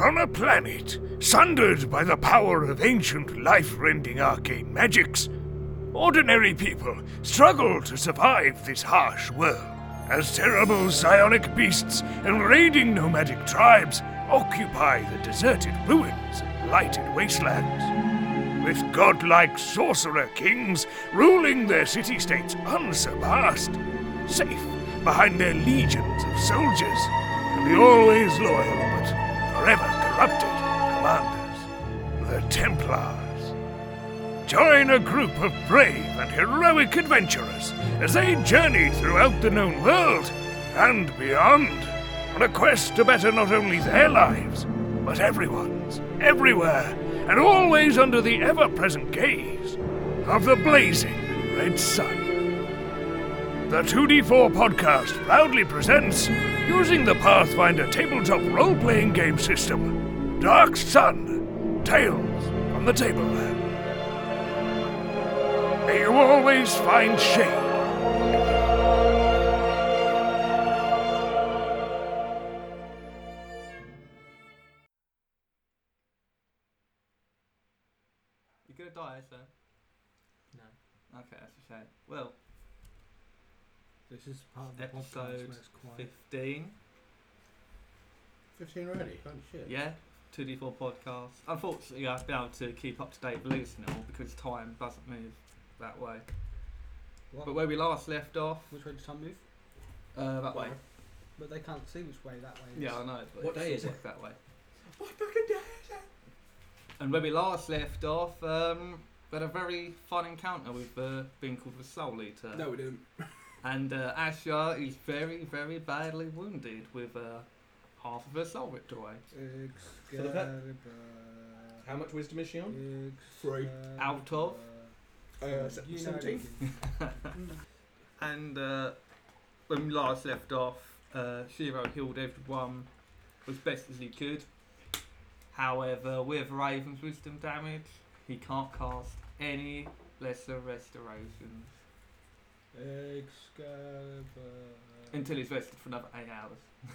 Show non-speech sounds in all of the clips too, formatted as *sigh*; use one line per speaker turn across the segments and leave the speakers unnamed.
on a planet sundered by the power of ancient life rending arcane magics, ordinary people struggle to survive this harsh world, as terrible psionic beasts and raiding nomadic tribes occupy the deserted ruins and blighted wastelands. With godlike sorcerer kings ruling their city states unsurpassed, safe behind their legions of soldiers, and the always loyal but forever corrupted commanders, the Templars. Join a group of brave and heroic adventurers as they journey throughout the known world and beyond on a quest to better not only their lives, but everyone's, everywhere, and always under the ever present gaze of the blazing red sun. The 2D4 podcast proudly presents, using the Pathfinder tabletop role playing game system, Dark Sun Tales from the Tableland. May you always find shade.
Uh,
You're gonna die, sir.
No.
Okay, that's a shame. Well,
This is part of the podcast
Episode
where it's quiet.
fifteen.
15 already? Holy shit.
Yeah, two D four podcast. Unfortunately, I've been able to keep up to date with Lucy now because time doesn't move that way.
What?
But where we last left off,
Which way does time move?
uh, that way.
But they can't see which way that way is.
Yeah, I know. But
What
it
day
sort
is
of
it?
That way.
What fucking day is
And where we last left off, um, we had a very fun encounter with uh, being called the Soul Eater.
No, we didn't.
And uh, Ashar is very, very badly wounded with uh, half of her soul ripped away.
For the pet? How much wisdom is she on? Three.
Out of?
Uh, se- 17.
*laughs* And uh, when we last left off, uh, Shiro healed everyone as best as he could. However, with Raven's wisdom damage, he can't cast any lesser restorations until he's rested for another eight hours. *laughs*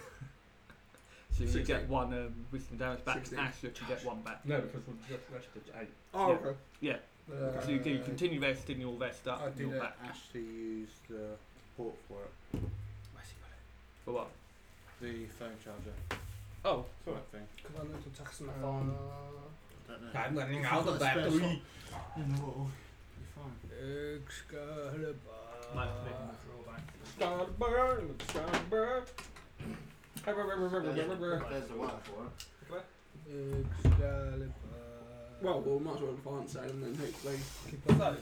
so you get
Sixteen.
one um, wisdom damage back,
Sixteen.
and Asher can get one back.
No, because we'll just rest at eight.
Oh,
Yeah.
okay.
Yeah.
Uh,
so you can continue resting, you'll rest up,
I
and you're
did
back.
actually use the port for it.
Where's he got
For what?
The phone charger.
Oh,
Sort of thing.
it? Because I learned to text my phone.
I'm running
I've
out
got
of
a spare
battery.
slot. No, you're fine.
Excalibur.
Starburn, Starburn. I remember, remember, remember.
There's the wire for it.
Excalibur.
Well, we might as well advance that and then hopefully
keep up.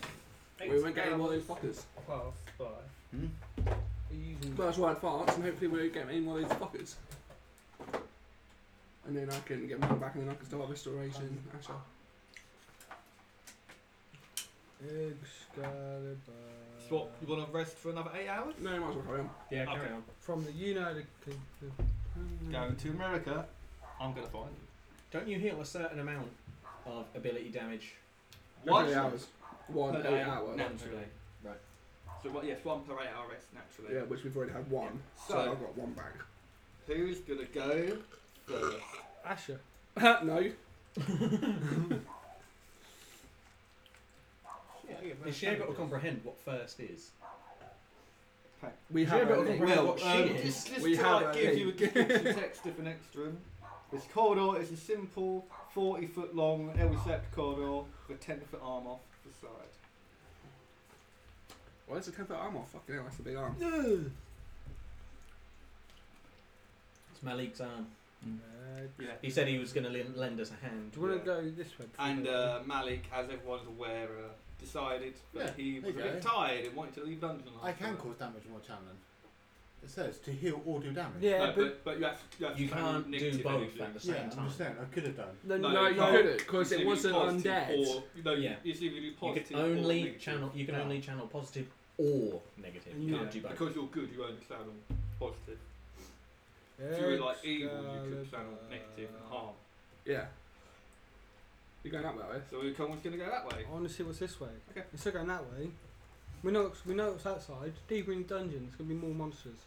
we won't get any more of those fuckers.
Class five.
Hmm?
Are you using
Well, that's why advance and hopefully we won't get any more of those fuckers. And then I can get mine back and then I can start
Um,
restoration. Actually,
Excalibur.
so what, you want to rest for another eight hours?
no, might as well carry on.
Yeah,
carry
on.
From the United Kingdom.
Going to America, I'm going to find you.
Don't you heal a certain amount of ability damage
What?
Every Eight hours. One
per
eight
day
hour.
naturally?
So what, yes, one per eight hour rest naturally.
Yeah, which we've already had one, so,
So-
I've got one back.
Who's gonna go first?
Asher.
*laughs* no.
*laughs* Is she able to comprehend what first is?
We
Is
have
she able
a
to
link.
comprehend what
um,
she is?
just, just
We
to
have a
like, give you a
link.
description text of an extra room. This corridor is a simple 40 foot long L-shaped corridor with a 10 foot arm off the side.
Why is the ten foot arm off? Fucking hell, that's a big arm.
It's Malik's arm.
Uh,
Yeah.
He said he was going to lend, lend us a hand.
do you want to
Yeah.
go this way?
And uh, Malik, as everyone's aware, uh, decided that
Yeah,
he
there
was a
you
bit
go.
tired and wanted to leave London.
I
after
can
that.
cause damage more channeling. It says to heal or do damage.
yeah,
No,
but
but, but you have to, you have
You
to find
can't do
negative
both
energy.
at the same
Yeah, I
time.
understand. I could have done.
No,
No,
no,
you
you
can't.
couldn't because
You
it
see,
wasn't
positive
undead.
Or, no,
Yeah.
you see, really
You
positive
can
or
only
negative.
channel. You can
Yeah.
only channel positive or negative. You
Yeah,
can't do both.
Because you're good, you only channel positive. If you were like evil, you could channel negative and harm.
Yeah. You're going that way,
So we're always going to go that way.
I want to see what's this way.
Okay.
Instead of going that way, we know it's, we know it's outside. Deeper in the dungeon, there's gonna be more monsters.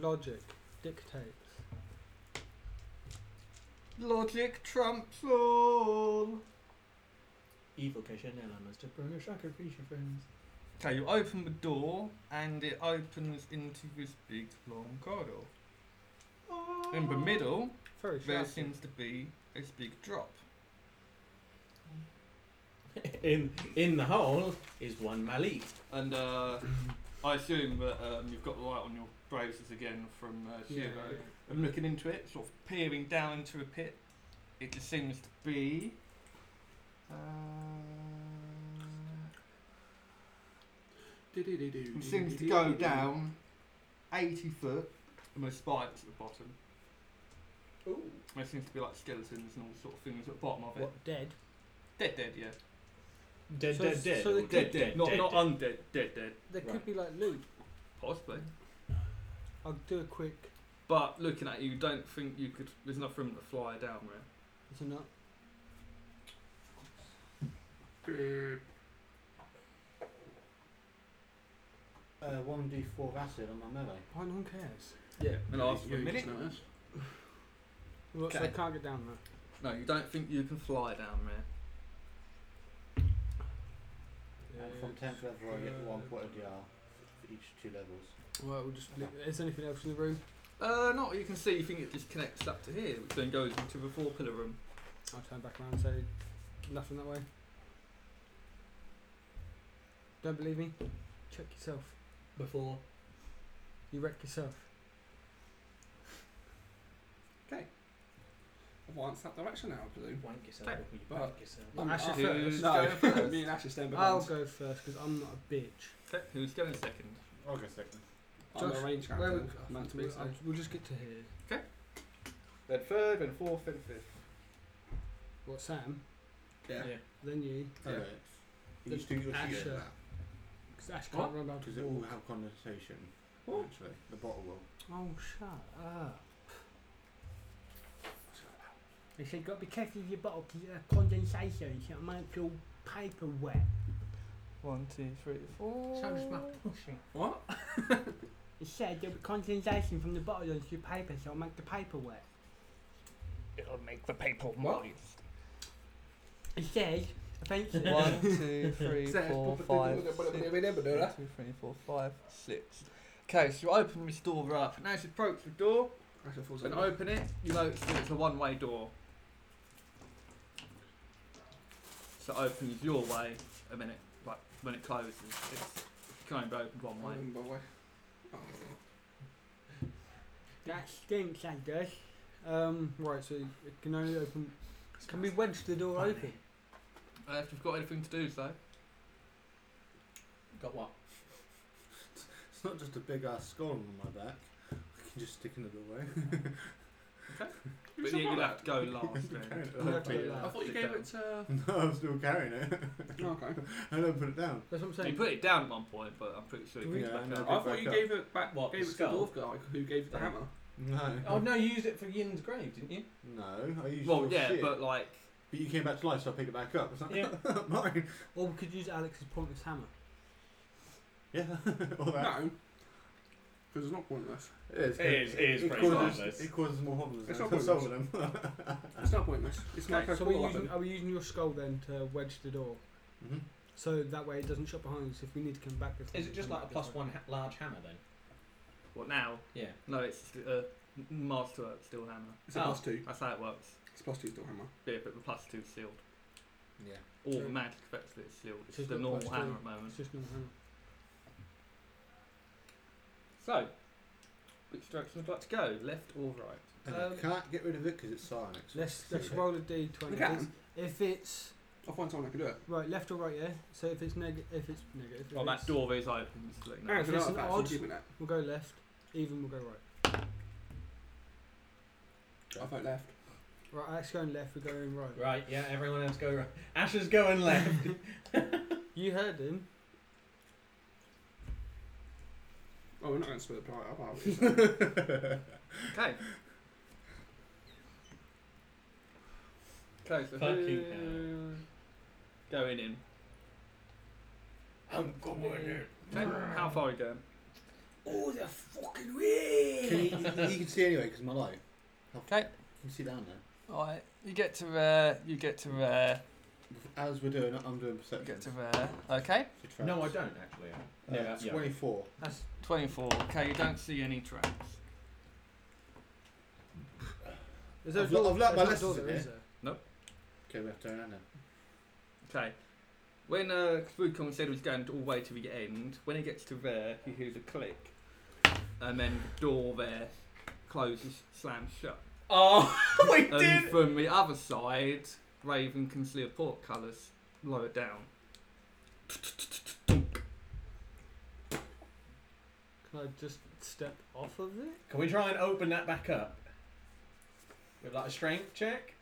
Logic dictates.
Logic trumps all.
Evil Evocation elements to bring a shocker creature friends.
Okay, you open the door and it opens into this big long corridor. In the middle,
Very
there
shouty.
seems to be this big drop.
in in the hole is one Malik.
And uh, I assume that um, you've got the light on your browsers again from uh, Shiro.
Yeah.
I'm looking into it, sort of peering down into a pit. It just seems to be. Uh, it seems to go down 80 foot, and there's spikes at the bottom.
Ooh.
There seems to be like skeletons and all sort of things at the bottom of it.
What, dead?
Dead, dead, yeah.
Dead,
So-
dead, dead.
so
or
the-
Dead, dead. not not
dead.
undead, dead, dead.
There
Right.
could be like loot.
Possibly.
I'll do a quick.
But looking at it, you, don't think you could. There's enough room to fly down there.
Is it not?
Uh, 1d4 of acid on my melee.
Why no one cares?
Yeah, and after a minute,
Well, so they
Okay.
can't get down there.
no, you don't think you can fly down there.
And from 10th level, I get 1 point of DR for each two levels.
Well, we'll just. leave- Is there anything else in the room?
Uh, not you can see. You think it just connects up to here, which then goes into the four pillar room.
I'll turn back around and say nothing that way. Don't believe me? Check yourself.
Before
You wreck yourself.
Advance that direction now, I presume. Um, uh,
wank yourself.
Don't-
Before you
Well,
wank yourself.
I'm
Ash is
I'll-
first.
No,
Go first.
me and Ash are staying
I'll
behind.
go first because I'm not a bitch.
Okay, who's going second?
I'll go second.
I'm
Josh,
a range
where
character.
would-
I'm meant to be, so.
I'll- We'll just get to here.
Then third, then fourth, then fifth.
What, Sam?
Yeah.
Then you?
Okay. You
The
just do your
Asher.
shield.
Because Ash
What?
can't remember how to
Because it
walk.
all have connotation,
What?
actually. The bottle will. *laughs*
Oh, shut up. They said, got to be careful with your bottle because uh, condensation, so it might feel paper wet.
One, two, three, *laughs* four.
pussy.
What?
It said there'll be condensation from the bottle onto your paper, so it'll make the paper wet.
It'll make the paper
What?
moist.
It says, eventually.
One, two, three,
Says,
four,
"Put- put-
five, six.
put- put- put- put- put- put-
One, two, three, four, five, six. Okay, so you open this door up, and as you approach the door
Ash falls
and
over.
open it, you notice that it's a one-way door. So it opens your way, and then it, like, when it closes, it's can only be opened one way.
Open by way.
That stinks, I guess. Um, right, so it can only open. Can we wedge the door
Funny.
open?
Uh, if you've got anything to do, so.
Got what?
It's not just a big ass skull on my back. I can just stick another way. *laughs*
But yeah, you'll have to go last then.
You have to go
Yeah.
I
last.
thought you gave it to.
no, I'm still carrying it.
Okay.
I don't put it down.
That's what I'm
You
saying.
put it down at one point, but I'm pretty sure you can
Do
we-
back
Yeah, I
I
up.
know.
thought you gave it back.
What,
Gave
the
it to the
skull?
dwarf guy who gave it the hammer.
No.
Oh no, you used it for Yin's grave, didn't you?
No, I used
Well,
your
yeah,
shit.
but like,
But you came back to life, so I picked it back up. *laughs* It's not
Yeah.
mine.
Or we could use Alex's pointless hammer.
Yeah, *laughs* all that.
No. Because it's not pointless.
It is.
It is- it is
it
pretty
causes,
harmless.
It causes more problems
It's
than
not
some of them. *laughs*
It's not pointless. It's like
Okay,
a
so we're
ball
using,
weapon.
are we using your skull then to wedge the door?
Mhm.
So that way it doesn't shut behind us if we need to come back. If we
Is it
need to
just
come
like a
back
plus
this way.
one ha- large hammer then?
what now?
Yeah.
No, it's st- uh, m- master steel hammer.
It's a
Oh.
plus two.
That's how it works.
It's a plus two door hammer.
Yeah, but the plus two is sealed.
Yeah.
All
True.
the magic effects that it's sealed. It's
So
just a
it's not
normal
plus
hammer
two.
at the moment.
It's just normal hammer.
So, which direction would you like to go? Left or right?
And
Um,
I can't get rid of it because it's psionic. so
Let's
it's
let's
stupid.
roll a d20.
We
If it's-
can.
If it's
I'll find someone who can do it.
right, left or right, yeah. So if it's negative, if it's negative, if
Well,
it's-
Oh, that door is open. Just to let you know.
Aaron's
If it's
an
an
artifact,
odd-
I'm keeping it.
we'll go left. Even we'll go right.
I vote left.
Right, Alex going left. We're going right.
Right. Yeah. Everyone else go right. Ash is going left. *laughs*
You heard him.
Oh, we're not going to split the party up, are we? So-
Okay. Okay, so
Fucking
who- going in.
I'm going in.
Mm.
Okay, how far are you going?
Oh, the fucking way!
Can you, you, you can see anyway because my light.
Okay.
You can see down there.
Alright, you get to rare, you get to rare,
As we're doing it, I'm doing
you
perception.
get to rare. Okay,
for traps.
No, I don't actually.
Uh,
No, that's yeah.
24.
That's
24.
okay. You don't see any traps.
Is there a
I've lo-
door-
I've learnt my
there's no
lessons
door
in
there,
here.
is there?
Okay, we have to turn around then.
Okay. When uh, Spookon said he was going all the way to the end, when he gets to there, he hears a click, and then the door there closes, slams shut.
*laughs*
Oh, we
and
did.
from the other side, Raven can see a portcullis lower down.
Can I just step off of it?
Can we try and open that back up? With like a strength check.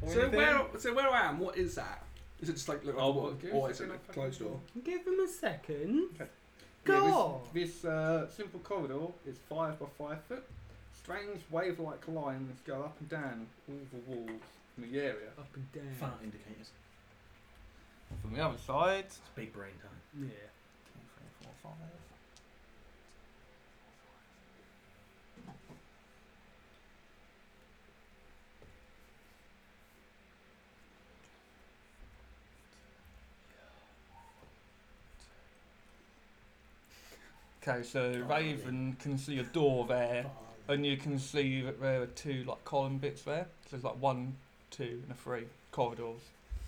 Or
So
anything?
where, so where I am, what is that? Is it just like little
Oh,
oh,
what-
or is it a closed door?
Give him a second.
Okay.
Go.
Yeah, this this uh, simple corridor is five by five foot. Strange wave-like lines go up and down all the walls in the area.
Up and down.
Fart indicators.
From the other side,
It's big brain time.
Yeah.
Okay,
Oh,
so Raven can see a door there, and you can see that there are two like column bits there. So there's like one, two, and a three corridors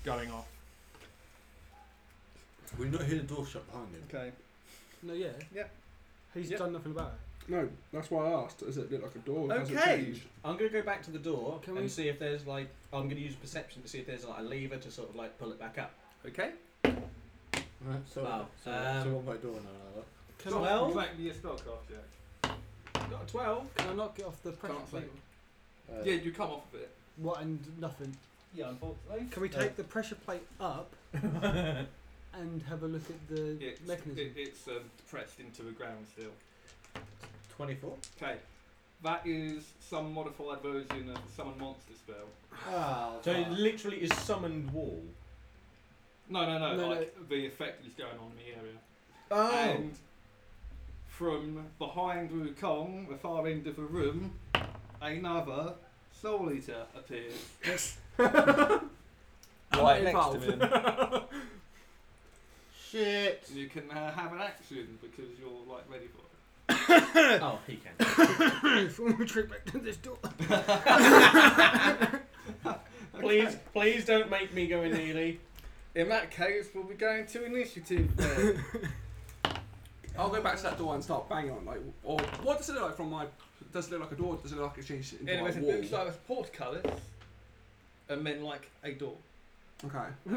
going off.
We've not heard the door shut behind him.
okay.
No, yeah.
Yep.
He's
Yep.
done nothing about it.
No, that's why I asked. Does it look like a door? Has it
Okay.
changed?
I'm gonna go back to the door
Can
and
we-
see if there's like I'm gonna use perception to see if there's like a lever to sort of like pull it back *laughs* up.
Okay.
Right, so,
Wow.
so, so
Um,
one by door and another.
Can I,
Twelve?
Make me a spellcraft check.
Got a twelve.
can I not get off the pressure
Can't
plate?
think.
Uh,
Yeah, you come off of it.
What and nothing?
Yeah, unfortunately.
Can we
Uh,
take the pressure plate up and have a look at the
It's,
mechanism?
it, it's um, pressed into the ground still.
Twenty-four.
Okay. That is some modified version of summon monster spell.
Ah,
So it
ah.
literally is summoned wall.
No, no, no.
No,
like the effect is going on in the area.
Oh.
And from behind Wu Kong, the far end of the room, another Soul Eater appears.
*laughs* Right next to him.
Shit!
You can uh, have an action because you're like ready for it.
oh, he can.
From retreat back to this door.
Please, please don't make me go in Neely.
In that case, we'll be going to initiative. then.
I'll go back to that door and start banging on. Like, or what does it look like from my? Does it look like a door? Does it look like a change into
Anyway,
like
so
a wall?
it looks like a portcullis, and then like a door,
Okay. *laughs*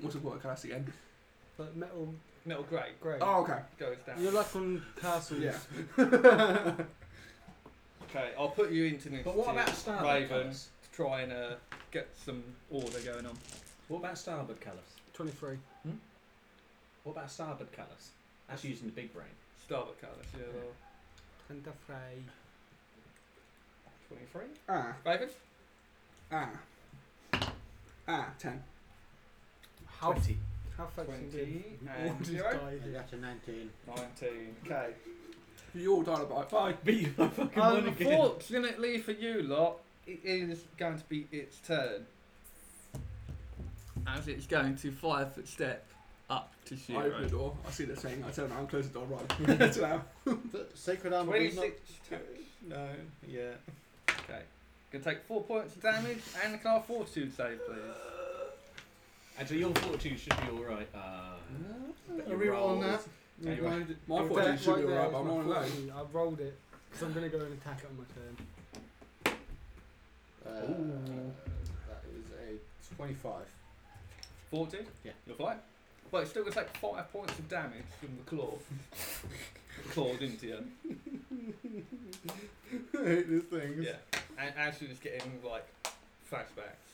What's the word? Can I see again?
Like metal
metal grey
grey.
Oh, *laughs* okay.
goes down.
You're like on castles.
Yeah.
Okay, I'll put you into initiative
But what about starboard
Raven.
colours?
to try and uh, get some order going on.
What about starboard colours?
23.
What about starboard colours? That's using the big brain.
Starbuck Carlos, yeah. Well,
23.
Twenty-three.
Ah,
Raven.
ah, ah. Ten.
How,
Twenty.
how flexible?
Twenty
All
and
just
zero.
died
I
here.
got a 19.
Nineteen. Okay. Um,
You all died about five.
beat you by fucking
Unfortunately for you lot, it is going to be its turn. As it's going to five foot step up to
I open the
zero.
door. I see the thing. I turn around, close the door.
*laughs*
Right. That's now.
The sacred armor was not.
Twenty-six. touch.
No, yeah.
Okay. Gonna take four points of damage and can I have fortitude save, please?
Actually, your fortitude should be all right. Uh,
A reroll on that.
Anyway.
Reminded-
My
That
fortune should be
right there
alright,
is
but I'm
my
on a low.
40. I've rolled it. Because I'm going to go and attack it on my turn.
Uh, that is a 25.
Fortitude?
Yeah.
You're fine. But it's still gonna take five points of damage from the claw.
*laughs*
claw, didn't you?
I hate this thing.
Yeah. And Ashley is getting like flashbacks.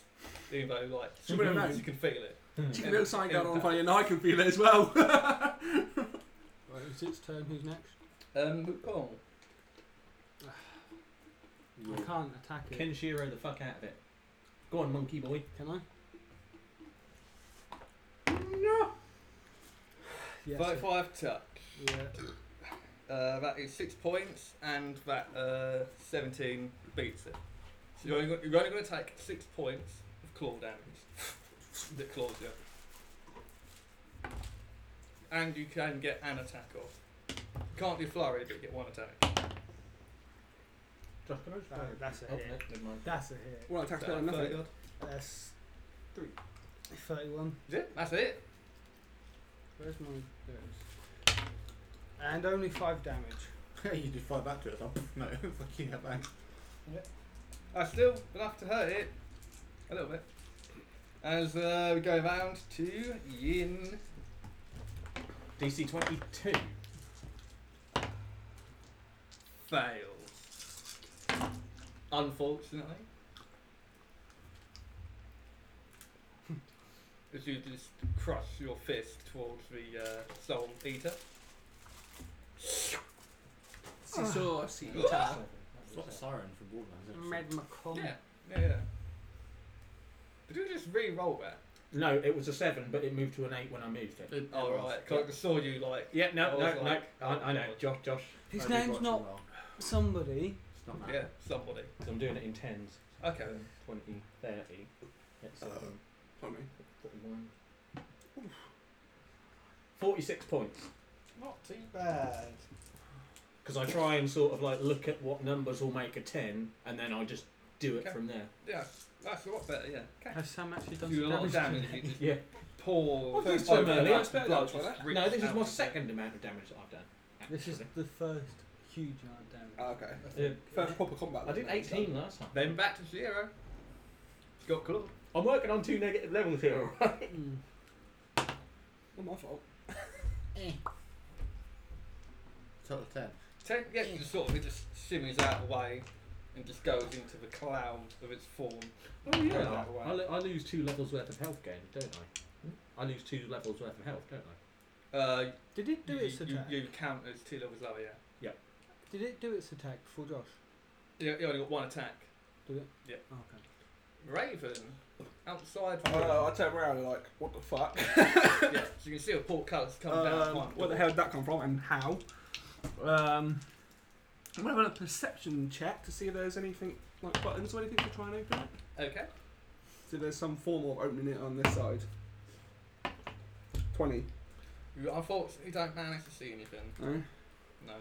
Even though like
She would've known.
you can feel it.
Hmm. *laughs*
She can feel something going on funny, and I can feel it as well. *laughs*
Right, it's its turn. Who's next?
Um Wu Kong.
I can't attack it.
Ken Shiro the fuck out of it. Go on, monkey boy.
Can I? No. Yes.
Five five touch.
Yeah.
Uh, that is six points and that uh, seventeen beats it. So you're only, gonna- you're only going to take six points of claw damage. *laughs* that claws you. And you can get an attack off. You can't do flurry, but you get one attack.
That- that's a
Oh,
hit.
no, never mind.
That's a hit.
Well, attack's better than nothing.
That's three. 31.
Is it? That's it.
Where's my there it is. And only five damage.
you did five back to it. though. *laughs* No, fucking hell, man.
I still enough to hurt it. A little bit. As uh, we go round to Yin.
DC 22.
fails. Unfortunately. *laughs* As you just crush your fist towards the uh, soul eater.
Ah.
Scissor, scissor.
It's like a siren from Borderlands. isn't it?
McCom.
Yeah, yeah, yeah. Did you just re-roll that?
No, it was a 7, but it moved to an 8 when I moved it.
oh, right. 'cause I just saw you like.
Yeah,
I
no,
was
no,
like-
no. I, I know. Josh, Josh.
His
I did watch
name's
it
not
wrong.
somebody.
It's not that.
Yeah, somebody.
'Cause I'm doing it in tens.
Okay.
20, 30. That's
Um, Pardon me.
41. 46 points.
Not too bad.
Because I try and sort of like look at what numbers will make a 10, and then I just do it
Okay.
from there.
Yeah, that's a lot better. Yeah. Okay.
Has Sam actually done
You do a lot
some
of
damage?
damage. You just
Yeah.
pour.
Well, this
pour
time
over
earlier,
that,
it's better
blood
than
just
that.
rips
No, this is
out
my
of it.
second amount of damage that I've done.
This is the first huge amount of damage.
Uh,
Ah, okay.
Yeah.
First proper combat.
I did 18 last time.
Then back to zero. It's got claw.
I'm working on two negative levels here. *laughs* Oh,
Mm.
Not my fault.
Total ten.
Ten, yeah, it just sort of it just shimmies out of the way and just goes into the cloud of its form.
Oh
yeah.
I, lo- I lose two levels worth of health gain, don't I? I lose two levels worth of health, don't I?
Uh,
Did it do
you,
its
you,
attack?
you count as two levels lower, yeah.
Did it do its attack before Josh?
You, you only got one attack.
Did it?
Yeah.
Okay.
Raven, outside.
I don't know, Uh, I turn around and like, what the fuck?
*laughs* yeah, so you can see a portcullis come down.
Um,
upon it.
where the hell did that come from and how? Um, I'm gonna have a perception check to see if there's anything like buttons or anything to try and open it.
Okay.
See if there's some form of opening it on this side. Twenty.
You unfortunately don't manage to see anything.
No? *laughs* And
No.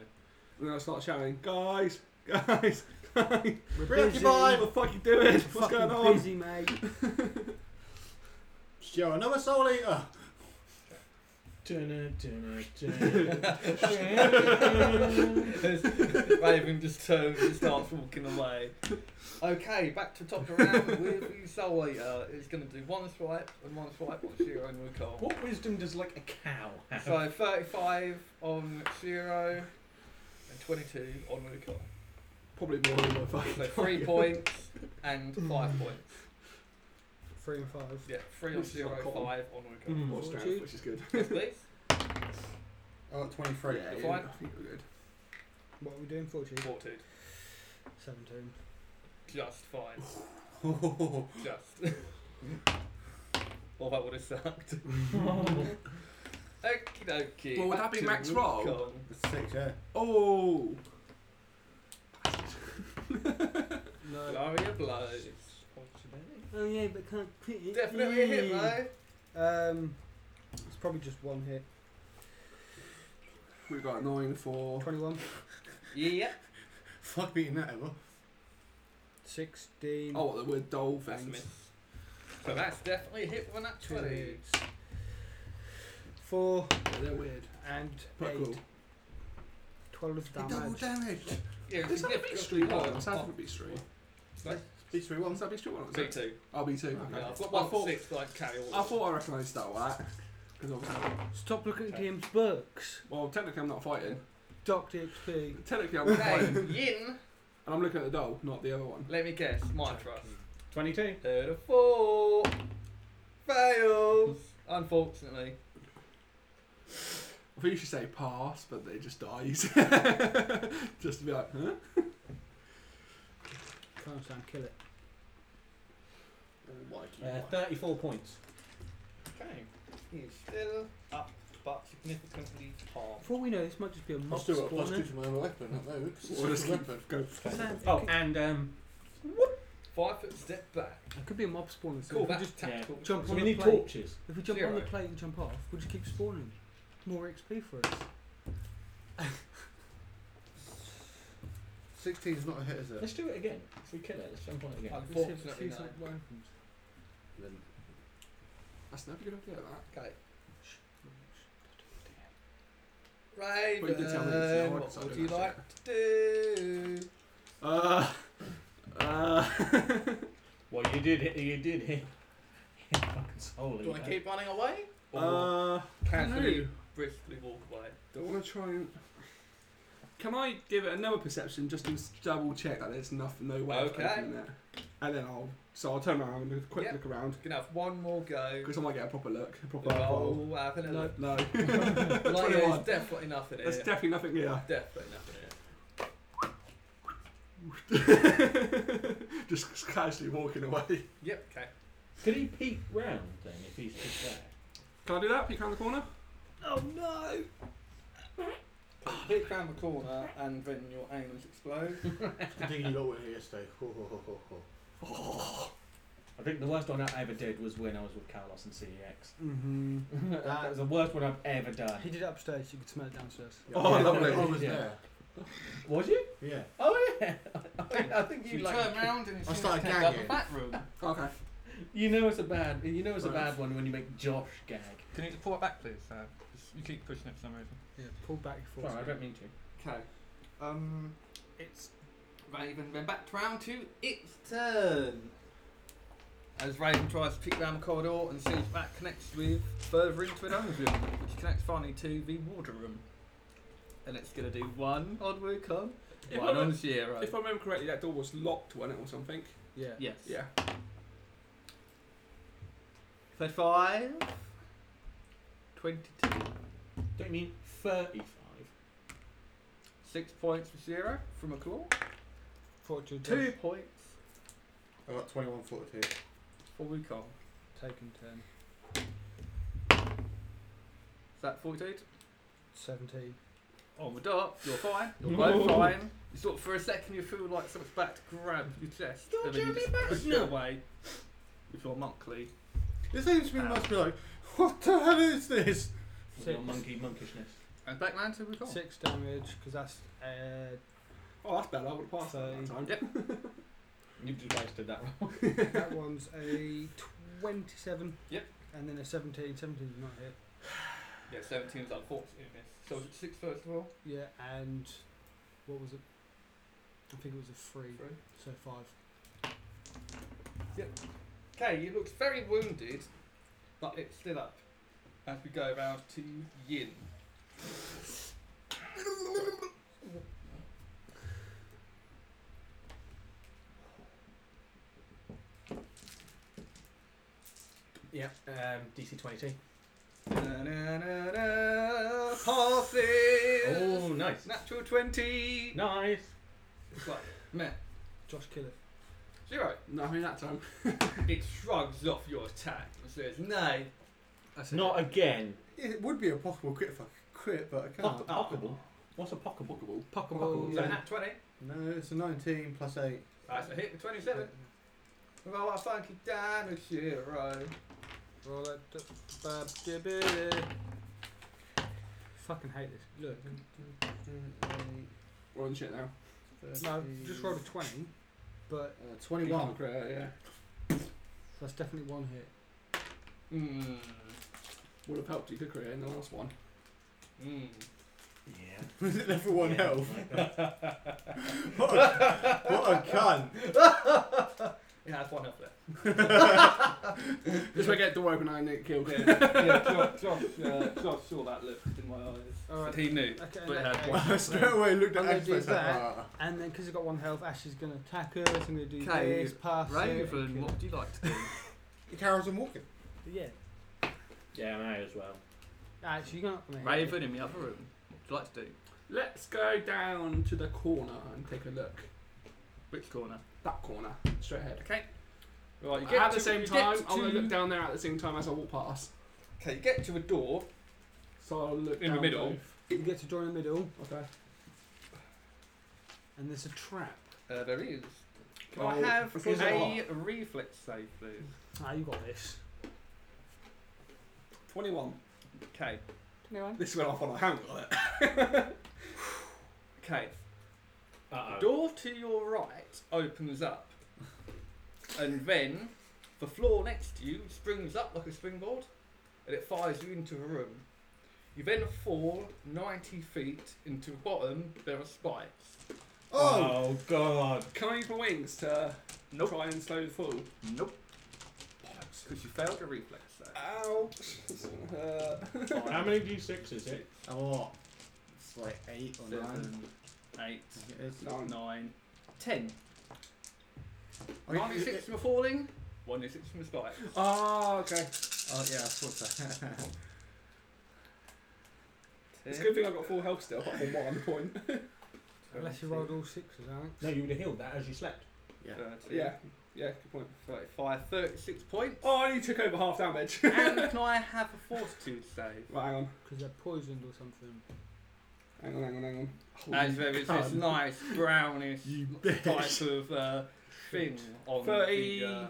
*laughs*
then I start shouting, guys, guys, guys,
We're
preoccupied. What the fuck you doing? What's
fucking
going on?
busy, mate. *laughs*
Joe, another soul eater.
Dunna, dunna, dunna.
As Raven just turns and starts walking away. Okay, back to top of
*laughs*
the round with the Soul Eater. It's going to do one swipe and one swipe on Shiro and Recall.
what wisdom does like a cow have?
So 35 on Shiro and 22 on Recall.
Probably more than my fucking.
So
*laughs* Oh,
3 points and 5 points.
Three and five.
Yeah, 3 on
Which is Hmm.
Shiro,
not
5
common.
on Recall.
Mm.
More strength,
Fortitude.
which is good.
Yes, *laughs* please.
*laughs* Oh, 23.
Yeah,
Fine.
yeah, I think we're good.
What are we doing? 14?
Fortitude.
17.
Just fine.
*laughs*
Just. well, that would
*laughs*
have sucked. Okie dokie.
Well, would that
back
be
to
max
Wukong.
roll?
Six, yeah.
Oh,
No.
Glory of blows.
Oh yeah, but can't quit it.
Definitely a hit,
Yeah.
though.
Um, it's probably just one hit.
we got nine for
21,
Yeah.
Fuck beating that ever.
16,
oh, the word doll
That's a
things.
miss. So that's definitely a hit with that 20.
4,
Yeah, they're weird.
and
But
8.
cool.
12
Double
damage.
damage.
Yeah,
Is that a
significant.
big street
Oh,
one? Is that
oh,
a big street?
Beats three
Is
ones.
that a big street one? or is it-
B2.
Oh, B two.
Yeah, I've
Okay.
got one
I thought
six that I can carry all
I
of them.
thought I recognised that one. Because obviously,
Stop looking at Tim's books.
well, technically I'm not fighting.
Docked XP.
Technically I'm fighting, and
Okay, Yin,
I'm looking at the doll, not the other one.
let me guess, my trust.
22.
Third of four. Fails. Unfortunately.
I think you should say pass, but they just dies. *laughs* just to be like, huh?
Can't stand, kill it.
Mikey.
Uh, 34 points.
Okay. He's still up, but significantly harmed.
For all we know, this might just be a
I've
mob
still got a plus two
spawner.
to my other weapon, not though.
Or
It's a
Oh,
just
weapon.
keep go.
Sam,
Oh, and um,
Five foot step back.
It could be a mob spawner. So
Cool,
if, we
that's
just,
tactical.
jump
So
on
we
the
need
plate.
torches.
if we jump on the
Zero.
plate and jump off, we'll just keep spawning. More XP for us.
16's not a hit, is it?
Let's do it again. If we kill it, let's jump on it again.
I've
Let's see if-
Unfortunately,
see
no.
if what happens.
Then
That's never good idea. That.
Okay.
Well, you did tell me it's
Raven,
not,
what
so
would
I
you
don't
like to do?
Uh, uh,
Well, you did hit. You did
*laughs*
hit. Holy.
Do you want to keep running away?
Or
uh,
can
no.
we briskly walk away?
Don't want to try and. Can I give it another perception just to s- double check that there's nothing, no way
Okay.
of opening it? And then I'll. So I'll turn around and do a quick
Yep.
look around
Gonna have one more go.
because I might get a proper look. A proper roll.
Oh, having a
*laughs*
look.
No.
Like, there's
21.
definitely nothing here.
There's definitely nothing here.
definitely nothing here.
*laughs* just casually walking away.
Yep. Okay.
Could he peek round then if he's just there?
Can I do that? Peek around the corner?
Oh no! Hit round the corner and then your anus explode.
I think you got one here yesterday. Ho, ho, ho, ho, ho.
I think the worst one I ever did was when I was with Carlos and CEX.
Mm-hmm.
that was the worst one I've ever done.
He did it upstairs. You could smell it downstairs.
Yeah,
Oh,
yeah,
lovely.
I was
Yeah.
there.
Was you?
Yeah.
Oh yeah. I think, I think you
You
like.
turn around and
I
it's
started
out the
gagging.
back room.
Okay.
You know it's a bad. You know it's a
Right.
bad one when you make Josh gag.
Can you pull it back, please? Uh, 'cause you keep pushing it for some reason.
Yeah, pull back your
Sorry, I
force.
don't mean to.
Okay. Um, it's Raven. Then back to round two. Its turn. As Raven tries to peek down the corridor and sees that connects with further into an own room, which connects finally to the water room. And it's gonna do one onward con,
If
one
I
on
were-
zero.
If I remember correctly, that door was locked, wasn't it, or something?
Yeah.
yes.
Yeah.
Thirty-five. Twenty-two.
Don't mean thirty-five.
Six points for zero from a claw.
Fortitude
Two points
I got 21 footed here.
for Wukong.
Taken 10.
Is that 48?
17.
on the dot, Oh, you're fine,
*laughs*
you're both fine. You sort of, for a second you feel like someone's about to grab your chest, and then you just push it away with your monkey.
This seems to me must be like, what the hell is this?
With
Six.
your monkey monkishness.
And back round to Wukong.
6 damage, because that's. Uh,
Oh, that's better. I would have passed that
Sorry.
that time.
You just wasted that one.
that one's a 27.
Yep.
And then a 17. 17 not hit.
Yeah, 17 is unfortunate in this. So was it 6 first of all?
Yeah, and what was it? I think it was a 3.
Three.
So 5.
Okay, you looked very wounded, but it's still up. As we go round to Yin.
Yeah. Um, DC twenty-two.
Da-na-na-na,
Oh,
Passes!
nice.
Natural 20!
Nice.
It's like, meh.
Josh, kill it.
Zero.
No, I mean that time.
*laughs* It shrugs off your attack and says, Nay.
That's
Not again. Oh,
It would be a possible crit if I could crit, but I can't.
Pock- pockable. What's a pockable?
Pockable.
So nat 20.
No, it's a 19 plus 8.
That's a hit with 27. Well, I funky damage zero.
Roll it. d- bab- dibbity. Fucking hate this. Look.
We're on shit now.
No, just rolled a 20, but
Uh, 21.
Great, yeah.
that's definitely one hit.
Mmm.
Would have helped you to create in the last one.
Mmm.
*laughs*
Yeah.
Is it left for one
Yeah,
health?
like that.
What a, what a cunt. *laughs*
It has one up there.
*laughs* This way, get the door open and I get killed.
*laughs* Yeah, yeah Josh, Josh, uh, Josh saw that look in my eyes.
Alright.
*laughs* And he knew.
Okay,
But it
that
had
goes.
one.
I straight away looked
I'm
at
gonna
Ash
do
face like,
that.
"Ah."
And then because he's got one health, Ash is going to attack us. I'm going to do
Okay,
this, pass it, and
Raven,
kill
what would you like to do?
He carries on walking.
it. Yeah.
yeah, I as well.
Actually, you're not. mate.
Raven in the other room. What would you like to do?
Let's go down to the corner and take a look.
Which corner?
That corner, straight ahead.
Okay. Right, you get
At
to,
the same
you
time,
get
I'm gonna
to-
look down there at the same time as I walk past.
Okay, you get to a door.
So I'll look
In the
down
middle.
both.
You get to join the middle,
Okay.
and there's a trap.
Uh, there is. Can
Oh,
I have a reflex save, please?
Ah, you got this.
21.
Okay.
This went off on a hand.
Okay.
Uh
Door to your right opens up, and then the floor next to you springs up like a springboard, and it fires you into a room. You then fall 90 feet into the bottom. There are spikes.
Oh,
God.
Can I use my wings to
Nope.
try and slow the fall?
Nope. Because you failed a reflex save.
Ouch.
*laughs*
Uh,
How many d6 is it?
oh. what? It's like eight or nine.
Seven, eight,
I think it is.
nine, ten.
I think
Nine is
it-
six from a falling. One is six from a spike.
oh, okay.
Oh yeah, I thought so. *laughs*
It's a good thing I've got full health still, apart from one point.
Unless you rolled all sixes, Alex.
No, you would have healed that as you slept.
yeah.
yeah, yeah, good point.
35, 36 points.
Oh, I only took over half damage. right,
*laughs* and can I have a fortitude save?
hang on.
Because they're poisoned or something.
Hang on, hang on, hang on.
As there is this nice brownish type of uh, thing on the. Uh,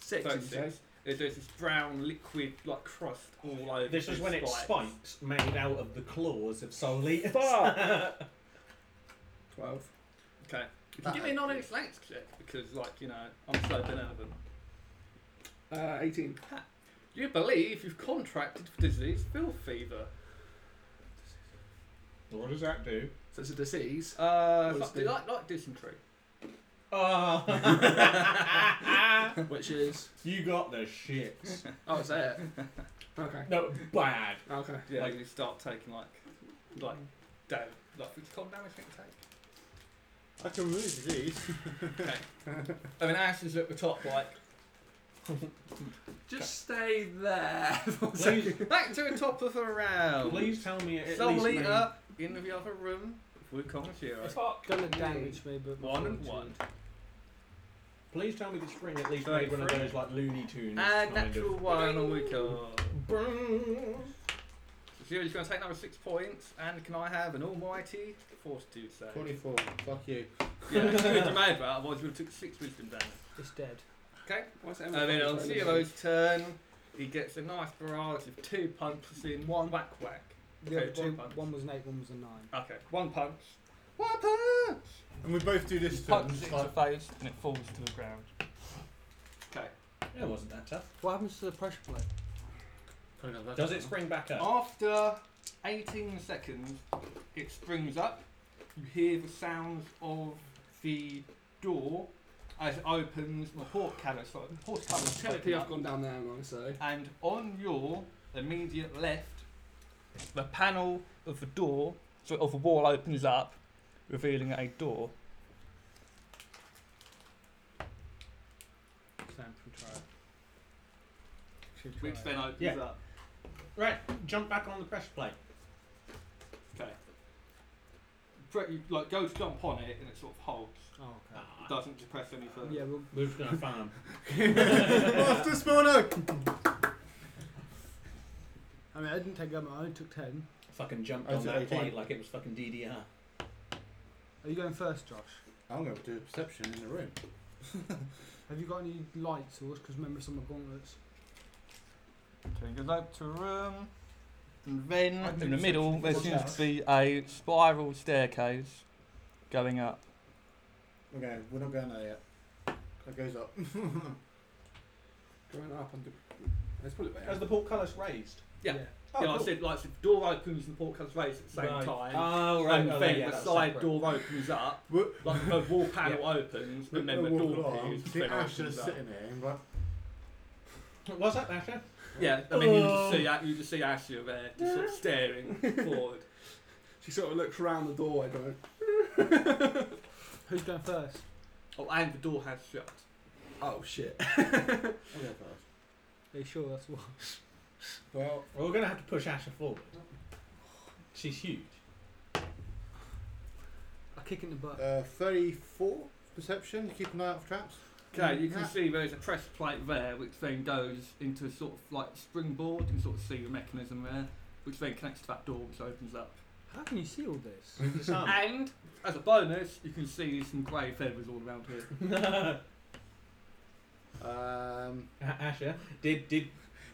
36.
36. There's this brown liquid like crust all over.
This
the
was when it's
spikes.
spikes made out of the claws of Solitas.
Fuck.
12.
Okay. If you give me a non flanks check, because like, you know, I'm so benevolent.
Uh, 18.
You believe you've contracted the disease filth fever.
what does that do?
So it's a disease.
Uh,
What is
like,
the-
like, like dysentery.
Oh.
Which is.
*laughs* you got the shits.
Oh, is that it? Okay.
No, bad.
Okay.
Yeah,
Like-
like you start taking like, like, damage. Like, it's called damage can take.
I can move these.
I mean, Ash is at the top, like,
Just stay there.
*laughs*
Please,
back to the top of the round.
please tell me it at
Some
least made-
leader in the other room with Wukong and Shiro.
It's gonna damage me, but
One and
fortitude.
one.
Please tell me the spring at least made one of
33.
those like Looney
And
Tunes. kind
natural
of.
one on Wukong.
Brrrr.
Shiro's going to take another six points, and can I have an almighty fortitude save?
Twenty-four. Fuck you.
Yeah, it's good to make that, otherwise we would have took six wisdom damage.
It's dead.
Okay.
What's it?
And then on Zero's turn, he gets a nice barrage of two punches in one whack whack. Okay,
The other
two
two,
punch.
one was an eight, one was a nine.
Okay, one punch. One punch!
And we both do this. to him,
punches
it's
it in the
like-
face and it falls to the ground.
Okay.
It wasn't that tough.
What happens to the pressure plate?
Does it spring back up?
After 18 seconds, it springs up. You hear the sounds of the door as it opens. The portcullis, sorry, the portcullis opens
Technically, I've
up.
gone down there long, so.
and on your immediate left, the panel
Of the door, so of the wall opens up, revealing a door.
Sam from trial. Should
which
try
then
it.
opens
Yeah.
up.
Right, jump back on the pressure plate.
Okay. Pre- you, like go to jump on it and it sort of holds.
Oh, okay.
Ah.
It doesn't depress any further.
Yeah, well,
We're just gonna farm.
*laughs* Master Spawno.
I mean, I didn't take that much. I only took ten.
*laughs* Fucking jumped
Oh,
on
it's
that
18.
plate like it was fucking DDR.
Are you going first, Josh?
I'm going to do a perception in the room.
Have you got any light source? Because remember, some of gauntlets.
So he goes over to a room, and then
I'd
in the
do
middle there
something
seems to be a spiral staircase going up.
Okay, we're not going there yet. That goes up. *laughs*
Going up and. Let's put it
Has
there.
the portcullis raised?
Yeah. yeah, like I said, like so the door opens and the portcullis raised at the same
Right.
time.
Oh, right.
and
oh,
then
yeah,
the
that's
side
separate.
door opens up,
We're-
like the wall panel opens,
we're
and then the
gonna
door
walk along,
appears.
See
then
Ash
opens
just
up.
sitting there and like,
What's that, Asher?
Yeah, and then you
Oh.
just see A- you just see Asha there, just sort
*laughs*
of staring forward.
She sort of looks around the door, I don't.
Who's going first?
Oh, and the door has shut.
Oh, shit.
I'll go first.
Are you sure that's what?
Well,
Well, we're gonna have to push Asher forward. She's huge. *laughs*
A kick in the butt.
uh, 34 perception. Keep an eye out for traps.
Okay, you can
Yeah.
see there's a press plate there, which then goes into a sort of like springboard. You can sort of see the mechanism there, which then connects to that door, which opens up.
How can you see all this?
Oh.
And as a bonus, you can see some grey feathers all around here.
Um,
Asher, did did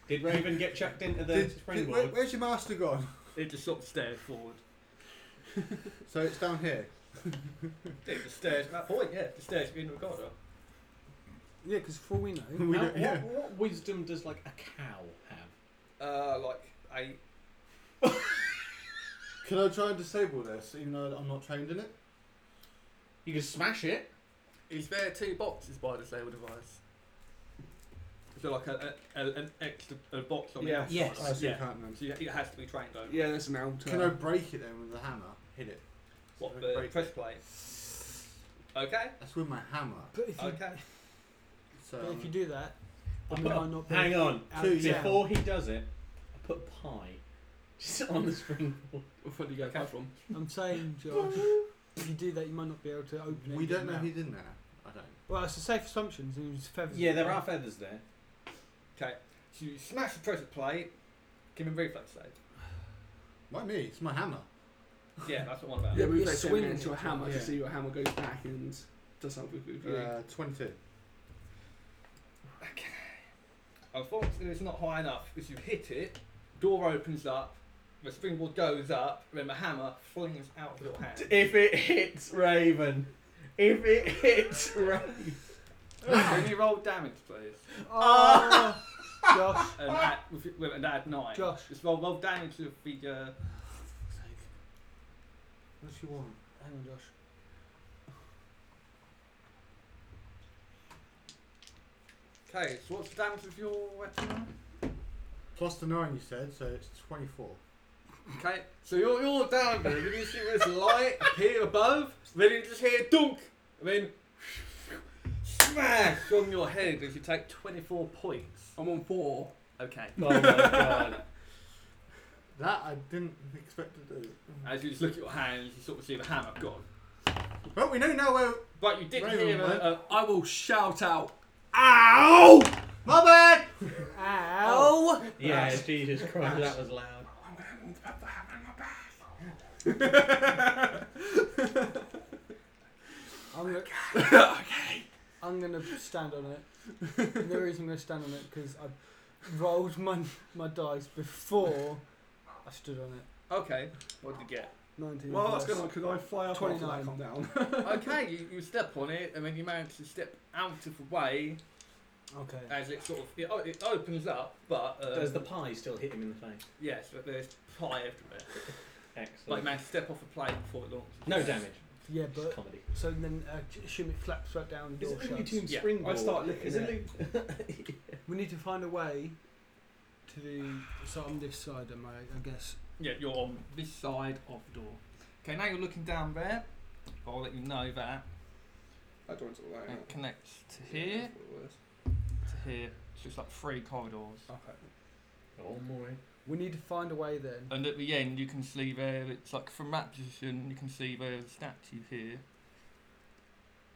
did Raven get chucked into the
did, did, where,
springboard?
where's your master gone?
It just sort of stares forward.
So it's down here.
It just stares at that point, yeah. It stares in the corridor.
Yeah, because for all we know,
We
Now,
don't- yeah.
what, what wisdom does like a cow have?
Uh, like eight.
Can I try and disable this, even though I'm not trained in it?
You can smash it.
Is there two boxes by the same device? Is there like a, a, a, an extra a box on
Yeah.
the outside?
Yes.
I see
Yeah.
can't then.
So you, it has to be trained over.
Yeah, there's an outer.
Can I break it then with the hammer? Hit it.
What
Break
the
it.
press plate? Okay.
That's with my hammer.
but if you,
Okay.
So um,
but if you do that,
I
we
put
might
a-
not be
hang on.
out
Two,
of
yeah.
town.
Before he does it, I put pie just on the springboard.
Where do you go come from?
I'm saying, Josh, if you do that, you might not be able to open it.
we
and
don't
get
know
them out.
who's in there. I don't.
Well, it's a safe assumption. So it's feathers.
Yeah, there are feathers there.
Okay. So you smash the pressure plate. Give him a reflex save.
Why me? It's my hammer.
Yeah, that's what I'm about.
Yeah,
Yeah,
we
you
like
swing
swing
it.
into a hammer
Yeah.
to see your hammer goes back and does something with you.
Uh, 22.
Unfortunately, it's not high enough because you hit it, door opens up, the springboard goes up, then the hammer flings out of your hand.
If it hits Raven, if
*laughs*
it hits Raven,
Can you roll damage, please?
*laughs*
Oh, Josh,
And add, with, with, and add nine.
Josh.
Just roll, roll damage with the. Uh,
What do you want?
hang on, Josh.
okay, so what's the damage of your weapon? now?
Plus the 9 you said, so it's 24.
Okay, so you're, you're down there. You can see this light appear above, then you just hear dunk, and then smash on your head as you take 24 points.
I'm on four.
Okay.
*laughs* oh my god!
That I didn't expect to do.
As you just look at your hands, you sort of see the hammer gone.
But we know now where.
But you did
Raven,
hear a,
mate.
a,
I will shout out.
My bad!
Oh!
Ow!
Yeah, Ah, Jesus Christ, that was loud.
I'm gonna, *laughs* I'm gonna stand on it. And the reason I'm gonna stand on it because I rolled my my dice before I stood on it.
Okay, what did you get?
Nineteen.
Well, that's
plus-
good because I fly up after that
29.
come down. *laughs*
okay, you, you step on it, and then you manage to step out of the way
Okay.
as it sort of it, o- it opens up, but um,
Does the pie still hit him in the face?
yes, but there's pie everywhere. Like you
Excellent.
manage to step off the plane before it launches.
no damage.
Yeah,
Just
but
comedy.
so then uh, j- assume it flaps right down and door shuts.
Yeah.
springboard?
I start licking
Oh, Is it
it.
Looney-
We need to find a way to the so on this side. Am I? I guess.
Yeah, you're on this side of the door. Okay, now you're looking down there. I'll let you know that
I don't want to lie.
it connects to here, to here. So it's like three corridors.
Oh my!
We need to find a way then.
And at the end, you can see there, it's like from that position, you can see there's a statue here.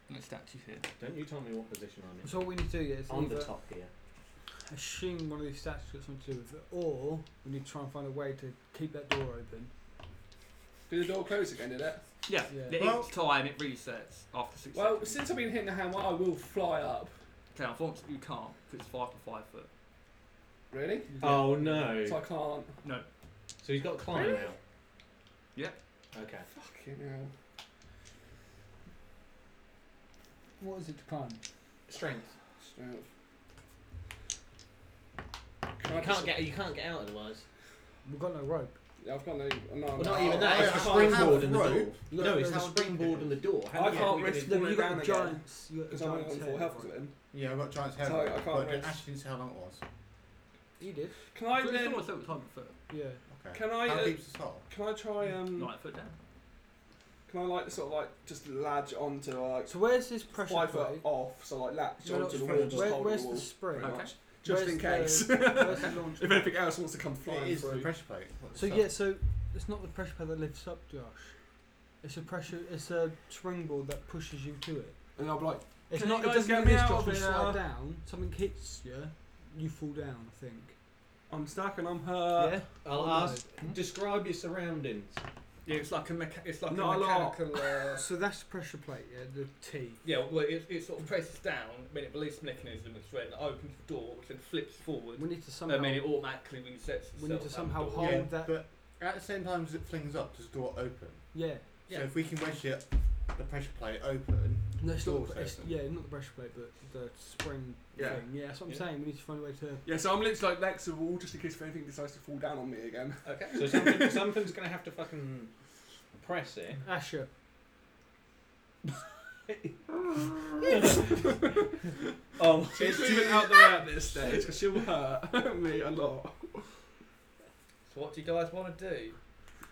And a statue here.
Don't you tell me what position I'm in.
So what we need to do is
On the
either
top here.
assume one of these statues got something to do with it, or we need to try and find a way to keep that door open.
Did the door close again? Did it?
Yeah,
Yeah.
the
Well-
each time it resets after six
Well,
seconds.
since I've been hitting the hammer, I will fly up.
Okay, unfortunately, you can't, 'cause it's five by five foot.
Really?
Oh no!
So I can't.
No.
So he's got to climb now.
Yeah.
Okay.
Fucking hell.
What is it to climb?
Strength.
Strength.
You can't get you can't get out otherwise.
We've got no rope.
Yeah, I've got no. no
Well, not Oh, even that.
I
It's the
can't
springboard
have
and the door.
rope.
Look,
No, it's the
there's-
springboard and the door. How
I
the
can't
fuck are we
risk
gonna-
them.
Look, you've got
down
a
again.
giants. You've got
Because
a
I'm only
giant's
on full
head,
health
right?
to him.
Yeah, I've got Giant's head.
Sorry, I can't
but I
raise-
actually didn't see how long it was.
He did.
Can I
So it's
then?
almost seven times a foot.
Yeah.
Okay.
Can I?
how
Uh,
deep's the soul?
can I try? Um.
Nine foot down.
Can I like sort of like just latch onto uh, like
So where's this pressure
five
plate?
foot off? So like latch
No, no,
onto the wall, just
Where,
hold
where's
the wall.
the spring?
pretty
Okay.
much. Just
Where's
in
the-
case.
*laughs* Where's the launch?
if anything else wants to come
It
flying
is the
through.
pressure plate. What
So
the
yeah, so it's not the pressure plate that lifts up, Josh. It's a pressure. It's a springboard that pushes you to it.
And I'll be like,
It's
Can
not.
you
It
guys
doesn't
get
do
me
this,
out
Josh.
of
You
here?
slide down. Something hits you. You fall down. I think.
I'm stuck and I'm hurt.
yeah.
I'll
Oh, no.
ask. Describe your surroundings.
Yeah, it's like a mecha- it's like
Not
a
a lot.
mechanical. Uh, *laughs*
So that's the pressure plate, yeah, the T.
yeah, well, it, it sort of presses down, when it releases the mechanism, it's red, and it opens the door, which then flips forward.
We need to
I
somehow.
mean, it automatically resets itself.
we need to
out
somehow
the door.
hold
Yeah,
that.
but at the same time as it flings up, does the door open?
yeah.
Yeah.
So if we can wedge it, the pressure plate open.
No, it's not.
Door's
the- It's,
open.
yeah, not the pressure plate, but the spring
Yeah.
thing. Yeah, that's what I'm
Yeah.
saying. We need to find a way to.
Yeah, so I'm literally like next to the wall just in case if anything decides to fall down on me again.
Okay.
So
*laughs*
something, something's going to have to fucking press it.
Asher,
*laughs* Um,
It's even Oh. out there at this stage because she'll hurt me a lot.
So what do you guys want to do?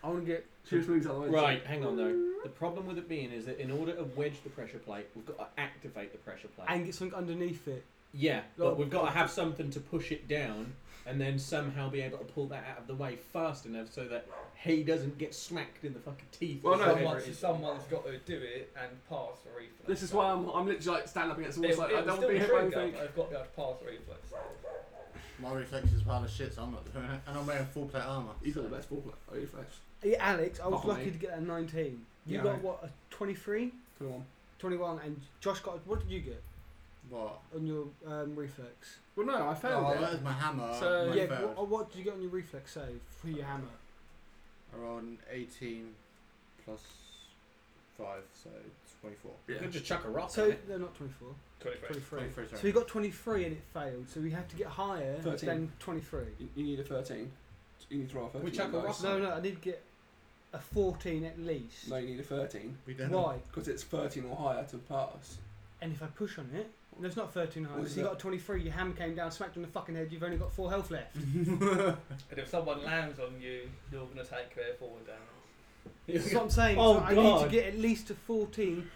I want to get.
She just moves out of the way.
right, hang on though. The problem with it being is that in order to wedge the pressure plate, we've got to activate the pressure plate.
And get something underneath it.
yeah,
Oh,
but we've got to have something to push it down and then somehow be able to pull that out of the way fast enough so that he doesn't get smacked in the fucking teeth
Well,
or
no,
whatever
Someone,
it is.
someone's got to do it and pass the reflex.
This is why I'm, I'm literally like standing up against the wall.
It,
so, Like, I
it'll
don't want
still
to be hit by
trigger,
anything.
but I've got to be able to pass the reflex.
My reflex is a pile of shit, so I'm not doing it. And I'm wearing full plate armour.
He's
so-
got the best ball player. Oh, you flash.
Hey, Alex, I was
Oh,
lucky
mate.
to get a 19. You
Yeah,
got
right.
what a 23,
21.
21, and Josh got. What did you get
What?
on your um, reflex?
Well, no, I failed
Oh,
it.
there's my hammer.
So-
my
yeah.
third.
What, what did you get on your reflex save for your hammer?
I rolled an 18 plus 5, so 24.
You could just chuck a rock
So
*laughs*
at it.
they're not 24.
23.
23.
23,
So
sorry.
we got 23 and it failed. So we had to get higher
13.
than 23.
You, you need a 13. You need to roll a 13.
We chuck a
guys.
rock
No, no, I did get a 14 at least.
No, you need a 13.
We don't
Why?
Because it's 13 or higher to pass.
And if I push on it, no, it's not 13 high.
What
So
is
you
that?
got a 23. Your hammer came down, smacked on the fucking head. You've only got four health
*laughs*
left.
And if someone lands on you, you're going to take their forward damage.
That's what I'm saying.
Oh,
so I need to
God.
get at least a 14.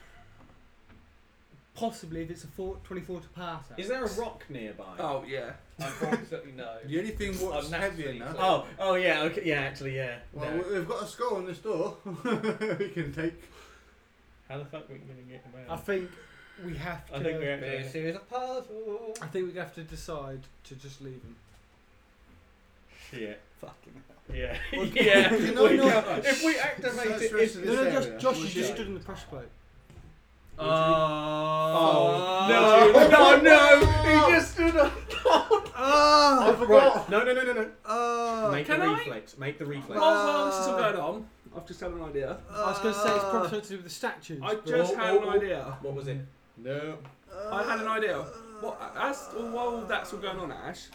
Possibly if it's a four, 24 to pass. at.
Is there a rock nearby?
Oh, yeah.
Unfortunately, no.
The only thing what's
I'm
heavy
naturally
enough.
Oh, oh yeah, okay, yeah, actually, yeah.
Well,
No.
we've got a skull on this door. *laughs* we can take.
How the fuck are we going to get him
I
out?
think we have to.
I think we have
This
to.
is a puzzle.
I think we have to decide to just leave him.
Shit.
Fucking.
Yeah. *laughs*
Well,
*laughs* yeah.
*laughs*
you know,
we
no,
can't- if we
search
activate it,
the rest
if,
of
No,
this
no,
area.
Josh, Josh, you
We'll
just
check.
stood in the pressure plate.
Oh,
*laughs*
no, no, *laughs* no! He just stood up.
I forgot.
Oh. No, no, no, no, no. Make
can
the
I?
reflex. Make the reflex.
Well, well, this is all going on. I've just had an idea.
I was going to say it's probably something to do with the statues.
Uh, I just
oh,
had
oh,
an
oh.
idea.
What was it?
No.
I had an idea. What, as, well, while that's all going on, Ash,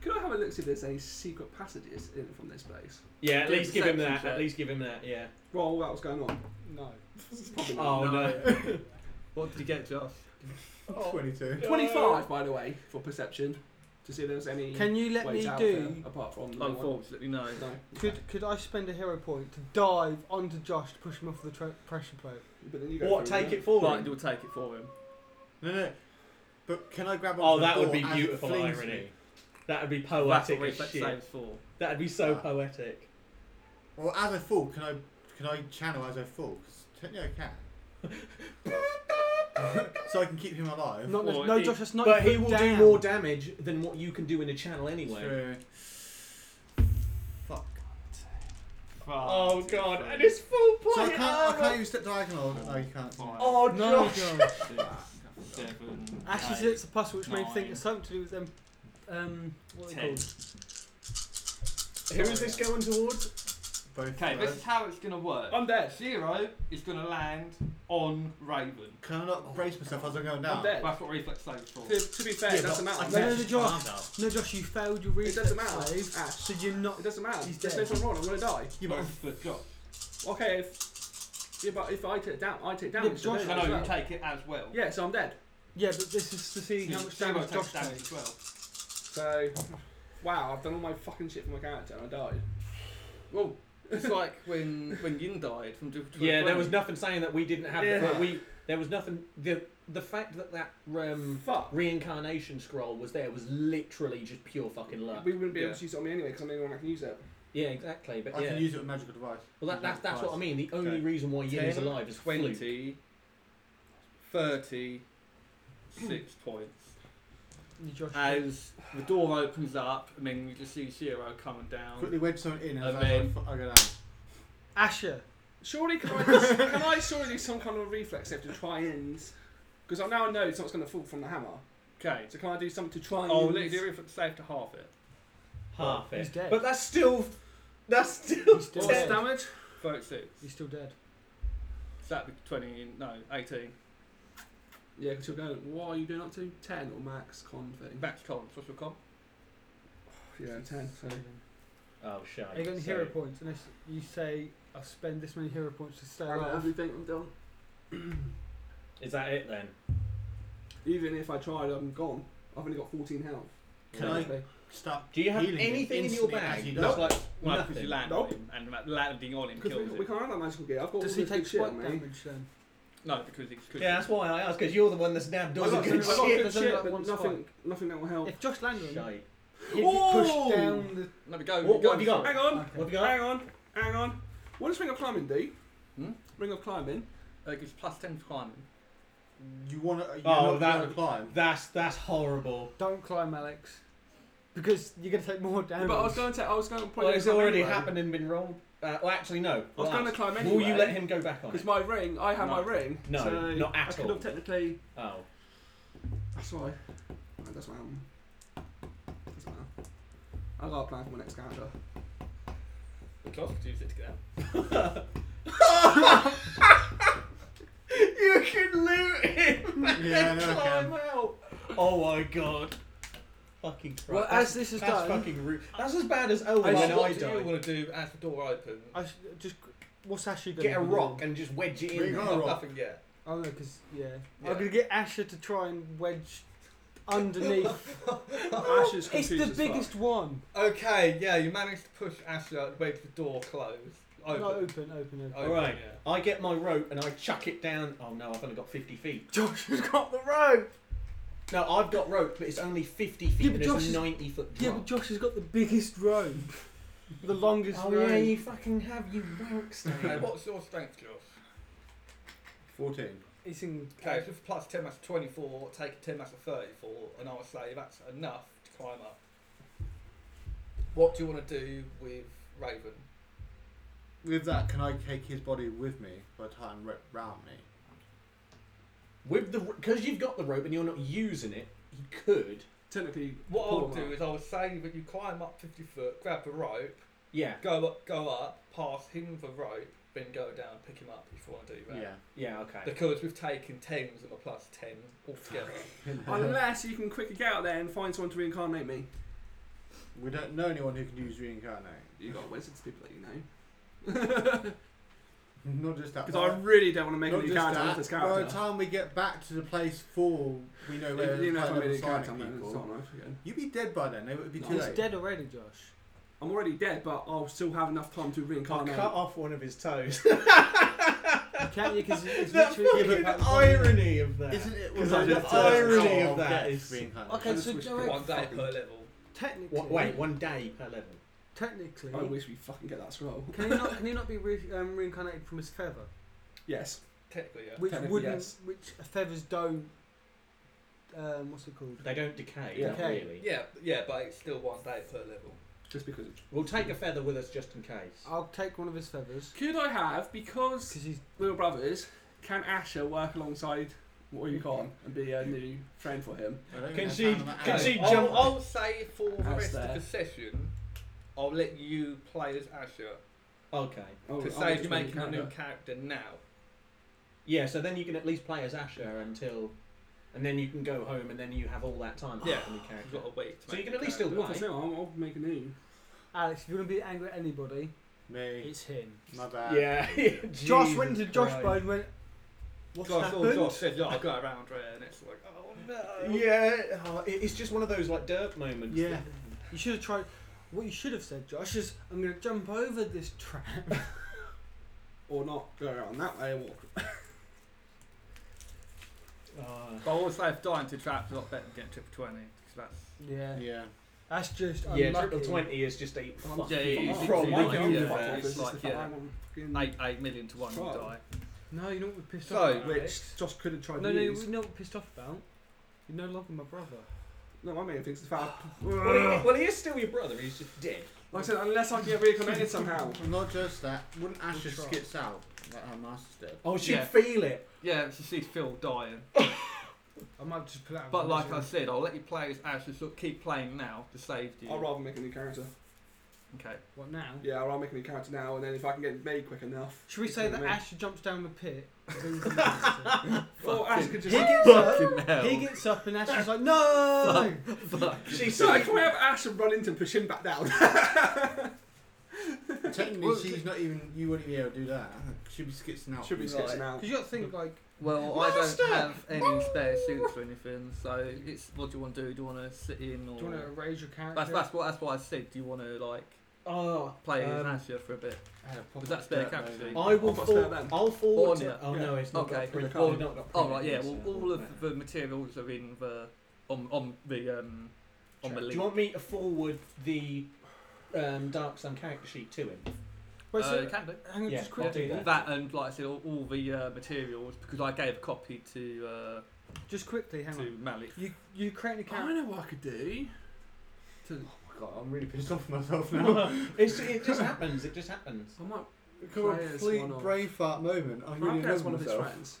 could I have a look see if there's any secret passages in from this place?
Yeah, at
Do
least give him
perception
that.
check.
At least give him that. Yeah.
Well, while that was going on.
No.
Probably not.
Oh no.
What did you get, Josh?
Oh.
22.
25, by the way, for perception. To see if there's any
Can you let
ways
me
out
do?
there, apart from the one-
Unfortunately, no.
No.
Could could I spend a hero point to dive onto Josh to push him off the tra- pressure plate?
But then you go
What?
through,
Take
yeah.
it forward.
Blind will take it for him.
No, no. But can I grab
Oh,
onto the
that would
door
be
as it
beautiful
flings
irony.
me?
*laughs* That would be
That's what
poetic as
reflex
shit.
saves for.
That'd be so
Ah.
poetic.
Well, as I fall, can I can I channel as I fall? 'Cause technically
*laughs*
I can. so I can keep him alive.
Not
Or
no,
it-
Josh, that's not.
But
your
he
foot
will do
down.
more damage than what you can do in a channel anyway.
True. Fuck.
Oh god, and it's full plate
So I can't, I
armor.
can't use step diagonal. No, you can't.
Oh
No,
Josh. *laughs*
Josh.
Six, seven,
Ashley said
eight.
it's a puzzle, which made me think
nine,
it's something to do with them. Um, what are they
ten.
called?
Who is this going towards?
Both
Okay,
of
this
us.
is how it's going to work.
I'm dead.
Zero is going to land on Raven.
Can I
Oh,
not brace myself as I'm going down?
I'm dead.
That's what reflex saves for.
To, to be fair, it doesn't
but
matter.
I'm
No,
dead.
no, no, Josh. No, Josh, you failed your
It
reflex
doesn't matter.
save,
Ash,
so you're not.
It doesn't matter.
He's
There's
dead.
nothing wrong. I'm gonna die.
Yeah, but I'm
Whereas for Josh.
Okay. If, yeah, but if I take it down, I take
Yeah,
damage.
Josh-
don't
No,
I,
no,
as
you
well?
take it as well.
Yeah, so I'm dead.
Yeah, but this is to see how much
Zero
damage
takes
Josh
damage as
takes.
well.
So, wow, I've done all my fucking shit for my character and I died.
Well, Oh, it's like when when Yin died from Jupiter.
Yeah, there was nothing saying that we didn't have.
Yeah.
That we there was nothing. The the fact that that um,
Fuck.
reincarnation scroll was there was literally just pure fucking luck.
We wouldn't be able to use it on me anyway because I'm the only one that can use it.
Yeah, exactly. But
I
yeah,
can use it with magical device.
well that, that's that's what I mean. The only
Okay.
reason why Yin is
10,
alive is fluke.
20, 30, six points.
You Josh,
As the door opens up, and then you just see Shiro coming down.
Quickly wedge someone in
And
as "Oh, I,
then-
I go down.
Asher,
Surely can I can I surely do some kind of reflex save to try and because I now know it's not going to fall from the hammer.
Okay.
So can I do something to try and?
Oh, literally do it for safe to half it.
Half
He's
it.
dead.
But that's still. That's still.
He's still
What's
dead.
damage?
36.
He's still dead.
So that'd be 20, no, 18.
Yeah, because you're going. What are you doing up to? Ten or max con thing?
Max con, what's your con?
Yeah, ten. So
Oh, shit.
Are you getting hero points unless you say I've spent this many hero points to stay alive?
everything I'm done.
Is that it then?
Even if I tried, I'm gone. I've only got 14 health.
Can I start
Do you have
healing him
anything in your
instantly
bag?
as he
that's
does?
like
Well,
nothing.
because you land
Nope.
on him, and ma- landing on him
Because
kills
we, we
him.
can't have that magical gear. I've got
Does
all
he
this
take
good shit,
spike
mate.
damage then?
No, because it's because
Yeah, that's why I asked, because you're the one that's nabbed all the
I've got,
good
I've got
shit.
good
There's only
shit,
like
but
one
nothing, nothing that will help.
If Josh landed on him,
Shite.
he'd push
Whoa!
down the.
No, we go.
What-
we go
what have you got?
for it.
Hang on,
Okay.
What have you got?
hang on, hang on. What does Ring of Climbing do?
Hmm?
Ring of Climbing.
Uh, it gives plus 10 to climbing.
You want to?
Oh,
Oh,
that-
that
*laughs*
climb.
That's that's horrible.
Don't climb, Alex, because you're gonna take more damage.
But I was going to, I was going to.
Well,
probably
it's
climb
already
anyway.
happened and been rolled. Uh, well, actually, no.
I was
Well,
going to climb
Will
anyway.
you let him go back on
Because
it?
my ring, I have
No.
my ring.
No,
so
not at
I could
all.
have technically.
Oh,
That's why. That doesn't matter. Doesn't matter. I got a plan for my next character.
The cloth could use it to get out.
you can loot him and
Yeah, I know I
climb out. Oh my god. Fucking Christ.
Well,
that's,
as this is
that's
done-
fucking rude. That's as bad as Owen
As
when
you-
I
what do you
died.
want to do as the door opens?
I s- just what's Asher gonna
Get a
be
rock
doing?
and just wedge it
Where you
in.
got
there.
a rock?
Nothing yet.
I don't know, cause yeah.
Yeah.
I'm gonna get Asher to try and wedge
*laughs*
underneath.
Ash is
it's
confused
the
as fuck.
biggest one.
Okay, yeah, you managed to push Ashley out, wait for the door close. Open.
No, open, open, open.
Open,
Alright.
yeah.
I get my rope and I chuck it down. Oh no, I've only got 50 feet.
Josh has got the rope.
No, I've got rope, but it's only 50 feet
Yeah,
and
but
it's
Josh
a
is-
90 foot
Yeah,
drop.
but Josh has got the biggest rope, *laughs* the longest
oh
rope.
yeah, you fucking have, you
*laughs*
wanks.
Okay,
now.
what's your strength, Josh?
Fourteen.
It's in.
Okay, so plus 10, that's 24, take a 10, that's a 34, and I would say that's enough to climb up. What do you want to do with Raven?
With that, can I take his body with me by the time wrap round me?
With the because you've got the rope and you're not using it, you could.
*laughs* Technically,
What I'll
Paul
do
Rudd.
is I'll say that you climb up 50 foot, grab the rope,
Yeah,
go up, go up, pass him the rope, then go down, pick him up if you want to do that.
yeah, okay.
Because we've taken tens and a plus 10 altogether.
Unless you can quickly get out there and find someone to reincarnate me.
We don't know anyone who can use reincarnate.
You got wizards people that you know.
Not just that.
Because I really don't want to make a
not
new
just
character
that.
off this
By
character.
the time we get back to the place for we know where
Even
the
if I
level
made a new
Sonic
character, I'm gonna
people,
start on life again.
you'd be dead by then. It would be
No,
too
He's
late.
dead already, Josh.
I'm already dead, but I'll still have enough time to
I
reincarnate.
cut off one of his toes.
You can't you? Because *laughs* it's
the
literally.
fucking irony of that.
Isn't it?
Because
well,
I
that's
just-
the
irony
power
of that
death
is-
reincarnate.
Okay,
just
so
wish-
Joe,
One day per level.
technically,
Wa- Wait, one day per level.
technically,
I wish Oh, we fucking get that scroll.
can he not? Can he not be re- um, reincarnated from his feather?
Yes.
Technically, yeah.
Which
Technically,
wouldn't,
yes.
which feathers don't. Um, what's it called?
They don't decay,
Yeah.
not
Decay.
really.
Yeah, yeah, but it's still one day per level.
Just because. Of...
We'll take a feather with us just in case.
I'll take one of his feathers
Could I have, because
because he's
we were brothers, can Asher work alongside what you can and be a new friend for him?
I don't think
Can she-
that's how
can
that
she
is.
I'll,
jump-
I'll say for the
As
rest
there.
of the session, I'll let you play as Asher
Okay.
Oh,
to
I'll
say
just
you're
make
making a new
character.
character now.
Yeah, so then you can at least play as Asher until, and then you can go home, and then you have all that time to
Yeah.
make a new
You've
character.
got a week. To
So
make
you
a
can at least
character. *laughs*
still
Look, I say, I'll, I'll make a new.
Alex. If you want to be angry at anybody,
Me,
it's him.
my bad.
yeah.
Josh
Jesus
went to Josh
Christ.
Bone and went. What's
Josh, all
happened?
Josh says, "Look, I got around Rhea," and it's like, oh no.
Yeah, oh, it- it's just one of those like derp moments.
Yeah. You should have tried. What you should have said, Josh, is I'm going to jump over this trap. *laughs*
Or not go around that way. Or...
Oh,
But I always say if dying to traps a lot better than getting triple twenty because that's
Yeah.
Yeah.
That's just
yeah,
unlucky.
triple twenty is just a
I'm
fucking
Yeah, yeah,
from
I'm from
yeah,
my
the
yeah,
universe.
yeah.
universe.
like,
It's the
yeah.
fucking-
eight eight million to one you
Fuck.
die.
No, you know what we're pissed
So,
off about?
which-
Alex?
Josh could have tried
No,
to
no, you
use.
know what we're pissed off about? You're no longer my brother.
No, my main thing's the fact.
Well, he, well, he is still your brother. He's just dead.
Like I said, unless I get reconnected somehow.
Not just that. Wouldn't Ash just
try.
skits out like her master did?
Oh, she'd
Yeah.
feel it.
Yeah, so she's Phil dying.
I might just put out.
But like I said, I'll let you play as Ash. Just look, keep playing now to save you.
I'd rather make a new character.
Okay.
what now?
Yeah, I'd rather make a new character now, and then if I can get it made quick enough.
Should we
it's
say
gonna
that
be me.
Ash jumps down the *laughs* pit? brings him back to-
Or Oh, Ash could just.
he gets up. He gets up and Ash is like, no. *laughs*
She started coming up Ash and run into him, push him back down.
Technically,
*laughs* Well,
she's not even. You wouldn't be able to do that. She'd be skitsing out.
Should be sketching out.
Because you got to think like
Well, I don't have any spare suits or anything, so it's what do you want to do? Do you want to sit in or?
Do you want to erase your character?
That's that's what that's what I said. Do you want to like
Oh,
play
Um,
as Asher for a bit?
I had a proper
Was that spare
dirt
capture?
moment.
I will
I've got spare
fall.
then.
I'll forward
Or
to.
not.
Oh
Yeah.
no, it's not
Okay.
got printed.
Well,
It's not got
Oh
printed,
right, yeah.
it's,
Well,
uh,
all
there.
of the materials are in the on on the um on the
Do
link.
you want me to forward the um, Dark Sun character sheet to him?
Wait,
uh,
so,
you can do.
hang on,
yeah,
just
I'll
quickly.
do
That and like I said, all, all the uh, materials because I gave a copy to uh,
Just quickly, hang
to
on.
Malik.
You you create an
I
account.
know what I could do.
Oh my god, I'm really pissed off with myself now.
No, it's, it just happens. It just happens.
I might Players
Complete
one-off.
Braveheart moment. I'm really
rank
annoyed
as
with
one of his
myself.
friends.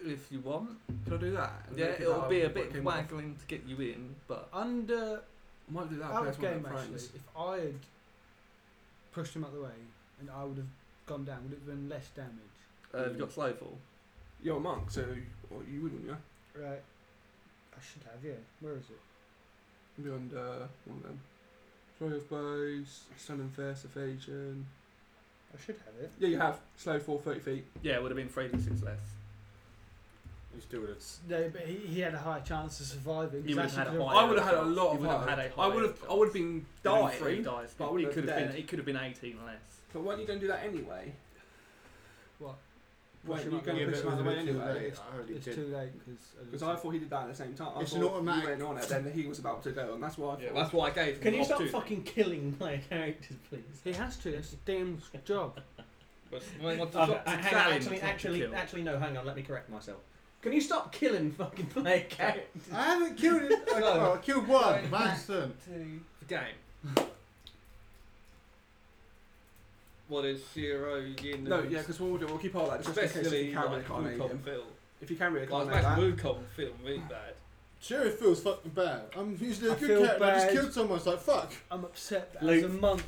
If you want,
Can I do that? And
yeah,
make it
it'll
that
be a
what
bit
came off?
waggling to get you in, but
Under
I might do that.
out
Play
of
as one of
game
his
actually,
friends.
if I had pushed him out the way and I would have gone down, would it have been less damage?
uh, have you got slow fall.
You're a monk, so well, you wouldn't, yeah?
Right. I should have, yeah. Where is it?
Be under one of them. Joy of Bows, Stunning Versification.
I should have it.
Yeah, you have. Slow fall 30 feet.
Yeah, it would have been three to six less.
You still would have.
No, but he, he had a higher chance of surviving. 'cause
You would have
Ash
had a
could've-
higher.
I would have had a lot
You
of
would have
higher-
had a
I
higher
would have. I would have been
It would have been
dying.
Three dice.
but I
it
wouldn't
could
have
have been.
dead.
It could have been eighteen less.
But why are you going to do that anyway?
What?
Wait,
Push him
you're
out the
going
way.
to
Yeah,
push him
but it
out the
was
way anyway.
I already
It's
did.
too late uh, because.
Because I thought he did that at the same time. I
It's
thought
an automatic-
You went on it, then he was about to go, and that's why I
Yeah,
thought.
that's why I gave.
Can
him
you
off
stop
two.
fucking killing my characters, please?
He has to. That's the damn job.
But I want to
Oh,
Okay,
stop to
uh, hang on,
challenge
actually,
not to
actually,
kill.
actually, no. Hang on. Let me correct myself. Can you stop killing fucking player characters?
*laughs* I haven't killed it. I,
No.
well, I killed one. Manston.
to the game. what is zero yin?
No, yeah, because what we'll do, we'll keep all that just in case if
especially
you can
like
reincarnate
Wukong
him.
film.
If you can
Like
reincarnate that.
imagine Wukong film really bad.
Sure, it feels fucking bad. I'm usually a
I
good
feel
character. I just
bad.
killed someone. It's like fuck.
I'm upset that
Luke.
as a monk,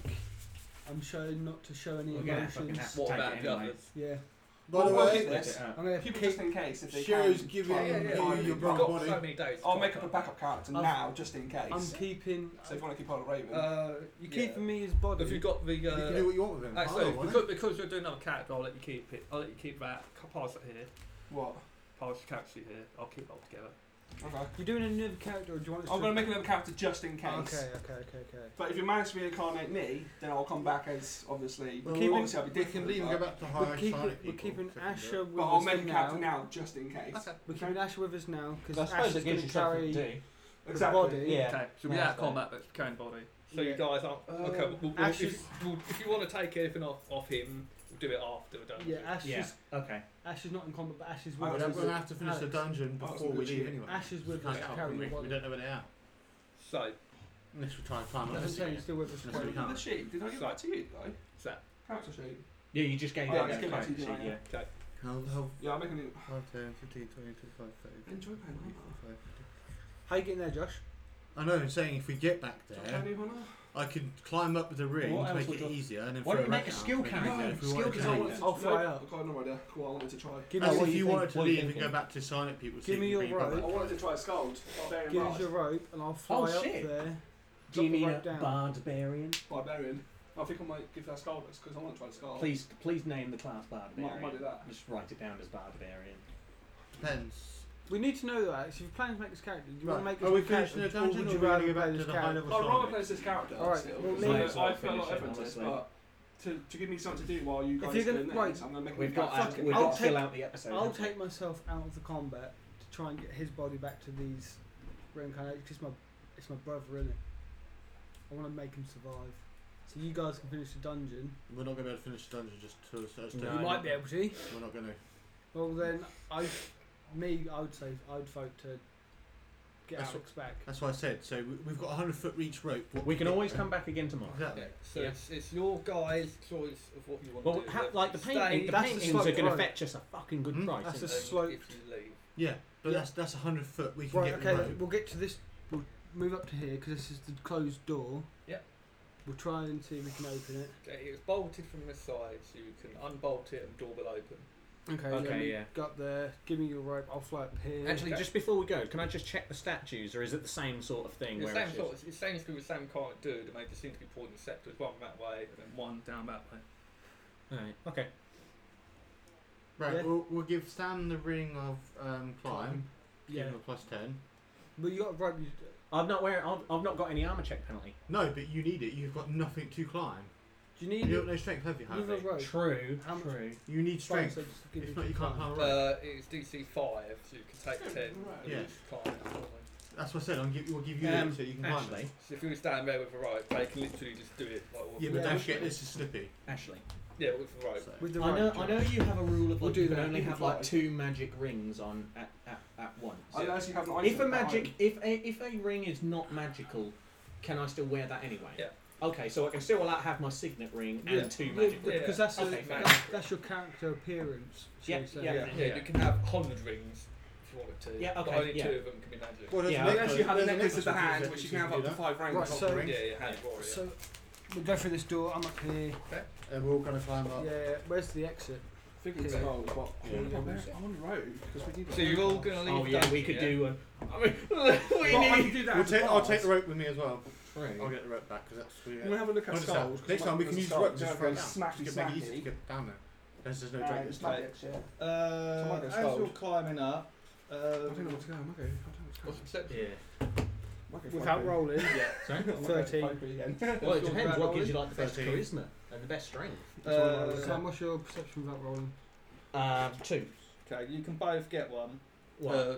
I'm showing not to show any
We're gonna have fucking
emotions.
Take
What
it
about the
anyway.
others?
Yeah.
By the
Well,
way,
well,
Split it up.
I'm going to
People just
keep.
in case if they
Show's
can.
giving
try and
you
find
your
him.
wrong
We've got
body.
so many days. to
I'll
talk
make up a
about
backup character
I've-
now, just in case.
I'm keeping.
so if you want to keep hold of Raven.
Uh, you
Yeah.
keeping me his
it.
body.
Have you got the?
you can do
Uh,
what you want with him. I
actually,
don't want
because, because you're doing another character, I'll let you keep it. I'll let you keep that. I'll Pass it here.
what?
Pass your character here. I'll keep it all together.
Okay.
You're doing another character, or do you want? us
I'm going to Oh, make another character just in case.
Okay, okay, okay, okay.
But if you manage to reincarnate me, then I'll come back as obviously.
Well,
keeping-
obviously I'll be
it. We can
different.
leave and
but,
go back to
We're
higher
keeping,
Sonic
we're
people.
keeping
Fucking do
Asher
it.
with
but I'll
us
make a
now.
character now just in case.
Okay.
We're keeping Ash with us now
I
because
suppose
Ash
it gives
is going to
you something to
carry
do.
his
Exactly.
body.
Yeah.
Okay, so
No,
we out of
that's fine.
combat, but carrying body. So
Yeah.
you guys aren't. okay,
Uh,
we'll, we'll,
Ash
if,
is-
we'll, if you want to take anything off, off him, we'll do it after, don't
Yeah, Ash
Yeah.
is
Okay.
Ash is not in combat, but Ash is
Oh,
with
We're gonna
us.
that's
we're gonna have to finish the
Alex.
dungeon
Oh, that's
before we
good shit.
leave anyway.
Ash is
We
with us
can't
to
help
carry
it.
your
We we don't
body.
know when they are.
we? So,
Unless we try and find
That's what I'm saying,
them.
he's still with us.
That's
What
we
did
can't.
the sheet? Did I give that to you though?
what's that?
Character sheet.
Yeah, you just gave
Oh, yeah,
that
just give it
character
to you,
sheet,
yeah.
yeah.
How how
Yeah, I'm making it.
5, 10, 15, 20, 25, 30.
Enjoy playing Honor.
How you getting there, Josh?
I know. I'm saying if we get back there,
Play Honor.
I could climb up the ring
What
to
else
make
would
it
you-
easier, and then
Why
throw
don't you make
it back
a
out.
skill
If we
character?
wanted to,
Skill
if we
design.
wanted to.
I'll fly
no,
up.
I've got no idea. Cool, I wanted to try.
Give
Oh,
us
what
if
do you
you
think-
wanted to
what do you
leave and go
thinking?
back to Silent People, so
Give
you
me
can
your
bring it back.
I
rope.
wanted to try Scold. Barbarian.
Give us
Bard.
your rope and I'll fly
Oh,
up
shit.
there.
Do you
Drop it
mean
right
a
down.
barbarian?
Barbarian. I think I might give that Scold because I want to try Scold.
Please, please name the class
I Oh. might, I might do
barbarian.
that.
Just write it down as barbarian.
Depends.
We need to know though, Alex. If you're planning to make this character, do you want to
Right.
make
Are we
this
finishing
character?
the
or
dungeon
would you
or are we going
rather
to go
play
back to
this
the high
character?
Oh,
level
I'd rather
Sonic?
play as this character.
Alright,
still,
well,
because
leave
I-
it.
I feel a lot of
Finish it,
effort in this,
obviously.
but to, to give me something to do while you
If
guys
you're gonna-
doing
right,
this, I'm going to make
We've
a
got,
fucking-
to, we've
I'll
got to fill
take-
out the episode.
I'll
haven't we?
take myself out of the combat to try and get his body back to these reincarnated. It's my, it's my brother, innit? I want to make him survive. So you guys can finish the dungeon.
We're not going to be able to finish the dungeon just to a certain
No,
you might be able to.
We're not going to.
Well then, I, me, I would say I'd vote to get
That's
Alex back.
That's what I said. So we- we've got a hundred foot reach rope. What
We can
get
always
there?
come back again tomorrow.
Exactly.
Okay, so
Yeah.
it's, it's your guys' choice of what you want
Well,
to do.
ha-
whether
like
you
the painting, the
stay
that's the
paintings are
slope
going to
road.
fetch us a fucking good
Hmm?
price.
That's
isn't
the
it?
and
slope.
If you leave.
Yeah, but
Yeah.
that's that's a hundred foot. We can
Right,
get
okay,
the rope.
we'll get to this. We'll move up to here because this is the closed door.
Yep.
We'll try and see if we can open it.
Okay, it's bolted from the side, so you can unbolt it and door will open.
Okay,
Okay,
let me
yeah.
go up there. Give me your rope. I'll fly up here.
Actually, just before we go, can I just check the statues, or is it the same sort of thing?
The
where
same
it's
sort.
just-
It seems to be the same kind of dude, and they just seem to be pointing scepters, one that way and then one down that way.
Alright, Okay.
Right,
Yeah.
we'll, we'll give Sam the ring of um, climb.
Climb.
Give
yeah.
him a plus ten.
But you got a rope. You,
I've not wear. I've, I've not got any armor check penalty.
No, but you need it. You've got nothing to climb.
do you need?
You
You
have no strength, have you,
have a
Harvey?
rope.
True.
How much-
True.
You need
Fine,
strength.
so just give me
If not, you
climb.
can't climb a rope.
Uh, it's DC five, so you can take ten. and
Yeah.
you just climb it normally.
That's what I said. I'll give, we'll give you
Um,
it so you can climb.
Ashley.
So if you were standing there with a rope, they can literally just do it. Like,
Yeah,
with-
but
Yeah.
don't forget this is slippy.
Ashley.
yeah, with a rope.
So.
With the
I
rope.
know. I know you have a rule of
We'll
like
do
you can
that,
only
you can
have like
fly.
two magic rings on at at, at once.
I actually have an item
If a
that
magic, if a, if a ring is not magical, can I still wear that anyway?
Yeah.
Okay, so I can still allow have my signet ring and
Yeah.
two
*laughs* Yeah,
magic
yeah.
rings.
because that's,
Okay,
a,
fair
that's,
enough.
that's your character appearance. shall
Yeah,
we say.
yeah.
yeah, yeah, you can have hundred rings if you wanted to.
Yeah,
but
okay,
only
yeah.
two of them can be magic.
Well, there's a
Yeah,
I
They
necklace-
actually have a
there's
necklace of the
with
hand,
necklace
which you can have up
do
to five ranks.
Right,
of.
so-
yeah, yeah, hand warrior.
So we go through this door. I'm up here.
that. And we're all gonna climb
Yeah.
up.
Where's the exit?
Figure
Yeah.
out what-
Yeah.
I'm on the road because we need. a
So you're all
road.
gonna leave.
Oh yeah,
don't
we
you,
could
yeah? *laughs*
do. A, I mean, we
Well, I
need.
can do that.
We'll
as a
take, I'll
pass.
take the rope with me as well.
Right.
I'll get the rope back because that's
I'm gonna
weird.
have a look at
Next time,
skulls.
next time we can use the rope just for
for
a nap.
smacky
Just make it easy to
smacky.
get down there. There's, there's no
Uh,
drink this
it's
time.
magic, yeah.
Uh,
Someone goes
as
gold.
you're climbing up, uh,
I don't know what's going on. Okay, I don't know
What's
what's
the perception?
Yeah.
going on.
Without rolling. *laughs*
Sorry?
Thirteen.
Well, it depends what gives you like the best
Thirteen.
charisma and the best strength.
Uh,
Sam, what's your perception without rolling?
Um, two.
okay, you can both get one.
What?
Uh,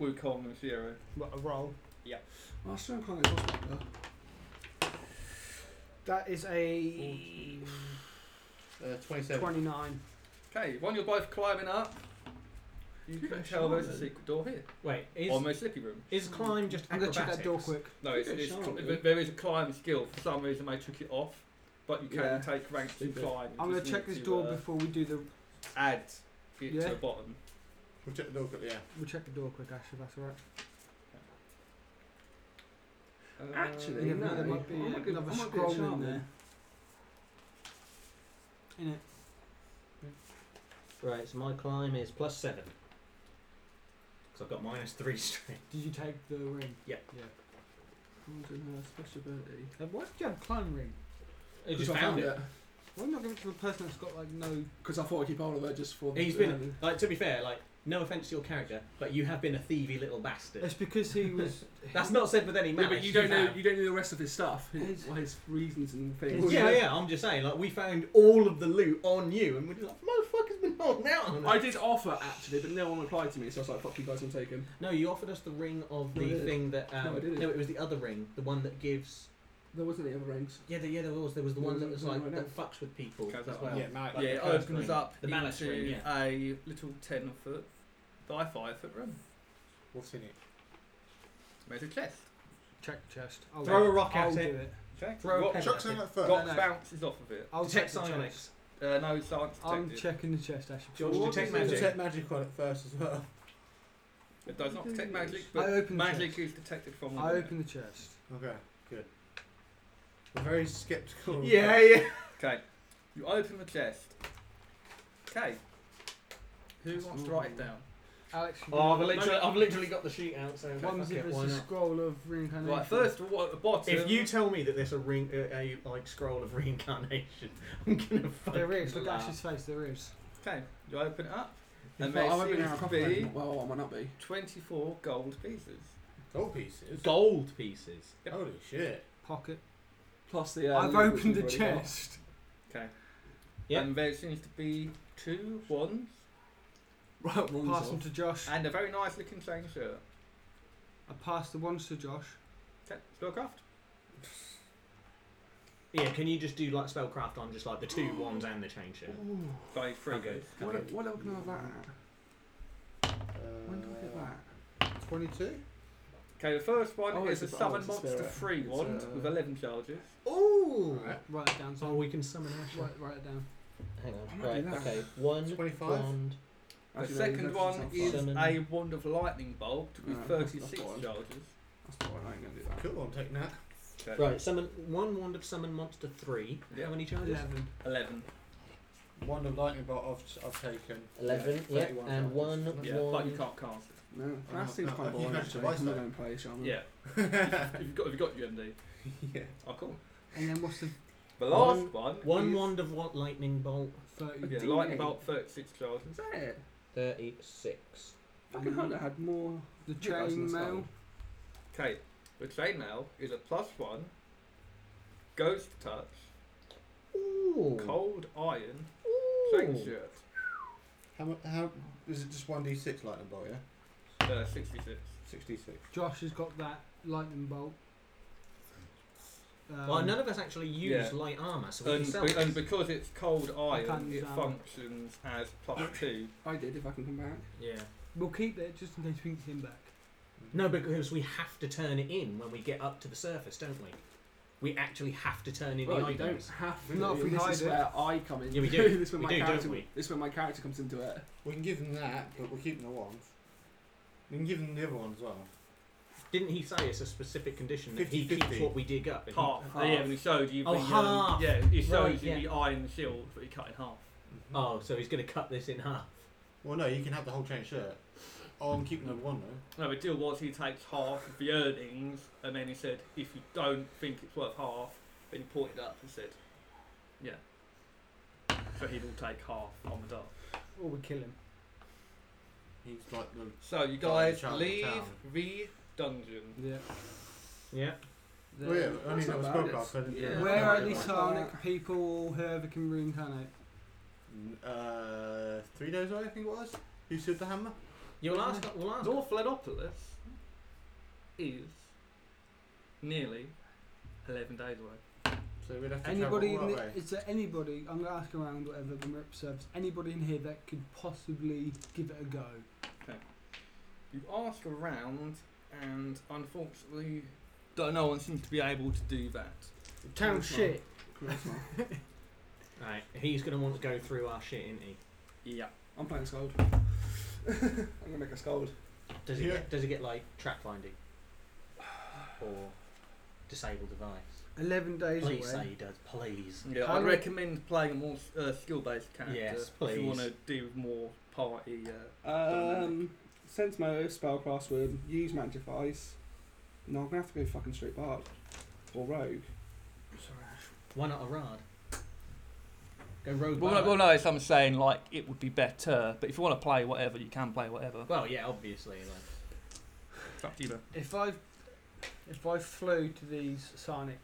Wukong and Shiro.
What, a roll?
Well, I still can't get across that.
That is a
Uh, 27.
twenty-nine.
Okay, when you're both climbing up, you can tell there's a secret door here.
Wait, is
or no slippy room.
is climb just
I'm gonna check
acrobatics?
that door quick.
No, it's, it's,
Sure.
there- there is a climb skill. For some reason, they took it off. But you can
Yeah.
take ranks and
Stupid.
climb.
I'm
You
gonna
just
check
need
this
to,
door
uh,
before we do the.
Add it
Yeah.
to the bottom.
We'll check the door, yeah.
We'll check the door quick, Ash, if that's alright.
Actually,
Yeah,
no.
there might be
I might get- I
another
might get a
scroll in
charm
there. In it.
Right, so my climb is plus seven. Because I've got minus three *laughs* strength.
Did you take the ring?
Yeah.
Yeah.
I'm doing her special ability.
Uh, Why did you have a climbing ring?
I just
Because I
found it.
Why not give it to a person that's got like no?
Because I thought I'd keep hold of her just for.
He's been like to be fair, like no offense to your character, but you have been a thievy little bastard.
It's because he
*laughs*
was.
That's not said with any
Yeah,
malice.
but you don't know.
have.
You don't know the rest of his stuff. His,
His-
well, his reasons and things.
yeah, yeah. I'm just saying. Like we found all of the loot on you, and we're just like, motherfuckers been holding out on
I
us.
did offer actually, but no one replied to me, so I was like, "Fuck you guys, I'm taking."
No, you offered us the ring of
No,
the
I didn't.
thing that. Um,
No, I didn't.
it was the other ring, the one that gives.
There wasn't any other rings.
Yeah, there- yeah, there was. There was the
There
one
was
that
a-
was
one
like
right
that fucks with people
Okay,
as
that
well.
one.
Yeah, Malik.
Like
yeah, it
the first
opens
ring.
up
The malice
into
ring, yeah.
a little 10 foot by 5 foot room.
What's in it?
There's a chest.
Check the chest. I'll
Throw
do
a rock at
I'll
it.
Do it.
Okay.
Throw a
Rock,
pen
Chuck's
at
in
it.
that first.
rock
No, no.
bounces off of it.
I'll
Detect
check the
psionics.
chest.
Uh, no science
I'm
detected.
checking the chest, Ash.
George,
What
detect
is
We'll
it?
magic.
check magic on it first as well.
It does not detect magic,
I
but
opened the
magic
chest.
is detected from
I
within.
open the chest.
Okay, good. We're
*laughs*
very sceptical.
Yeah, yeah.
Okay. You open the chest. Okay. Who wants to write it down?
Alex. you
Oh, I've
can-
literally, I've literally got the sheet out, so
One
fuck
zip
it,
is
why
a
not?
scroll of reincarnation.
Right, first of all, at the bottom.
If you tell me that there's a ring, uh, a like scroll of *laughs* reincarnation, I'm gonna fucking.
There is. Look at
laugh.
Ash's face. There is.
Okay, you open it up.
He
And
thought,
they
"I won't be
seem
now,
to
I've
be
got- Well, I might not be.
24 gold pieces.
Gold pieces.
gold pieces.
Holy shit.
Pocket.
Plus the. Uh,
I've
loot, which
opened the
we've already got.
chest.
Okay.
Yeah.
And there seems to be two wands
Right, one's
Pass them
off.
to Josh.
and a very nice looking chain shirt.
I pass the ones to Josh.
Okay, spellcraft.
Yeah, can you just do like spellcraft on just like the two wands and the chain shirt?
By three
Okay.
goes.
What, what level can I have that? at?
Uh,
When do I get that?
22?
Okay, the first one
Oh,
is a
it's a- oh,
summon
it's a
monster
spirit.
free
It's
wand
a-
with 11 charges.
Ooh!
Write it down.
Oh,
Sam.
we can summon Asher.
write, write it down.
Hang on.
might
Right,
do that.
okay. One
25?
wand.
The
Actually, no, you've
second
left
one
yourself
is
out.
Summon.
a wand of lightning bolt with
No, that's-
36
that's fine.
charges.
That's not what I'm going to do. That.
Cool, I'm taking that.
Okay.
Right, summon one wand of summon monster three.
Yeah.
How many charges?
11.
11.
One of lightning bolt I've, I've taken.
Eleven.
Yeah,
Yeah,
31
and one
charges.
Yeah, but you
wand.
can't cast it.
No,
Oh,
that seems
no,
quite
you
boring.
have
Actually,
to buy
I'm not
some.
going to play Shaman.
Yeah. if you've got, if you've got UMD.
yeah.
Oh, cool.
And then what's the
The
One-
last one,
One wand of what? Lightning bolt.
30?
yeah,
D8.
lightning bolt 36 charges.
Is that it?
Thirty-six.
Fucking hell, it had more.
The
Yeah, that's
chain
nice.
mail.
Okay, the chainmail is a plus one, ghost touch,
Ooh.
cold iron, chain
Ooh.
shirt,
How, mu- how is it just 1d6 lightning bolt, yeah?
uh, 66.
66.
Josh has got that lightning bolt. Um,
Well, none of us actually use
yeah.
light armor, so we can
And,
sell
be- and
this.
because it's cold iron,
can't
it
down.
functions as plus two.
I did, if I can come back.
Yeah.
We'll keep it just in case we can get him back.
No, because we have to turn it in when we get up to the surface, don't we? We actually have to turn in
Well,
the
you don't
items.
have to.
Not if we
this
hide
is
it.
where I come in. *laughs*
Yeah, we do.
this is where
We
my
do, don't
character.
we?
This is where my character comes into it.
We can give them that, but we're keeping the wand. We can give them the other one as well.
Didn't he say it's a specific condition that he
50-50.
keeps what we dig up? and he-
Half.
Half.
Yeah, and he showed you
Oh,
the. um,
half.
yeah, he showed
Right,
you
yeah.
the iron shield that he cut in half.
Oh, so he's going to cut this in half.
Well, no, you can have the whole chain shirt. Oh, I'm keeping the one though.
No, the deal was he takes half of the earnings, and then he said, if you don't think it's worth half, then he pointed up and said, yeah. So he will take half on the dot.
Or we kill him.
He's like the.
So you
Sorry,
guys
Charlie
leave
Town.
the dungeon.
Yeah.
Yeah.
Oh, yeah, I mean,
That's
that was
not bad, it's-
broadcast. I didn't do
yeah.
that.
Where are
Yeah.
the
these-
Sarnic people, whoever can reincarnate?
N- Uh, three days away, I think it was. Who said the hammer?
You'll ask. We'll ask.
North Ledopolis is nearly 11 days away.
So we'd have to
Anybody?
travel all
In the,
that way.
is there anybody? I'm gonna ask around whatever the rep serves. Anybody in here that could possibly give it a go?
You ask around, and unfortunately, don't, no one seems to be able to do that.
Town
Charisma.
shit.
Charisma.
*laughs* Right. He's going to want to go through our shit, isn't he?
Yeah.
I'm playing Scold. I'm gonna make a Scold.
Does he
Yeah.
get? Does he get like track finding or disabled device?
Eleven days
Please say
away.
he does. Please.
Yeah,
How
I'd
do-
recommend playing a more uh, skill-based character if
Yes,
you
please.
want to do more party. Uh,
Um, sense motive, spell crossword, use magnifies. No, I'm gonna have to go fucking straight bard or rogue.
Sorry, Ash.
Why not a rod? Go road.
Well, no, well, no, it's I'm saying like it would be better, but if you want to play whatever, you can play whatever.
well, yeah, obviously. Like,
It's up to you, man.
If I if I flew to these Sarnic,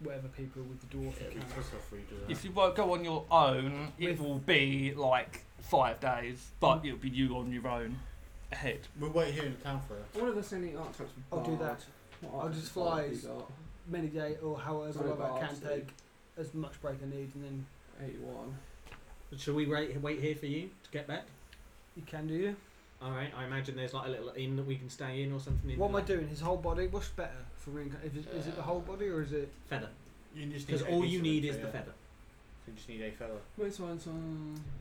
whatever people with the dwarf
It'd be
account,
pissed off we do that.
If you won't go on your own, it
With-
will be like five days, but it'll be you on your own ahead.
We'll wait here in the town for her.
All of us any artifacts for
I'll do
bard.
that.
What
I'll
artifacts
just
for bard
fly
have you got?
Meditate or however
Sorry,
long I can
Barbs,
take as much break I need, and then
81.
Shall we wait, wait here for you to get back?
you can do you.
All right. I imagine there's like a little inn that we can stay in or something. In
What am I
like,
doing? His whole body. What's better for reincarnation? Is, is it
Uh,
the whole body or is it?
Feather.
You just need
Because
a
all
piece
you
of
need
it,
is
so
the
yeah.
feather.
You just need a feather.
Wait, so, so.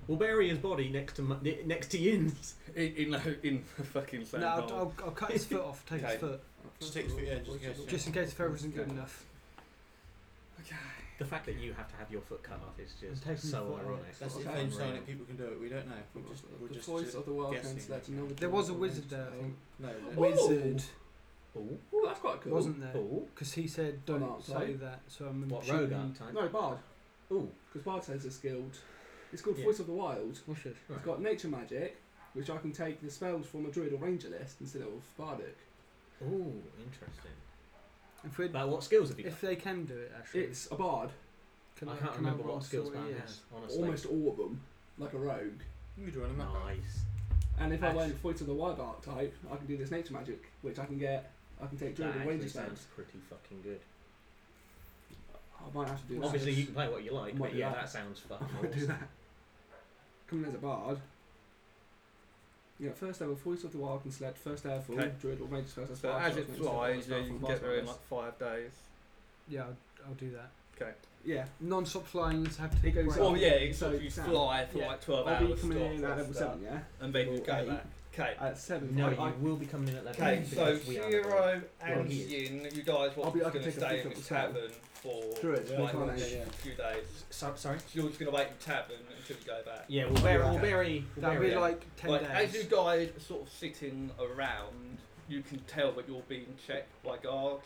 We'll bury his body next to mu- next to Yin's.
in in, the- in the fucking sand
No, I'll, I'll, I'll
*laughs*
cut his foot off. Take
Okay.
his foot,
Just takes the edge, just goes-
just in case the feather isn't good enough.
The fact that you have to have your foot cut off is
It's
just
taking the
so
foot
ironic.
That's
Okay.
the thing,
Unreal.
saying that people can do it. We don't know. We're just, we're
the
just
voice of the world
guessing
can select
right
another
now.
There was a
dwarf range
wizard there, I
spell.
think.
No, no.
Wizard
Ooh,
Oh, that's quite cool.
wasn't there
ooh.
because he said don't
Well,
say
sorry.
that. So I'm
What rogue
assuming-
archetype?
No, bard.
Ooh,
Because bard says it's skilled. It's called
Yeah.
Voice of the Wild.
What's this?
right.
It's got nature magic, which I can take the spells from a druid or ranger list instead of bardic.
ooh, interesting.
If we
But what skills have you got?
if they can do it actually,
It's a bard,
can
I
I,
can't
can
remember
I roll
what skills
see
man
it is?
has. Honestly,
almost all of them, like a rogue.
You can draw on a map.
nice.
And if I
Actually-
learn Voice of the Wild archetype, I can do this nature magic, which I can get. I can take druid
That
or
actually
ranger
sounds
spells.
pretty fucking good.
I might have to do that.
Obviously, you can play what you like,
Might
but
do
yeah,
that.
*laughs* that sounds fucking
I might do
awesome.
that. Coming as a bard,
Yeah, first level, voice of the wild and select first level,
Okay.
druid or mage's first level.
So
spell
as
slot,
it
mage's
flies,
spell
yeah, you
slot,
can get there in
master's
like five days.
Yeah, I'll, I'll do that.
Okay.
Yeah.
Non-stop flying. Just have to
It
take
goes
breaks.
Oh,
Well,
up.
yeah, it's
So,
you
Sam,
fly for
yeah,
like 12
I'll be
hours.
coming
stop,
in at
and
level
start,
seven, yeah?
And then you
Or
go
eight.
back. Okay.
At seven.
Uh, No,
I-
you
I-
will be coming in at level
Okay,
eight
so
because we are the world.
Zero
Well,
and
he is.
Yin, you guys
I'll
were
be- I
going
can
to
take a
stay in
different
this
turn.
tavern for
Druid, yeah,
like
fine,
a
yeah, yeah.
few days.
So, sorry.
So you're just going to wait in tavern until you go back.
Yeah, we'll bury. We'll
Okay.
bury. We'll
That'd
bury
be
it.
like ten
Like,
days.
as you guys are sort of sitting around, you can tell that you're being checked by guards.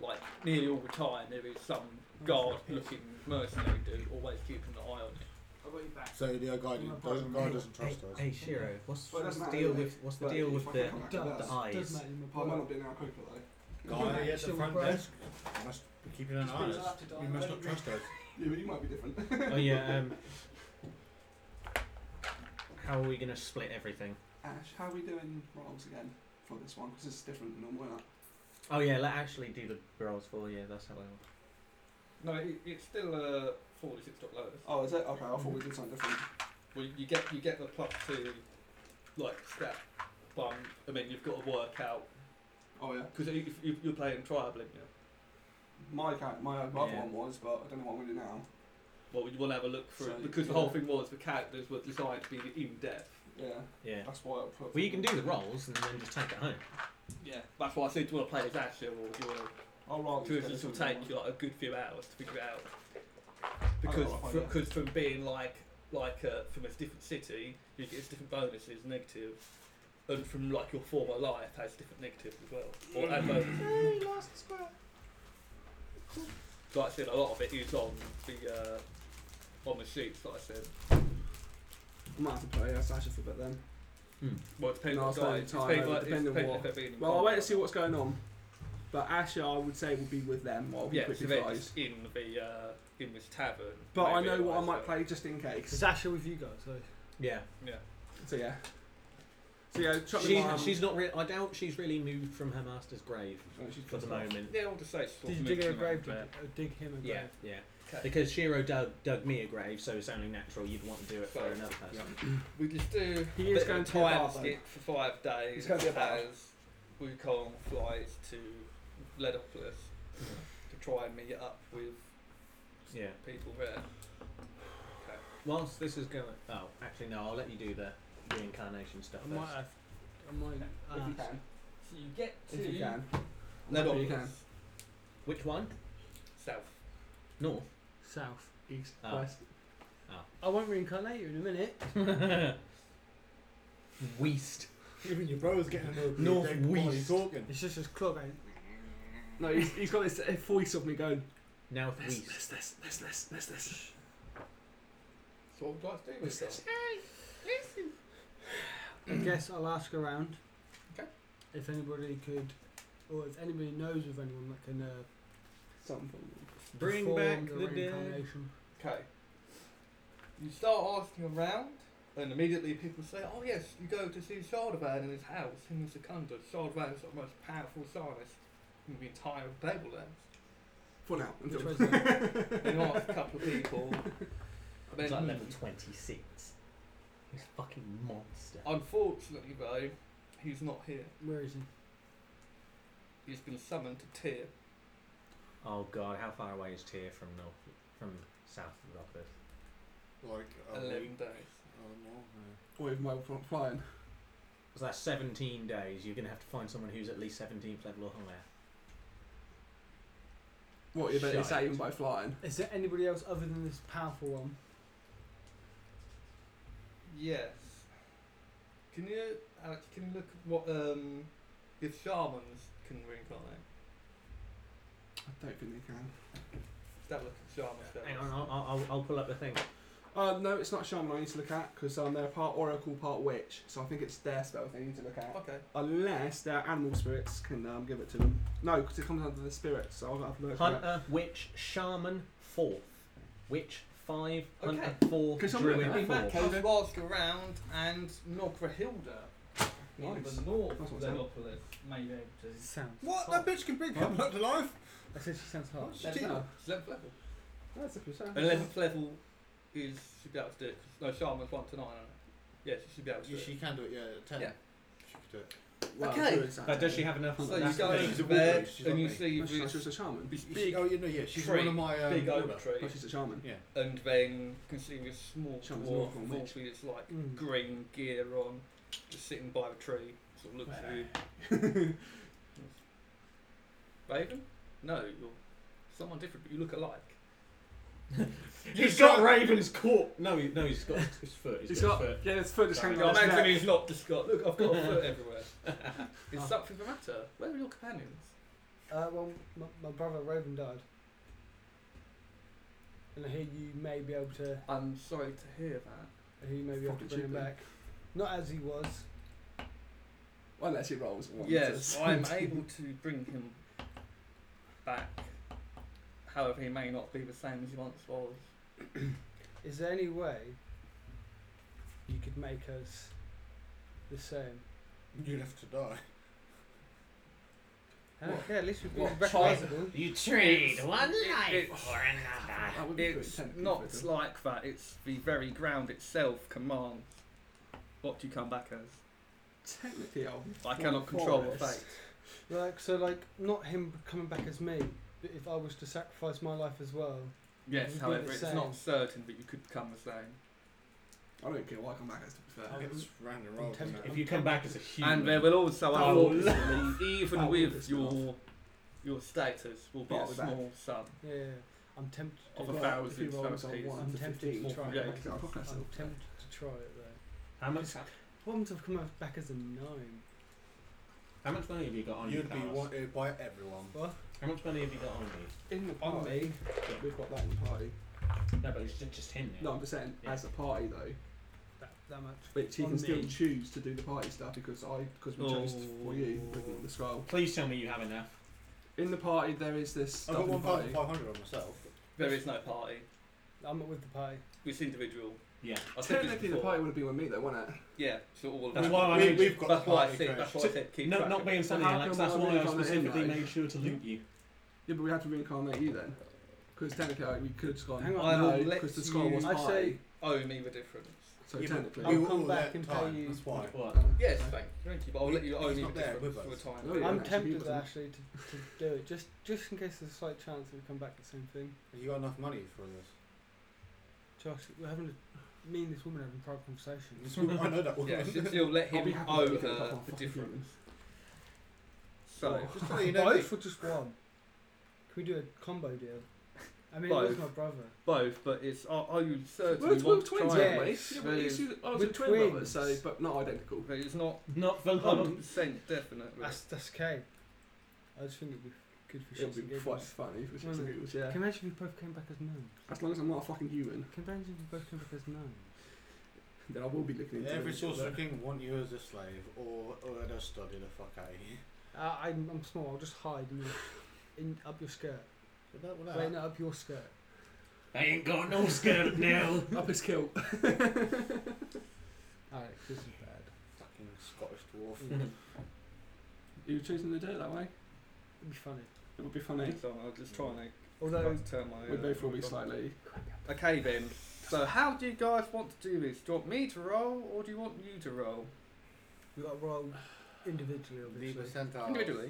Like, nearly all the time, there is some guard looking mercenary dude always keeping an eye on you.
I've got you back.
So the guy, didn't, the guy doesn't
Hey,
trust us.
hey, Shiro, what's,
Well, it
what's the
doesn't
deal
matter,
with what's the
but
deel
if
with
I
the,
can come
the
back
Does-
with
eyes?
does matter in my
I might
pocket.
not be in there quicker though.
Guy at the
Sure,
front
bro.
desk must be keeping an eye on us. He must not trust us.
Yeah, but you might be different.
oh yeah. Um, how are we gonna split everything?
Ash, how are we doing rolls again for this one? Because it's different than normal. isn't it?
Oh yeah, let actually do the rolls for you. That's how I. will.
No, it, it's still uh, 46 dot lower.
Oh, is it? Okay, I thought we did something different.
Well, you get you get the plus two, like stat bump, and then you've got to work out
Oh yeah.
because if, if you're playing tribal, aren't you?
My account, my other
Yeah.
one was, but I don't know what I'm gonna do now.
Well, you want to have a look through
So,
it because the whole
yeah.
thing was the characters were designed to be in depth.
Yeah,
Yeah.
that's why I put.
Well, you can do the rolls and then just take it home.
Yeah, that's why I said do you want to play as Asher or do you want to?
I'll roll.
Because this will take you like a good few hours to figure it out. Because
I'll find
fr-
out.
cause from being like like uh, from a different city, you get different bonuses, negatives, and from like your former life has different negatives as well. Or and bonuses. So like I said, a lot of it is on the uh, on the sheets. Like I said,
I might have to play as Asher for a bit then.
well, it depends
No,
on
it's not
guys.
in
It's
time,
depends
it
like- it's
depends on
depends
what.
if they're being in
Well, I'll wait to
combat.
see what's going on. But Asher, I would say, will be with them while we
Yeah, so
quickly
they're
flies.
just in the uh, in this tavern.
But
they
I know what I
realise
might
that-
play just in case.
It's Asher with you guys, so
Yeah.
Yeah.
So yeah. So yeah, chuck me
She's,
mine.
she's not. Re- I doubt she's really moved from her master's grave
Oh, she's
for the
pissed off.
moment.
Yeah, I'll just say. it's sort
did you
of
dig her a
mixing around
grave? Dig,
there.
uh, dig him a grave.
Yeah. Yeah.
Okay.
Because Shiro dug, dug me a grave, so it's only natural you'd want to do it for
Sorry.
another person.
We just do
He
a
is
bit
going
of
to
a
be a
time
barber.
skip for five days
He's going to be a barber.
as Wukong flies to Ledopolis to try and meet up with
Yeah.
people there.
Whilst this is going, oh, actually no, I'll let you do the reincarnation stuff
I
first.
might have. I might.
If you
ask-
can,
So you get
if you
to
can. If you
Ledopolis
can.
Which one?
South.
*laughs* North.
South, east,
Ah.
west.
Ah.
I won't reincarnate you in a minute.
Weast.
Even your bro's getting a little bit
North
big while
West.
he's talking.
It's just eh? his claw going.
No, he's, he's got this uh, voice of me going.
Now
This,
Weast.
this, this, this, this, this, this.
So what would you like to do with
This
yourself?
*clears throat*
I guess I'll ask around.
Okay.
If anybody could, or if anybody knows of anyone that can uh,
Something.
Bring
perform
back
the
the dead.
reincarnation.
Okay. You start asking around, and immediately people say, "Oh yes, you go to see Shardavan in his house in the Secunda. Shardavan is the most powerful scientist in the entire Tablelands."
For now. Until
Which was uh,
*laughs*
Then you ask a couple of
*laughs*
people. and
It's like
then-
level 26. He's a fucking monster.
Unfortunately, though, he's not here.
where is he?
He's been summoned to Tyr.
Oh god, how far away is Tyr from north, from south of Rockford?
Like, a
Eleven
week.
days.
Oh,
With my fr- flying.
So that's 17 days. You're going to have to find someone who's at least 17th level or higher.
What, you better
Shite.
say even by flying.
Is there anybody else other than this powerful one?
Yes. Can you, Alex? Can you look at what um, if shamans can reincarnate?
I don't think they can.
Start look at shaman spells.
Hang on, I'll, I'll, I'll pull up the thing.
Uh, no, it's not shaman I need to look at because um, they're part oracle, part witch. So I think it's their spells they need to look at.
Okay.
Unless their animal spirits can um, give it to them. No, because it comes under the spirit. So I'll have a look. at
Hunter, witch, shaman, fourth. Witch, five. Hunter,
Okay.
four.
Can someone
Druid,
look at
In that
four.
that?
case, you ask around, and Nograhilda in
Nice.
the north
That's
of
what I'm
Legopolis may be able to.
Sounds.
What?
hot.
That bitch can bring people back to life.
I said she sounds hot.
What's
Eleventh
she
level.
know.
It's eleventh level.
That's a good
And eleventh level is should be able to do it. 'cause- no, shaman's one to nine. aren't Yes, you should be able to.
Yeah,
do it.
she can do it, yeah, at 10.
Yeah.
She could do it.
okay.
But does she have enough?
So
that's
you
the
go-
thing.
She's a
Bed,
warlock, she's
and
not
you
me.
see
No, she's-
this-
she's a shaman.
this
She-
big
oh, yeah, no, yeah, she's
tree,
one of my. Um,
big oak
warlock.
tree.
Oh, she's a shaman.
Yeah.
and then can see this small
Shaman's
dwarf,
an awful witch.
with this like
Mm.
green gear on, just sitting by a tree, sort of looks at you. Raven? No, you're someone different, but you look alike.
He's got Raven's corp. No, he, no, he's got his foot.
He's
got,
got,
his foot.
yeah, his foot is hanging
Your
off his neck.
Anthony's not just got. Look, I've got a foot everywhere. *laughs* Is something the matter? Where are your companions?
Uh, well, my, my brother Raven died. And I hear you may be able to.
I'm sorry to hear that.
I hear you may be able to
Fucking
bring him
Ghibli.
back. Not as he was.
Well, unless he rolls one.
Yes,
to-
I'm able to bring him back. However, he may not be the same as he once was.
Is there any way you could make us the same?
You'd have to die.
I don't care, at least we'd be
What?
recognizable.
You trade one
It-
life
it's-
for another.
That would be pretty
It's
tempting
not
for them.
like that. It's the very ground itself commands what you come back as.
Technically, I'll.
I cannot control the fate.
Like, so, like, not him coming back as me, but if I was to sacrifice my life as well.
Yes,
You'd be
however,
the
it's
same.
not certain that you could become the same.
I don't care what I come back as, to be fair.
I
It's
was-
round and round.
tempted-
isn't
If
it?
you come back as a human,
And there will also,
That will piss
unfortunately, even
That will
with
piss
your
me
your status, will be
That
a
will be bad.
small sum.
Yeah, I'm tempted to
Of
do
a
it.
thousand.
If he rolls on
Thousand
one
I'm
to
tempted to
15,
try
Yeah,
it.
I'll fuck
I'm
myself.
tempted to try it though.
how much?
What happens if I come back as a nine?
How much money have you got on you?
You'd be wanted by everyone.
What?
How much money have you got on you?
In the party, we've got that in the party.
No, but it's ju- just him now.
No, I'm just saying,
Yeah.
as a party though,
That, that much.
which he
On
can still
me.
choose to do the party stuff because I, because we chose for you with the scroll.
Please tell me you have enough.
Oh.
In the party, there is this
I've
stuff
got
in the party.
1,500 on myself.
There is no party.
I'm not with the pie.
It's individual.
Yeah.
I said this
Technically, the
before.
party would have been with me though, wouldn't it?
Yeah, so all of
That's
that.
why I
we,
made-
we've got
That's
the
why Oh, I
party
said.
crashed.
That's why I said keep
No,
track
not
of
being
it.
funny,
how
Alex.
come
That's
I'm
why I
really on the
specifically
invite?
made sure to loot you.
Yeah, but we had to reincarnate you then, because technically we could have gone.
Hang on,
I will
no,
let
because the scroll
you-
was
I
party.
say-
Owe me the difference.
so
Yeah, but
technically,
we
I'll
were
come
all
back
there
and pay
time,
you-
That's why.
What?
Yes, thank you, thank you. But I'll let you owe
He's
me the
not there
difference
with
for a
us.
time.
Oh, yeah.
I'm
actually,
tempted
people-
actually to, to do it just just in case there's a slight chance that we come back the same thing.
You got enough money for this?
Josh, we're having a, me and this woman are having private conversations.
This woman- I know that one.
Yeah, so
*laughs*
you'll let
I'll be
him
happy to
owe
pick it up
her
on
the
fucking
difference.
humans. Oh.
So,
Just so
*laughs*
you know,
Both or just one? Can we do a combo deal? I mean, it was
Both.
my brother.
both, but it's are, are you certain
We're,
you
we're
want to
twins,
try
yeah.
aren't we?
it?
Yeah, but it's, I was
We're
a twin brother,
twins.
so but not identical.
But it's not
Not for long.
100% definite. really.
That's that's okay. I just think it'd be good for
It
shits
would
and
be quite
giggles.
funny if it was
Wouldn't
just
it?
it was, yeah.
Can you imagine if we both came back as nuns?
As long as I'm not a fucking human,
Can you imagine if we both came back as nuns?
then I will be looking into
Every
it.
sorcerer king want you as a slave, or or they'll study the fuck out of you.
Uh, I'm, I'm small. I'll just hide in, your, in up your skirt.
But that, well, uh,
Wait,
that-
no, up your skirt.
I ain't got no skirt
*laughs*
now.
Up his kilt.
Alex, this is bad.
ah, Fucking Scottish dwarf.
You were choosing to do it that way?
It'd be funny.
It would be funny.
So I'll just try and
Although
I'll turn my.
We'd
uh,
both will be
my-
slightly.
Okay then. So how do you guys want to do this? Do you want me to roll or do you want you to roll
we got rolled individually, obviously.
Viva Centaur.
individually?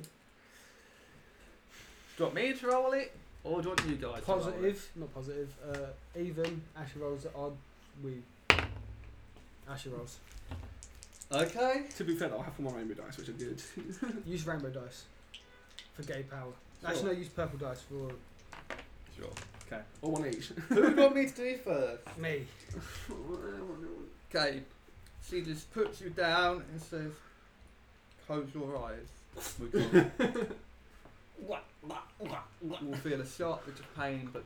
Do you want me to roll it or do you want you guys? to roll it?
Positive, not positive. Uh, even. Asher rolls at odd. We. Asher *laughs* rolls.
Okay.
To be fair, though, I have my rainbow dice, which are good.
Use rainbow dice for gay power. Actually,
Sure.
no. Use purple dice for
Sure.
or one
*laughs*
each.
Who do you want me to do first?
me.
Okay. She just puts you down and says, "Close your eyes." *laughs* We're gone. You'll feel a sharp bit of pain, but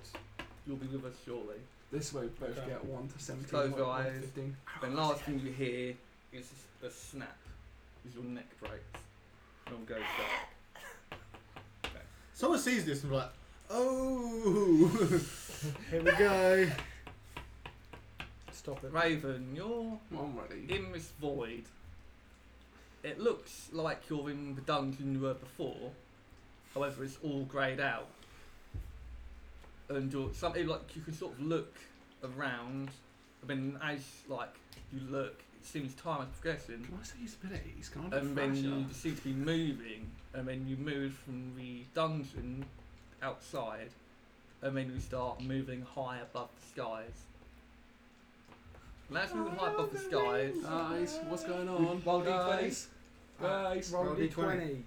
you'll be with us shortly.
this way, we both
Okay.
get one to 17.
Close
one-
your
one to
eyes.
15.
Oh,
Then last thing you hear is a snap as your neck breaks. And all goes dark.
Someone sees this and be like, oh, here we go.
Stop it.
Raven, you're
Well, I'm ready.
in this void. It looks like you're in the dungeon you were before. However, it's all greyed out. And you're something like you can sort of look around I mean, as like you look, it seems time is progressing.
Can I say his abilities? Can I be
And then
flasher?
you seem to be moving, and then you move from the dungeon outside, and then you start moving high above the skies. And as we were high above the skies,
Ah,
Guys, what's going on?
Roll
Guys. Guys.
Roll
Roll
D20.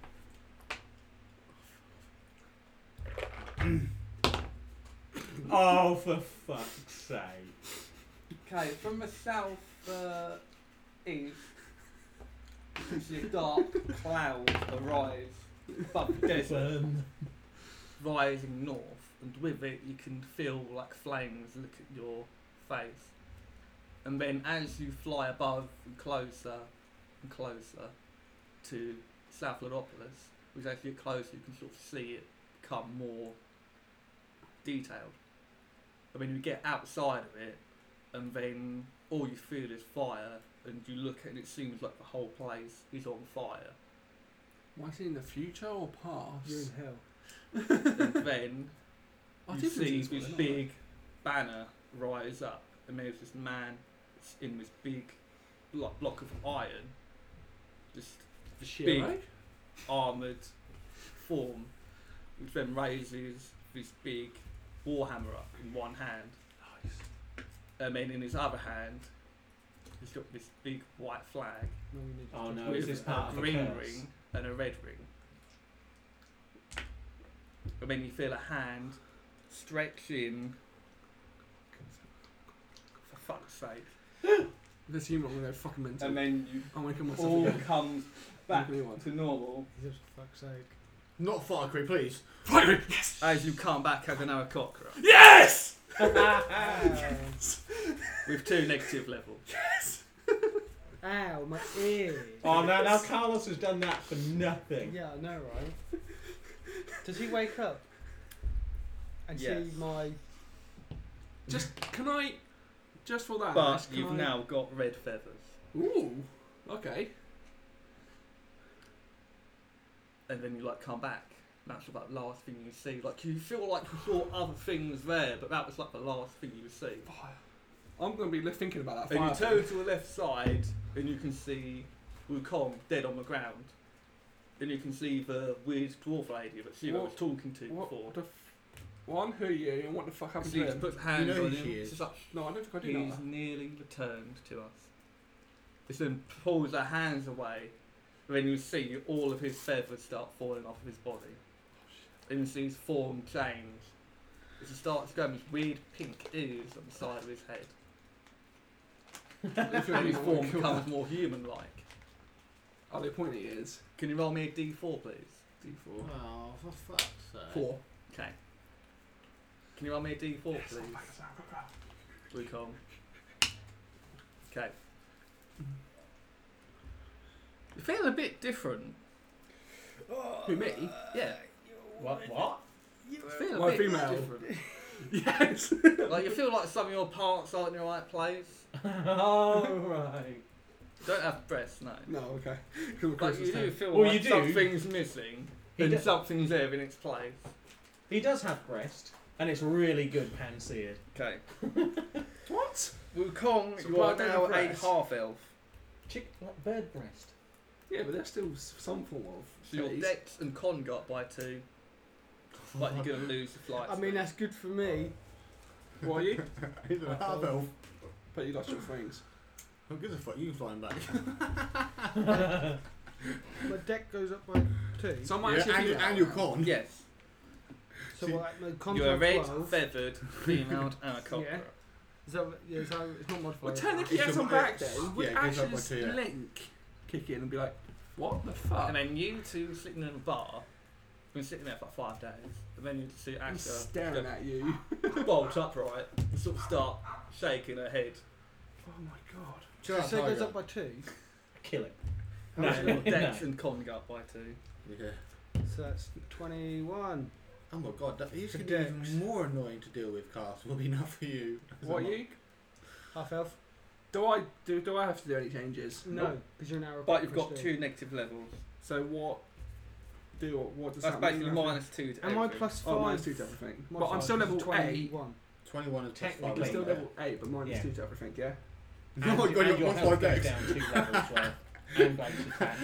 Oh, for fuck's sake.
Okay, from the south uh, east, you see a dark cloud arise above the desert, rising north, and with it you can feel like flames look at your face. And then as you fly above and closer and closer to South Lodopolis, which as you get closer you can sort of see it become more detailed. I mean, you get outside of it, and then all you feel is fire, and you look at it, and it seems like the whole place is on fire.
Am I seeing the future or past?
You're in hell.
and then
I
you
did
see
listen to
this
it.
big banner rise up, and there's this man that's in this big blo- block of iron, just this big
Shiro?
armoured form, which then raises this big warhammer up in one hand. And then in his other hand, he's got this big white flag.
No, we need to
Oh,
talk
no,
about
is
with
this
a
part of a
green
curse?
ring and a red ring. And then you feel a hand stretching. For fuck's sake.
*gasps* This human, I'm gonna go fucking mental.
And then you
I'm waking myself
all
again.
comes back
Give me one.
to normal
He's just for fuck's sake.
Not Farquhar, please.
Finally! Yes!
as you come back as another cockroach
Yes!
with two negative levels.
Ow, my ear.
Oh, now, now Carlos has done that for nothing.
Yeah, I know,
*laughs*
right? Does he wake up and
Yes.
see my?
Just, can I. Just for that.
But
just can
you've
I-
now got red feathers.
Ooh! Okay.
And then you like come back. And That's like the last thing you see. Like you feel like you saw other things there, but that was like the last thing you see.
Fire. I'm gonna be li- thinking about that
And
fire.
you turn to the left side, and you can see Wukong dead on the ground. And you can see the weird dwarf lady that she was
What-
talking to
What
before.
the f- One, who are you, and what the fuck happened
She
to
just
him?
puts hands
You know
on
who
him.
she
She's
is.
like,
No, I don't think I do know
he's
that.
nearly returned to us. She then pulls her hands away, and then you see all of his feathers start falling off of his body. And you see his form change. As he starts going this weird pink ooze on the side of his head.
If you're
And his
anyone,
form
kill
becomes
that.
more human like.
Oh, the point it is.
Can you roll me a d4, please?
D4.
Oh, for fuck's sake.
Four.
Okay. Can you roll me a d4, please? We come. Okay. You feel a bit different.
Who, me?
Yeah.
What? What?
You feel a
My
bit
female. *laughs*
different.
yes!
like you feel like some of your parts aren't in the right place.
*laughs* oh, right.
You Don't have breasts, no.
no, okay. *laughs* 'Cause we're
But
close
you
this
do
time.
feel
Well,
like
you do.
something's missing
He
and
do-
something's there in its place.
He does have breast, and it's really good pan seared.
Okay.
*laughs* What?
Wukong,
So
you are
part of
now
the
a
breast.
half elf.
Chick, like bird breast.
Yeah, but there's still s- some form of.
So your
phase.
dex and con go up by two. But you're gonna lose the flight.
I mean, that's good for me.
Why are you?
*laughs* He's an half elf.
But you lost your things.
Who gives a fuck? You can fly him back.
*laughs* My deck goes up by two.
So I might
Yeah,
actually
and,
do
you-
that.
and you're con.
yes.
so what, my com's
You're a
on
red,
12.
feathered,
*laughs*
female anaconda.
Yeah. So, yeah, so it's not modified.
Well, technically,
Yeah,
as I'm
but
back
it's-
then, would
yeah, it goes
actually
up by
just
two, yeah.
Link kick in and be like, what the fuck?
And then you two sitting in a bar. Been sitting there for like five days. And then you see
I'm
Asha
staring at you.
go bolt upright and sort of start shaking her head.
*laughs* Oh my god.
Shut up,
so it goes
tiger.
up by two.
Kill it.
*laughs*
Oh,
No,
No, no.
Dex and Con go up by two.
Yeah.
So that's 21.
Oh my god, that, he's
For
going to be
dicks.
even more annoying to deal with, Cast. Will be enough for you. As
What
I'm
are you?
Half elf?
Do I do? Do I have to do any changes?
No, because you're an hour
But you've got
Christine.
two negative levels.
So what? Do what? Does
That's
that mean?
basically minus two to
Am I
everything.
plus five?
Oh, minus two to everything. But I'm
modified,
still
which is
level eight.
21.
like, 21 is plus five,
Technically, still
isn't it?
level eight, but minus
Yeah.
two to everything. Yeah.
*laughs* Oh my god, you're plus five decks.
*laughs*
and base attack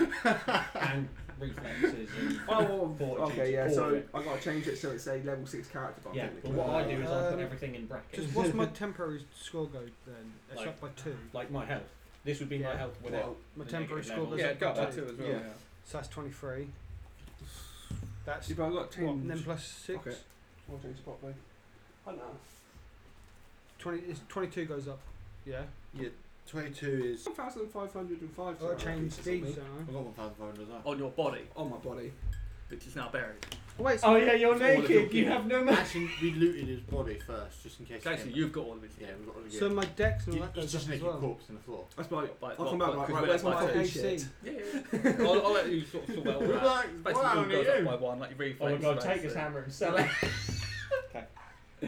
and reflexes and
Oh, *laughs* well,
fortitude.
okay, yeah.
all of
So
it.
I gotta change it so it's a level six character. But
Yeah,
think
but what I do is I put
Um,
everything in brackets.
Just what's my temporary score go then? It's
Like-
up by two.
like my health. This would be my health without
Well, my
the
temporary
negative
score
level.
goes
Yeah,
up
got
by
that
two.
too as well, yeah.
So that's twenty-three. That's
You've got
what, and then plus six.
Okay. I'll change the properly. I know.
Twenty. It's twenty-two goes up. Yeah.
Yeah, 22 is.
1,505.
Oh, I changed these.
Oh,
I've got 1,500 as well.
on your body,
on my body,
which is now buried.
Wait,
so- Oh, yeah, you're naked, you have no ma-
Actually, we looted his body first, just in case.
Okay, so you've got all of it.
Yeah, we've got all of it.
So my dex and all
You-
that
It's
goes
just
up as
naked
well.
corpse in the floor.
That's my.
But-
I'll come
but-
back. Right,
because
right,
we're
where's
like fucking
my fucking
AC?
shit?
Yeah, yeah. I'll, I'll let you sort of sort
*laughs*
that all
We're
out.
like,
Basically,
wow,
all goes
you.
up by one, like your reflex.
Oh my god, take
basically.
his hammer
*laughs*
and sell it.
*laughs*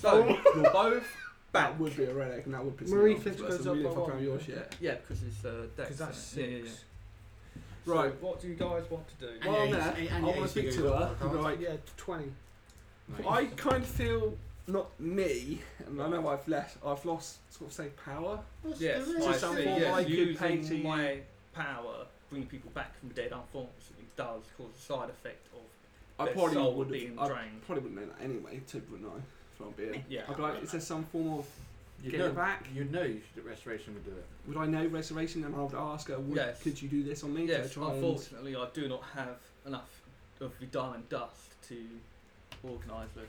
So you're both.
That would be a relic, and that would piss me
Marie
off,
Fist
but
goes
so
up
we didn't
by
fuck
one.
around your shit.
Yeah, because it's uh, dex.
'Cause that's
isn't it? Yeah, yeah,
six.
yeah.
Right.
So what do you guys want to do?
While I'm
yeah,
there,
he's- and
I
yeah,
want to
he's
speak
goes
to her.
up,
and be
I
like,
Yeah, twenty.
I kind of feel not me, and I know I've left. I've lost sort of say power.
Yes,
Just
I
something
see.
I
Yes,
could pay to
using
you.
my power, bring people back from the dead, unfortunately, does cause a side effect of
I
their
probably
soul
would
being
have. I
drained.
probably wouldn't know that anyway. To wouldn't I? If I'm being.
Yeah.
I'd be like, is there some form of
You'd
get
know,
it back?
You'd know you should, restoration would do it.
Would I know restoration? And I would ask her, would,
Yes.
could you do this on me? to
Yes,
try and-
unfortunately, I do not have enough of the diamond dust to organise this.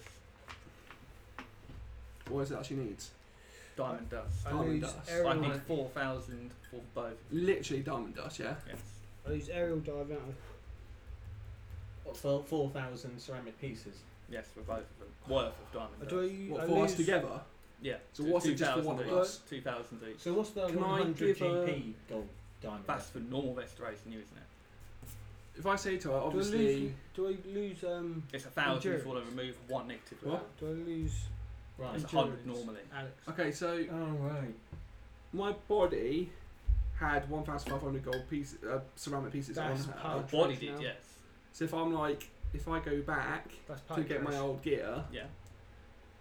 What is it that she needs?
Diamond dust.
I
Diamond
lose
dust.
I
aerial.
need 4,000 for both.
Literally diamond dust, yeah.
Yes.
I lose aerial dive out.
For 4,000 ceramic pieces.
Yes, for both of them. Worth of diamond
I
dust.
do. I,
What
I
for
lose,
us together?
Yeah.
So what's it just for one of
2,000
us?
each. 2,000 each.
So what's the
Can I
100
give a-
GP gold diamond?
That's for normal restoration, isn't it?
If I say to her,
Do I lose?
obviously,
Do I lose? Um.
It's a thousand
Endurance.
if you want to remove one negative.
What?
round.
Do I lose?
Right.
It's a hundred
endurance,
normally.
Alex.
okay, so
Oh, right.
my body had 1,500 gold pieces, uh, ceramic pieces
That's
on her.
part-
Body
Trace
did,
now.
yes.
So if I'm like, if I go back
That's
to get my
Pike's.
old gear,
Yeah.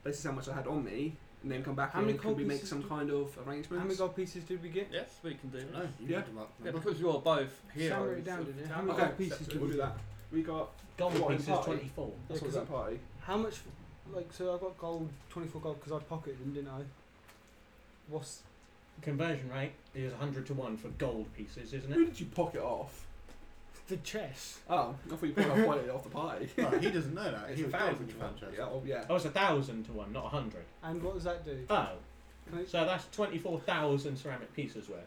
this is how much I had on me, and then come back
How
and
many
can we
copies
make
did
some
you-
kind of
How many
arrangements?
gold pieces did we get?
Yes, we can do
I don't
that.
know. You
Yeah.
add them up.
Yeah,
remember?
because you're both
Somewhere
heroes.
down,
of
didn't it?
the
How many
town.
Okay, pieces
Separate.
did we do that? We got
Gold
What, in
pieces
party?
24.
*laughs* that's
Yeah,
what was
'cause
that party.
How much? Like, so I got gold, twenty-four gold, because I pocketed them, didn't I? What's? *laughs*
Conversion rate is 100 to 1 for gold pieces, isn't
Who
it?
did you pocket off?
The chess.
Oh, I thought you pocket pocketed off the party.
Well, he doesn't know that.
It's
He
a
was
thousand
dead when you
to
found
one.
Chester.
Yeah, oh yeah.
Oh, it's a 1,000 to 1, not 100.
And what does that do?
Oh.
Can I-
So that's 24,000 ceramic pieces worth.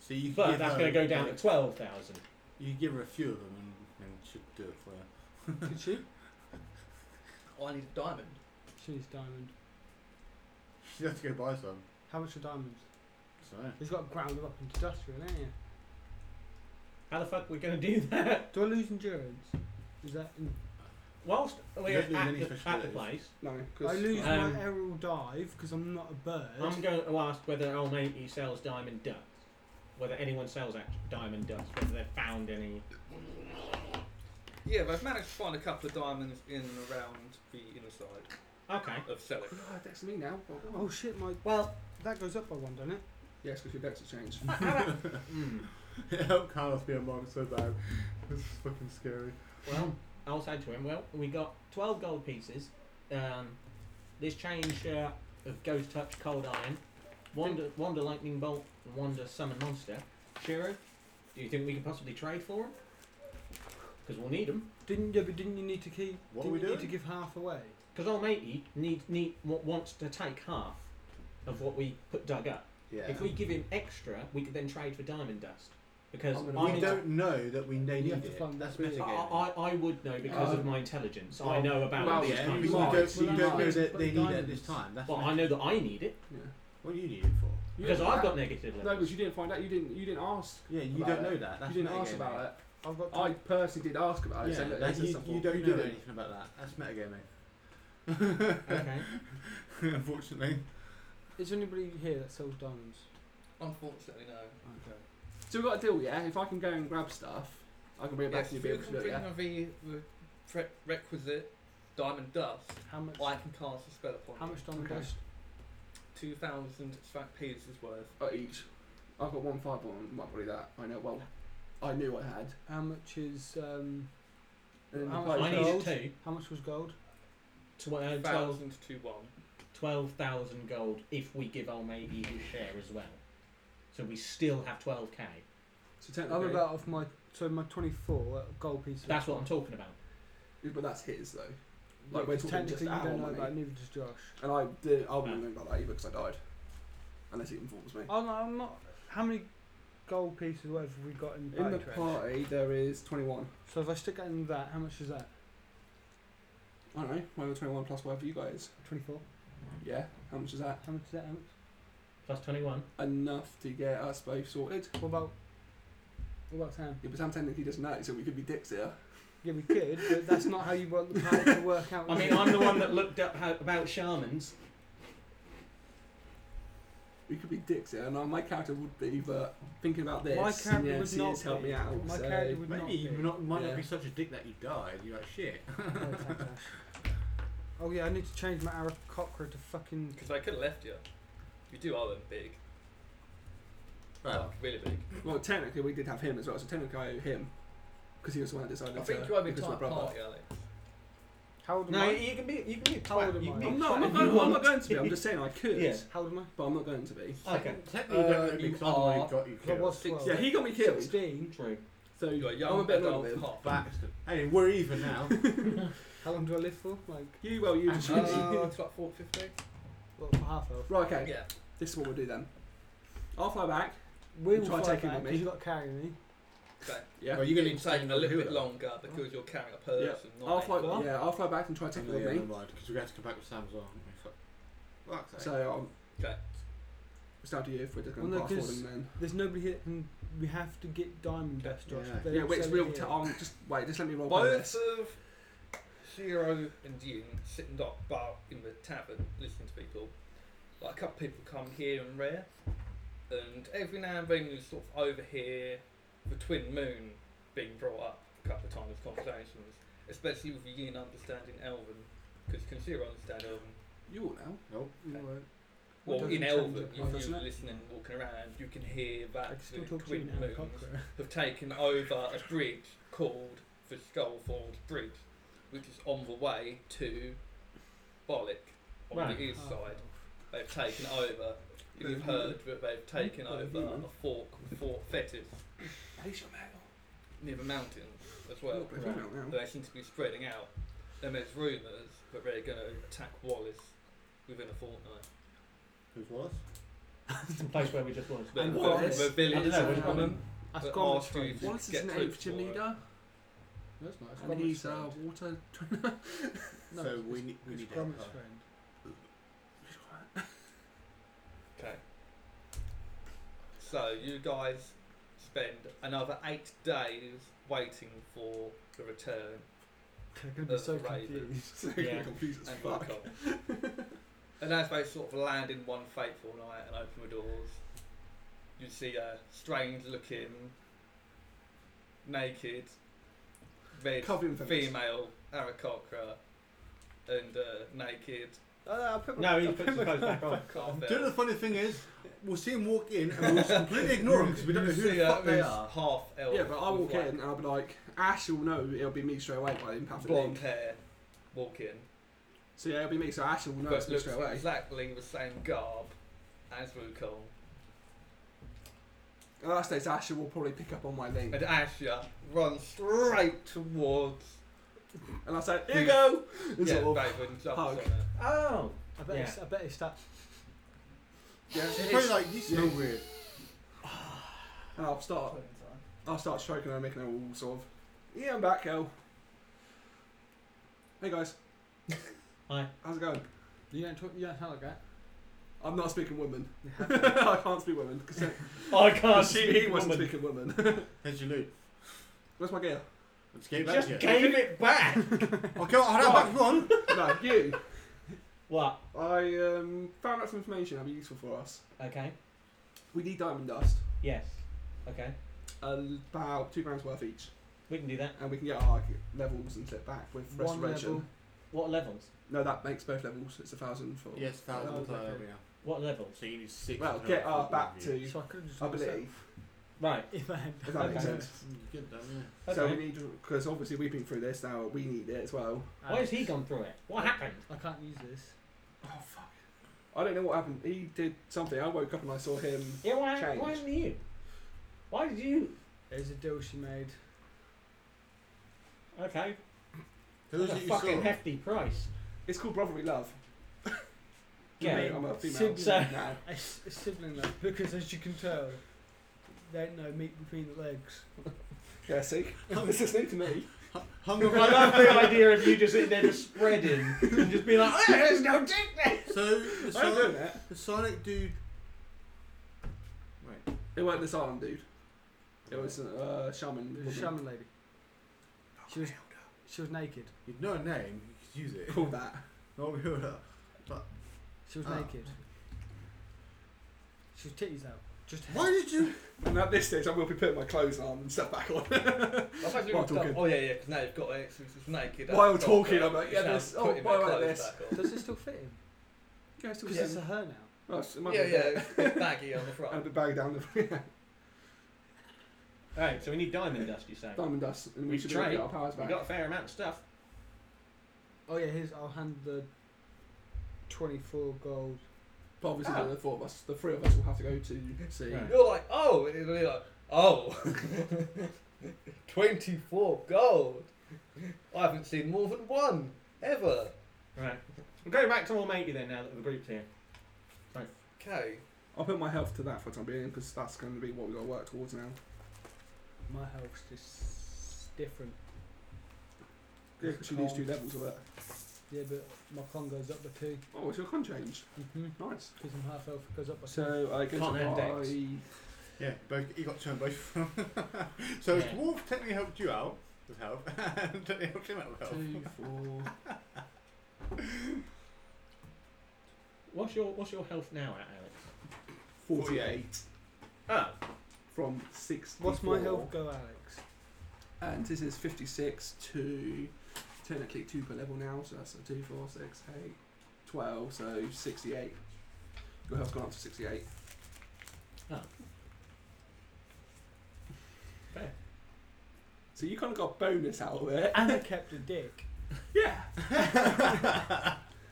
So you
But
give
that's
her,
going to go down
like,
to 12,000.
You give her a few of them and, and she'll do it for you. *laughs*
Could she?
Oh, I need a diamond.
She needs diamond.
She'll have to go buy some.
How much are diamonds?
So.
He's got ground them up into dust, really, ain't you?
How the fuck are we going to do *laughs* that?
Do I lose endurance? Is that? In,
Whilst we're
don't lose
at
any
the,
special
at the
days.
place,
No,
I
because
lose
Um,
my aerial dive because I'm not a bird.
I'm going to ask whether old matey sells diamond dust. Whether anyone sells act- diamond dust, whether they've found any.
Yeah, they've managed to find a couple of diamonds in and around the inner side
Okay.
of Selic.
that's me now. Oh,
Oh shit, my
Well,
that goes up by one, doesn't it?
yes, because your decks have changed.
mm,
*laughs* It helped Carlos be a monk so bad. This is fucking scary.
well, I'll say to him, well, we got 12 gold pieces, um, this chain shirt of Ghost Touch Cold Iron, Wonder, Wonder Lightning Bolt, and Wonder Summon Monster. Shiro, do you think we could possibly trade for them? Because we'll need them.
Didn't you? But didn't you need to keep?
What
didn't
are we
you
doing?
Need to give half away.
Because old matey need, need, wa- wants to take half of what we put dug up.
Yeah.
If we give him extra, we could then trade for diamond dust. Because
I'm gonna-
I,
Oh, we
need-
don't know that we they
You have
need
to
it.
find
That's
the
metagaming.
clue.
I, I, I would know because of my intelligence. I
well,
know about
well,
this
yeah,
kind
we,
of
we
stuff.
don't, we
Well,
don't know
that's
that they
putting
need it at this
diamonds.
time. That's
But
meta-
I know that I need it
Yeah.
What do you need it for?
because I've got negative
No,
levels.
because you didn't find out. You didn't. You didn't ask.
Yeah, you
about
don't
it.
know that. That's
you didn't ask about it.
I've got.
I personally did ask about it.
Yeah,
so look,
that
this is
you,
something-
you don't
You
know
know.
anything about that. That's metagaming.
okay.
*laughs* Unfortunately.
Is there anybody here that sells diamonds?
Unfortunately, no.
Okay.
So we got a deal, yeah. If I can go and grab stuff, I can bring it back
Yes,
to you.
if
Be
you
able to
can
do it,
bring
yeah.
the, the pre- requisite diamond dust,
How much?
I can cast a spell upon
How
you.
much diamond
Okay.
dust?
2,000 strike pieces worth.
at each. I've got one five on my body that I know. Well, I knew I had.
How much is um?
And then
how
the
much
bloke-
was
I needed
gold?
two.
How much was gold?
Tw- uh, 12
1,000 to 1.
12,000 gold if we give our matey his share as well. So we still have 12k.
So
I'm
technically,
about off my so my 24 uh, gold piece.
That's what I'm talking about.
yeah, but that's his though.
Like
Like we're talking just
technically you
our
don't know
money.
about it, neither does Josh.
And I did. I wouldn't know about that either because I died. Unless he informs me.
Oh no, I'm not. How many gold pieces or whatever have we got in,
In the
Patreon?
party, there is 21.
So if I stick that in that, how much is that?
I don't know, whatever 21 plus whatever you guys.
24.
Yeah, how much is that?
How much is that? How much?
Plus 21.
Enough to get us both sorted.
What about? What about Sam?
Yeah, but Sam technically doesn't know, so we could be dicks here.
Yeah, we could, but that's not how you want the plan to work out.
*laughs* I mean, I'm the one that looked up how, about shamans.
We could be dicks here, and uh, my character would be, but thinking about this,
My character
yeah,
would
see,
not
it's helped
be.
me out.
My
so.
character would
Maybe you
not be.
not, might
Yeah.
not be such a dick that you died. You're like, shit.
Oh, it's okay. *laughs* Oh yeah, I need to change my Arab cockra to fucking.
Because I could have left you. You do owe them big.
Well,
Like, really big.
Well, technically, we did have him as well, so technically, I owe him. Because he was the one that decided
I
to.
think you owe me
because
part
my
of the
brother.
party, Alex.
How old am
No,
I?
you can be, you can be a
How old
twat.
am
You
I?
can be a
I'm not, I'm,
twat
not
if
going,
you
I'm
want.
not going to be, I'm just saying I could.
Yeah.
How old am I?
But I'm not going to be.
Okay.
technically, you don't
Uh,
know because
you
I'm the one
are-
who got you
I was
killed.
12.
Yeah, he got me killed.
16.
True.
So
You are young,
I'm a bit
adult,
older than him.
hot.
Bastard. Hey, we're even now.
How long do I live for? Like,
You, well, you.
Uh,
Uh, it's about 450.
what, half health?
right, okay.
Yeah.
This is what we'll do then. I'll fly back.
We
You
will
try
fight
taking
back
with me.
because you got to carry me.
Okay.
Well, you're
Yeah.
going to
You're
need to take
taking a little bit
longer.
longer because you're carrying a person. not
I'll
me.
fly.
What?
Yeah, I'll fly back and try to take it with me.
Because we have to come back with Sam as well. Fuck. Fuck's sake.
So um,
Okay.
it's down to you if we're just going to
Well, no,
pass forward
'cause-
and then.
There's nobody here, and we have to get diamond dust, Josh.
Yeah.
They
Yeah,
don't
wait.
sell it
We'll
here.
t- um, just wait. Just let me roll. play
Both
this.
of Shiro and Yin sitting up bar in the tavern listening to people. Like a couple people come here and there, and every now and then you sort of overhear the twin moon being brought up a couple of times in conversations, especially with Yin understanding Elven, because can Shiro understand Elven?
You all now.
Nope.
You know what?
Well,
doesn't
in
change
Elven,
it,
if you
doesn't it?
listening, walking around, you can hear
I
that
can still
the
talk to you
twin
now,
moons
cockra.
have taken over a bridge called the Skullford Bridge, which is on the way to Bollock on
Right.
the east
Oh.
side. They've taken over.
Bit
You've
of
heard that they've taken
Bit of
over
human.
a fork, Fort Fetters,
At least you're male.
near the mountains as well.
Look, if you're male now.
They seem to be spreading out. And there's rumours that they're going to attack Wallace within a fortnight.
Who's was?
The place where we just was.
The,
And
the-
Wallace?
the village
I don't know, which
woman
*laughs* That's
But
gone.
ask you
Australia.
if you-
Wallace is
Get
an
food
Egyptian
for it.
leader,
That's nice.
and he's uh, water.
No,
so
it's-
we need we
it's
need help.
Grummet's friend.
Okay. So you guys spend another eight days waiting for the return
They're going to be
That's
so
right,
confused.
So you're
Yeah.
confused as
and
fuck.
Volkov. *laughs* and as they sort of land in one fateful night and open the doors, you see a strange looking, naked, red
Covered in feathers.
female Arakokra and uh, naked.
Uh, I put my-
No, he puts his
*laughs*
clothes back on.
Carvel.
Do you know the funny thing is, we'll see him walk in and we'll uh, just *laughs* completely ignore him because we don't know
You
who
see
the
a-
fuck they
who's
are.
Half elf.
Yeah, but I
with
walk
like
in and I'll be like, Ash will know it'll be me straight away by the impact of the
Blonde
ink.
hair, walk in.
So yeah, it'll be me, so Ash will know
but
it's me
looks
straight away.
exactly the same garb as Wukong.
At that stage, Ash will probably pick up on my link.
And Asha runs straight towards
And I say, here you go! And
yeah,
sort of-
Raven and jumps
hug.
on her.
Oh!
I bet,
Yeah.
it's, I bet it's that.
Yeah,
It's probably like, you smell weird.
and I'll start, I'll start stroking her, and making her all sort of, yeah, I'm back, girl. Hey guys.
Hi.
How's it going?
You don't talk. You don't sound like that.
I'm not speaking woman.
You have to.
I can't speak woman because
I can't
she he
see
wasn't
woman.
speaking woman.
Here's your loot.
Where's my gear?
Let's get back
Just
to you.
gave it back!
Okay, I'll have back one.
*laughs* No, you.
what?
I um, found out some information that'd be useful for us.
Okay.
We need diamond dust,
Yes. Okay.
about two grams worth each,
We can do that.
and we can get our like, levels and set back with
One
restoration.
level.
What are levels?
No, that makes both levels. It's a thousand for.
Yes, thousand
Oh,
per
okay.
level, yeah.
What level?
So you need six.
Well,
per
get our
level,
back
wouldn't you?
to.
So I could've just
I
done myself. *laughs*
believe.
Right.
If I had.
If that
Okay.
makes sense.
You Mm, Good done, yeah.
So
Okay.
we need because obviously we've been through this now. We need it as well.
Why has he gone through it? What happened?
I can't use this.
Oh fuck! I don't know what happened. He did something. I woke up and I saw him.
Yeah, why,
Change.
why didn't you? Why did you?
There's a deal she made.
Okay.
Who is
What a
it you
fucking
saw?
hefty price.
It's called brotherly love.
*laughs* Yeah.
Mate, I'm a
Sibling.
female.
So-
*laughs*
*laughs*
Nah.
A, s- a sibling love, because as you can tell, there ain't no meat between the legs.
Yeah, see, this is new to me.
Hunger
I love the idea of you just sitting there just spreading and just being like, oh, there's no dick there.
So the
I'm doing
Sonic,
it.
the Sonic dude.
It weren't this island dude. It was a uh, shaman.
There's
woman.
a shaman lady. She was, she was naked.
You'd know a name. You could use it.
Called that.
No, we were. But
She was
Ah.
naked. She was titties out. Just head.
why did you?
And at this stage, I will be putting my clothes on and stuff back on. *laughs*
I suppose we
While
could stop-
talking.
Oh yeah, yeah. Because now you've got it. It's, it's naked.
While
that's
talking,
proper.
I'm like, yeah,
You can't
this- oh,
put your
why like
clothes
this?
back on.
Does it still fit him?
Guys, still
Because
yeah.
it's a her now.
Oh, it's- it might
Yeah,
be a
yeah.
bit-
It's a bit baggy on the
*laughs* And a
front.
bit bag down the yeah,
Alright, so we need diamond dust, you say?
diamond dust, and we,
We
should be able to
trade.
get our powers
We
back.
got a fair amount of stuff.
Oh yeah, here's. I'll hand the 24 gold.
But obviously,
Ah.
the four of us, the three of us, will have to go to see.
Right.
You're like, oh, and it'll be like, oh, *laughs* 24 gold. I haven't seen more than one ever.
Right. We'll go back to all matey then now that the group's here.
Okay.
I'll put my health to that for the time being because that's going to be what we got to work towards now.
My health's just different.
Yeah, 'cause you lose two levels of it.
Yeah, but my con goes up by two.
Oh, it's your con change.
Mm-hmm.
Nice.
Because I'm half elf, it goes up by two.
So I guess
Con and
I-
Yeah, both. You got turned both from. *laughs* so
Yeah.
Dwarf technically helped you out with help, and *laughs* technically helped him out with help.
two, four.
What's your what's your health now at, Alex?
48
Oh.
from 64.
What's my health go, Alex?
And Uh, this is 56 to technically 2 per level now, so that's a 2, 4, 6, 8, 12, so 68. Your health's gone up to 68.
Ah.
Fair.
So you kind of got a bonus out of it.
And I
*laughs*
kept a dick.
Yeah.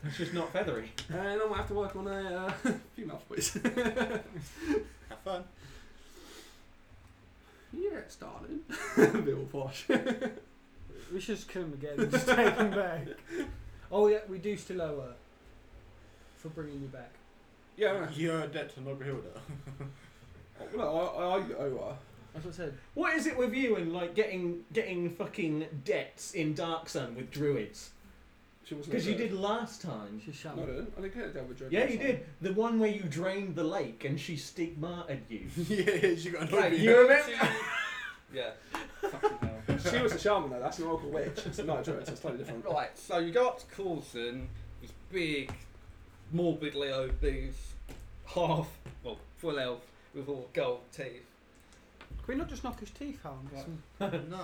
It's just not feathery.
And I'm going to have to work on a uh, female voice.
*laughs* Have fun.
yes, darling. a bit all posh.
We should just kill him again and just
*laughs*
take him back. Oh yeah, we do still owe her for bringing you back.
Yeah,
You're a debt to Nogra Hilda. *laughs*
no, I, I, I owe her.
That's what I said.
What is it with you and like getting getting fucking debts in Dark Sun with druids?
She wasn't
Because you
good.
did last time.
She's
No, I
shaman.
didn't. I didn't get a damage
Yeah, you did. The one where you drained the lake and she stigmated you.
*laughs*
yeah, she got annoyed.
Right,
with
you
you.
remember? *laughs* yeah.
she was a shaman though, that's an oracle witch. It's not a druid, so it's slightly different.
Right, so you got Coulson, this big, morbidly obese, half, well, full elf with all gold teeth.
Can we not just knock his teeth out and get
Right.
some?
no.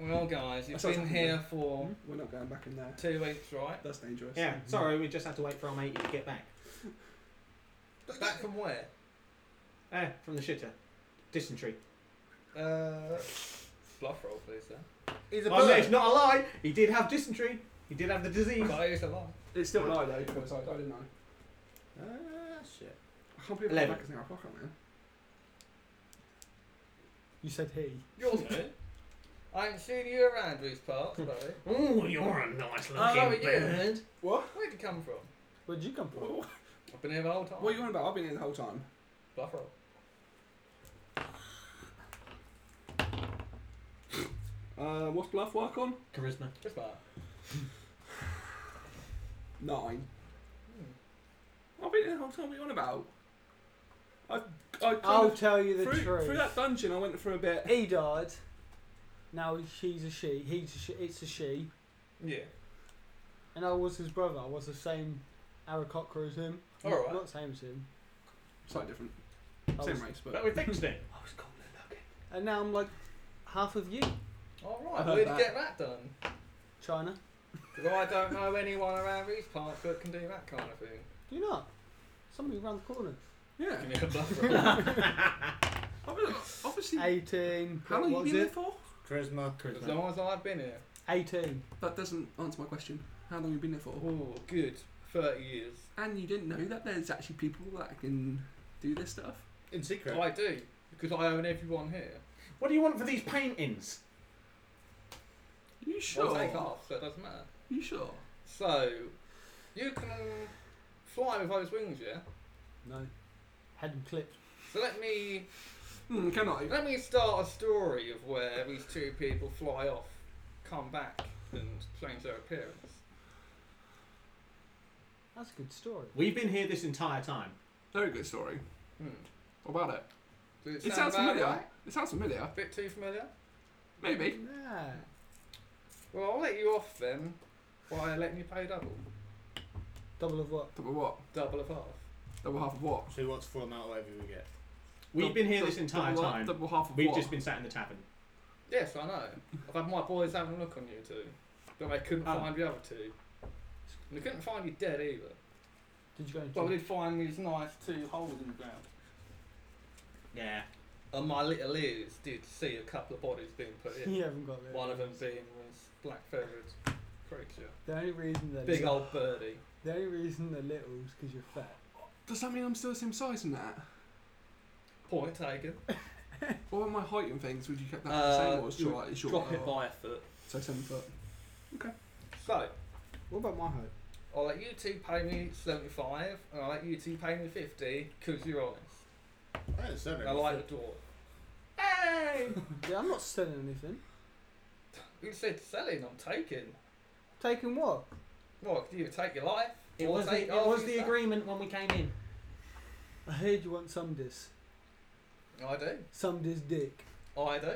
Well, guys, you've
That's
been
what's
here for
We're not going back in there.
two weeks, right?
That's dangerous.
Yeah, sorry, we just had to wait for our matey to get back.
Back from where?
Eh, from the shitter. Dysentery.
Uh, bluff roll, please, sir.
He's a
Oh, no, it's
bird.
not a lie. He did have dysentery. He did have the disease.
But it is a lie.
It's still an eye though, because I, I didn't know.
Ah, shit.
I can't believe
Eleven.
back is now o'clock on man.
You said he.
You'll do. I ain't seen you around these parts, *laughs* buddy.
Oh, you're a nice
Oh,
looking bird.
you.
What?
Where'd you come from?
Where'd you come from?
What
I've been here the whole time.
are you on about? I've been here the whole time.
Bluff roll.
Uh, what's bluff work on?
Charisma.
Just about.
Nine. Hmm. I've been here the whole time. What are you on about? I, I kind
I'll
of,
tell you the
through,
truth.
through that dungeon. I went for a bit.
He died. Now she's a she. He's a she. It's a she.
Yeah.
And I was his brother. I was the same Aracocker as him.
All right.
Not same as him.
Slightly different.
I
Same
was-
race, but
But we fixed it.
I was golden looking. And now I'm like half of you,
All right,
I've heard
where'd you
that.
get that done?
China.
Well, I don't know anyone around these parts that can do that kind of thing.
Do you not? Somebody around the corner.
Yeah.
Give me a *laughs* buffer.
Obviously.
18.
How long
What
have
was
you been there
it?
for?
Charisma.
as long as I've been here.
18.
That doesn't answer my question. How long have you been there for?
Oh, good. 30 years.
And you didn't know that there's actually people that can do this stuff?
In secret.
I do, because I own everyone here.
What do you want for these paintings?
You
I'll
sure?
take off, so it doesn't matter.
You sure?
So, you can fly with those wings, yeah?
No. Had him clipped.
So let me
Hmm, can I?
let me start a story of where these two people fly off, come back, and change their appearance.
That's a good story.
We've been here this entire time.
Very good story.
Hmm.
What about it?
Does it, sound
It sounds
about
familiar.
right?
It sounds familiar.
Bit too familiar.
Maybe.
Yeah.
Well, I'll let you off then by letting you pay double,
Double of what?
Double what?
double of half.
Double half of what?
So he wants full amount whatever we get.
We've
Dou-
been here
dou-
this entire
double,
time.
Double half of
We've
what?
just been sat in the tavern.
Yes, I know. I've had my boys having a look on you two, but they couldn't
Oh.
find the other two. And they couldn't find you dead either.
Did you go into
But we did find these nice two holes in the ground.
Yeah.
And my little ears did see a couple of bodies being put in.
*laughs* You haven't got it.
One of them being this black feathered creature.
The only reason they're
Big
little,
old birdie.
the only reason they're little is because you're fat.
Does that mean I'm still the same size in that?
Point taken.
*laughs* What about my height and things? Would you keep that the
Uh,
same or is
you
short? It's short.
Drop it by a foot.
So seven foot.
So,
What about my height?
I'll let you two pay me 75 and I'll let you two pay me 50 because you're honest.
That is
I like the dwarf. Hey!
Yeah, I'm not selling anything.
you said selling, I'm taking.
Taking what?
What, do you take your life?
It
Or
was the,
take
it
half
was
your
the
stuff?
agreement when we came in.
I heard you want some dis.
I do.
Some dis dick.
Oh, I do.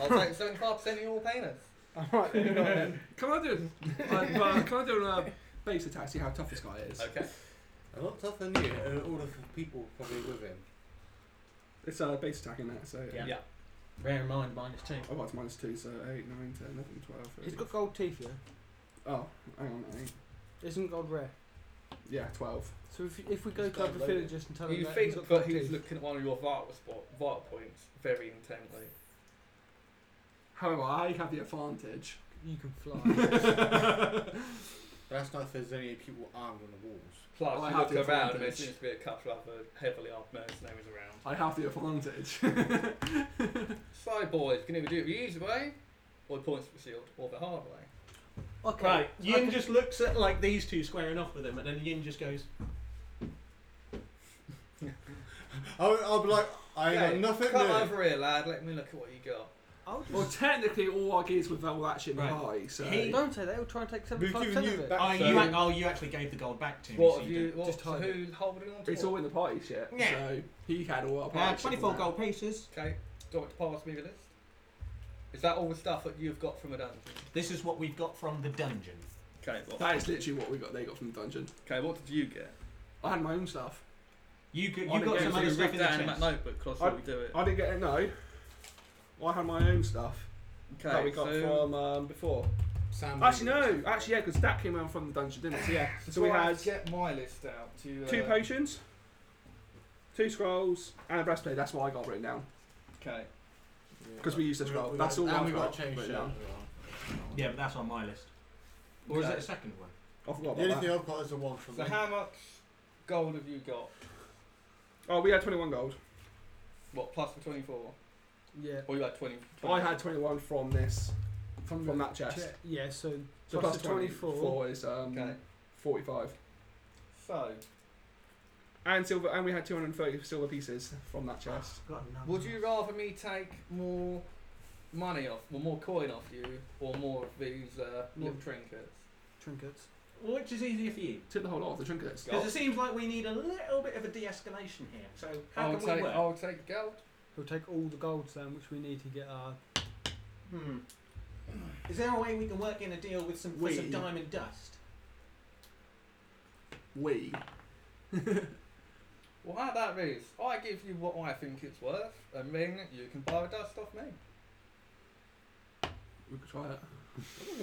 I'll take *laughs* 75% of your penis.
Alright, *laughs* there you go then.
Can I do like, uh, can I do a base attack, see how tough this guy is?
Okay.
A lot tougher than you, and all of the people probably with him.
It's a uh, base attack in that, so
Yeah.
Yeah.
Bear in mind, minus two.
Oh, well, it's minus two, so 8, 9, 10, 11, 12,
He's
13.
got gold teeth, yeah?
Oh, hang on, 8.
Isn't gold rare?
Yeah, 12.
So if, if we go
He's
to other
downloaded.
villagers and tell them
You
that
think
he's got
that
gold
he was
teeth,
looking at one of your vital, spot, vital points very intently.
However, I have the advantage.
you can *laughs* fly.
But that's not if there's any people armed on the walls.
Plus,
Well, I
you
have
look
the
around and there
advantage.
seems to be a couple of other heavily armed mercenaries around.
I have the *laughs* advantage.
So, boys, can either do it the easy way, or the points for shield, or the hard way.
okay.
Right. Yin
okay.
just looks at like these two squaring off with him, and then Yin just goes,
I'll, I'll be like, I ain't
Okay,
got nothing
Come
new.
over here, lad, let me look at what you got.
I'll
well,
just,
technically, all our gear's with all that shit
Right.
high, so.
He-
don't say that, he'll try and take
We've
75%
given
of
you
it.
back.
"Oh,
so-
you, ac- oh, you actually gave the gold back to me."
What
so
have
you
you, what,
just
so
hide it.
who's holding on to
it's
what?
all in the party shit.
Yeah.
So he had all our
don't- Uh,
party shit
Twenty-four
on that.
gold pieces.
Okay, do you want to pass me the list? Is that all the stuff that you've got from a dungeon?
This is what we've got from the dungeon.
Okay, what,
That is literally what we got. They got from the dungeon.
okay, what did you get?
I had my own stuff.
You g- you
I didn't
got
get
some
it,
other
so
stuff in the
down in that
chest.
notebook, because
I-
we do it.
I didn't get it. No, I had my own stuff that we
Okay,
got
so
from um, before.
Sam
Actually, no. Actually, yeah, because that came around from
*laughs*
the dungeon, didn't it? So yeah. So we
I have
had
to get my list out to. Uh,
two potions, two scrolls, and a breastplate. That's what I got written down
Okay.
because we used the scroll. That's all.
And
I've
we got
got
to change
written
shirt.
down.
Yeah, but that's on my list. Uh, Or is
Okay.
it a second one?
I forgot
The only
about
thing
that.
I've got is the one from
So
me.
how much gold have you got?
Oh, we had 21 gold.
What plus the twenty-four?
Yeah.
Or you had twenty?
I had 21 from this, from,
the
that chest.
che- Yeah, so,
So
plus
plus
the 24.
24 is um,
Okay.
45.
So
And silver, and we had 230 silver pieces from that chest.
Got another
would you rather me take more money off, or more coin off you, or more of these uh, little
More.
trinkets?
trinkets.
one. Which is easier for you?
Took the whole lot of the trinkets.
Because it seems like we need a little bit of a de-escalation here. So how
I'll
can we
take.
work?
Oh, I'll take gold.
He'll take all the golds then, which we need to get our.
Hmm. Is there a way we can work in a deal with some, for
We-
some diamond dust?
We.
Well, how about this? I give you what I think it's worth, and then you can buy the dust off me.
We could try it.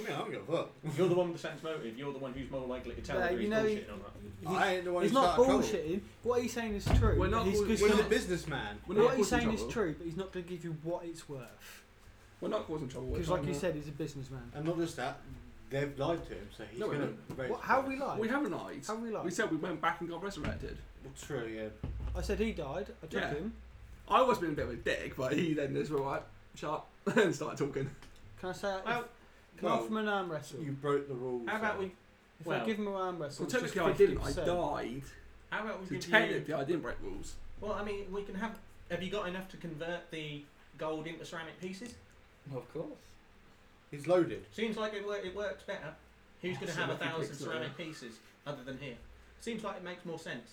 I don't give a fuck.
You're the one with the sense motive. You're the one who's more likely to tell
Yeah,
whether
you
he's
know,
bullshitting or not.
He-
I ain't the one
he's
who
not
started trouble.
bullshitting. What he's saying is true.
We're not
He's,
cau-
just
we're
gonna-
not a businessman.
We're not
what he's
causing
saying is
trouble.
true, but he's not going to give you what it's worth.
We're not causing trouble. we're
Because, like
trying
you
to-
said, he's a businessman.
And not just that, they've lied to him, so he's
No, we
gonna.
haven't.
raise
What, how
the
we lied?
we haven't lied.
How we lied?
We said we went back and got resurrected.
Well, true, yeah.
I said he died. I took
Yeah.
him.
I was being a bit of a dick, but he then is right, sharp, *laughs* and started talking.
Can I say? if-
Well,
can I
well,
offer him an arm wrestle?
You broke the rules.
How about we?
if I
well,
give him an arm wrestle,
Well,
it's just
technically I didn't. I
50%.
died.
How about we
So
give you?
technically I didn't break rules.
Well, I mean, we can have. Have you got enough to convert the gold into ceramic pieces?
Of course.
He's loaded.
Seems like it, wor- it works better. Who's going to
So
have a
if you
thousand
pick
ceramic pieces other than here? Seems like it makes more sense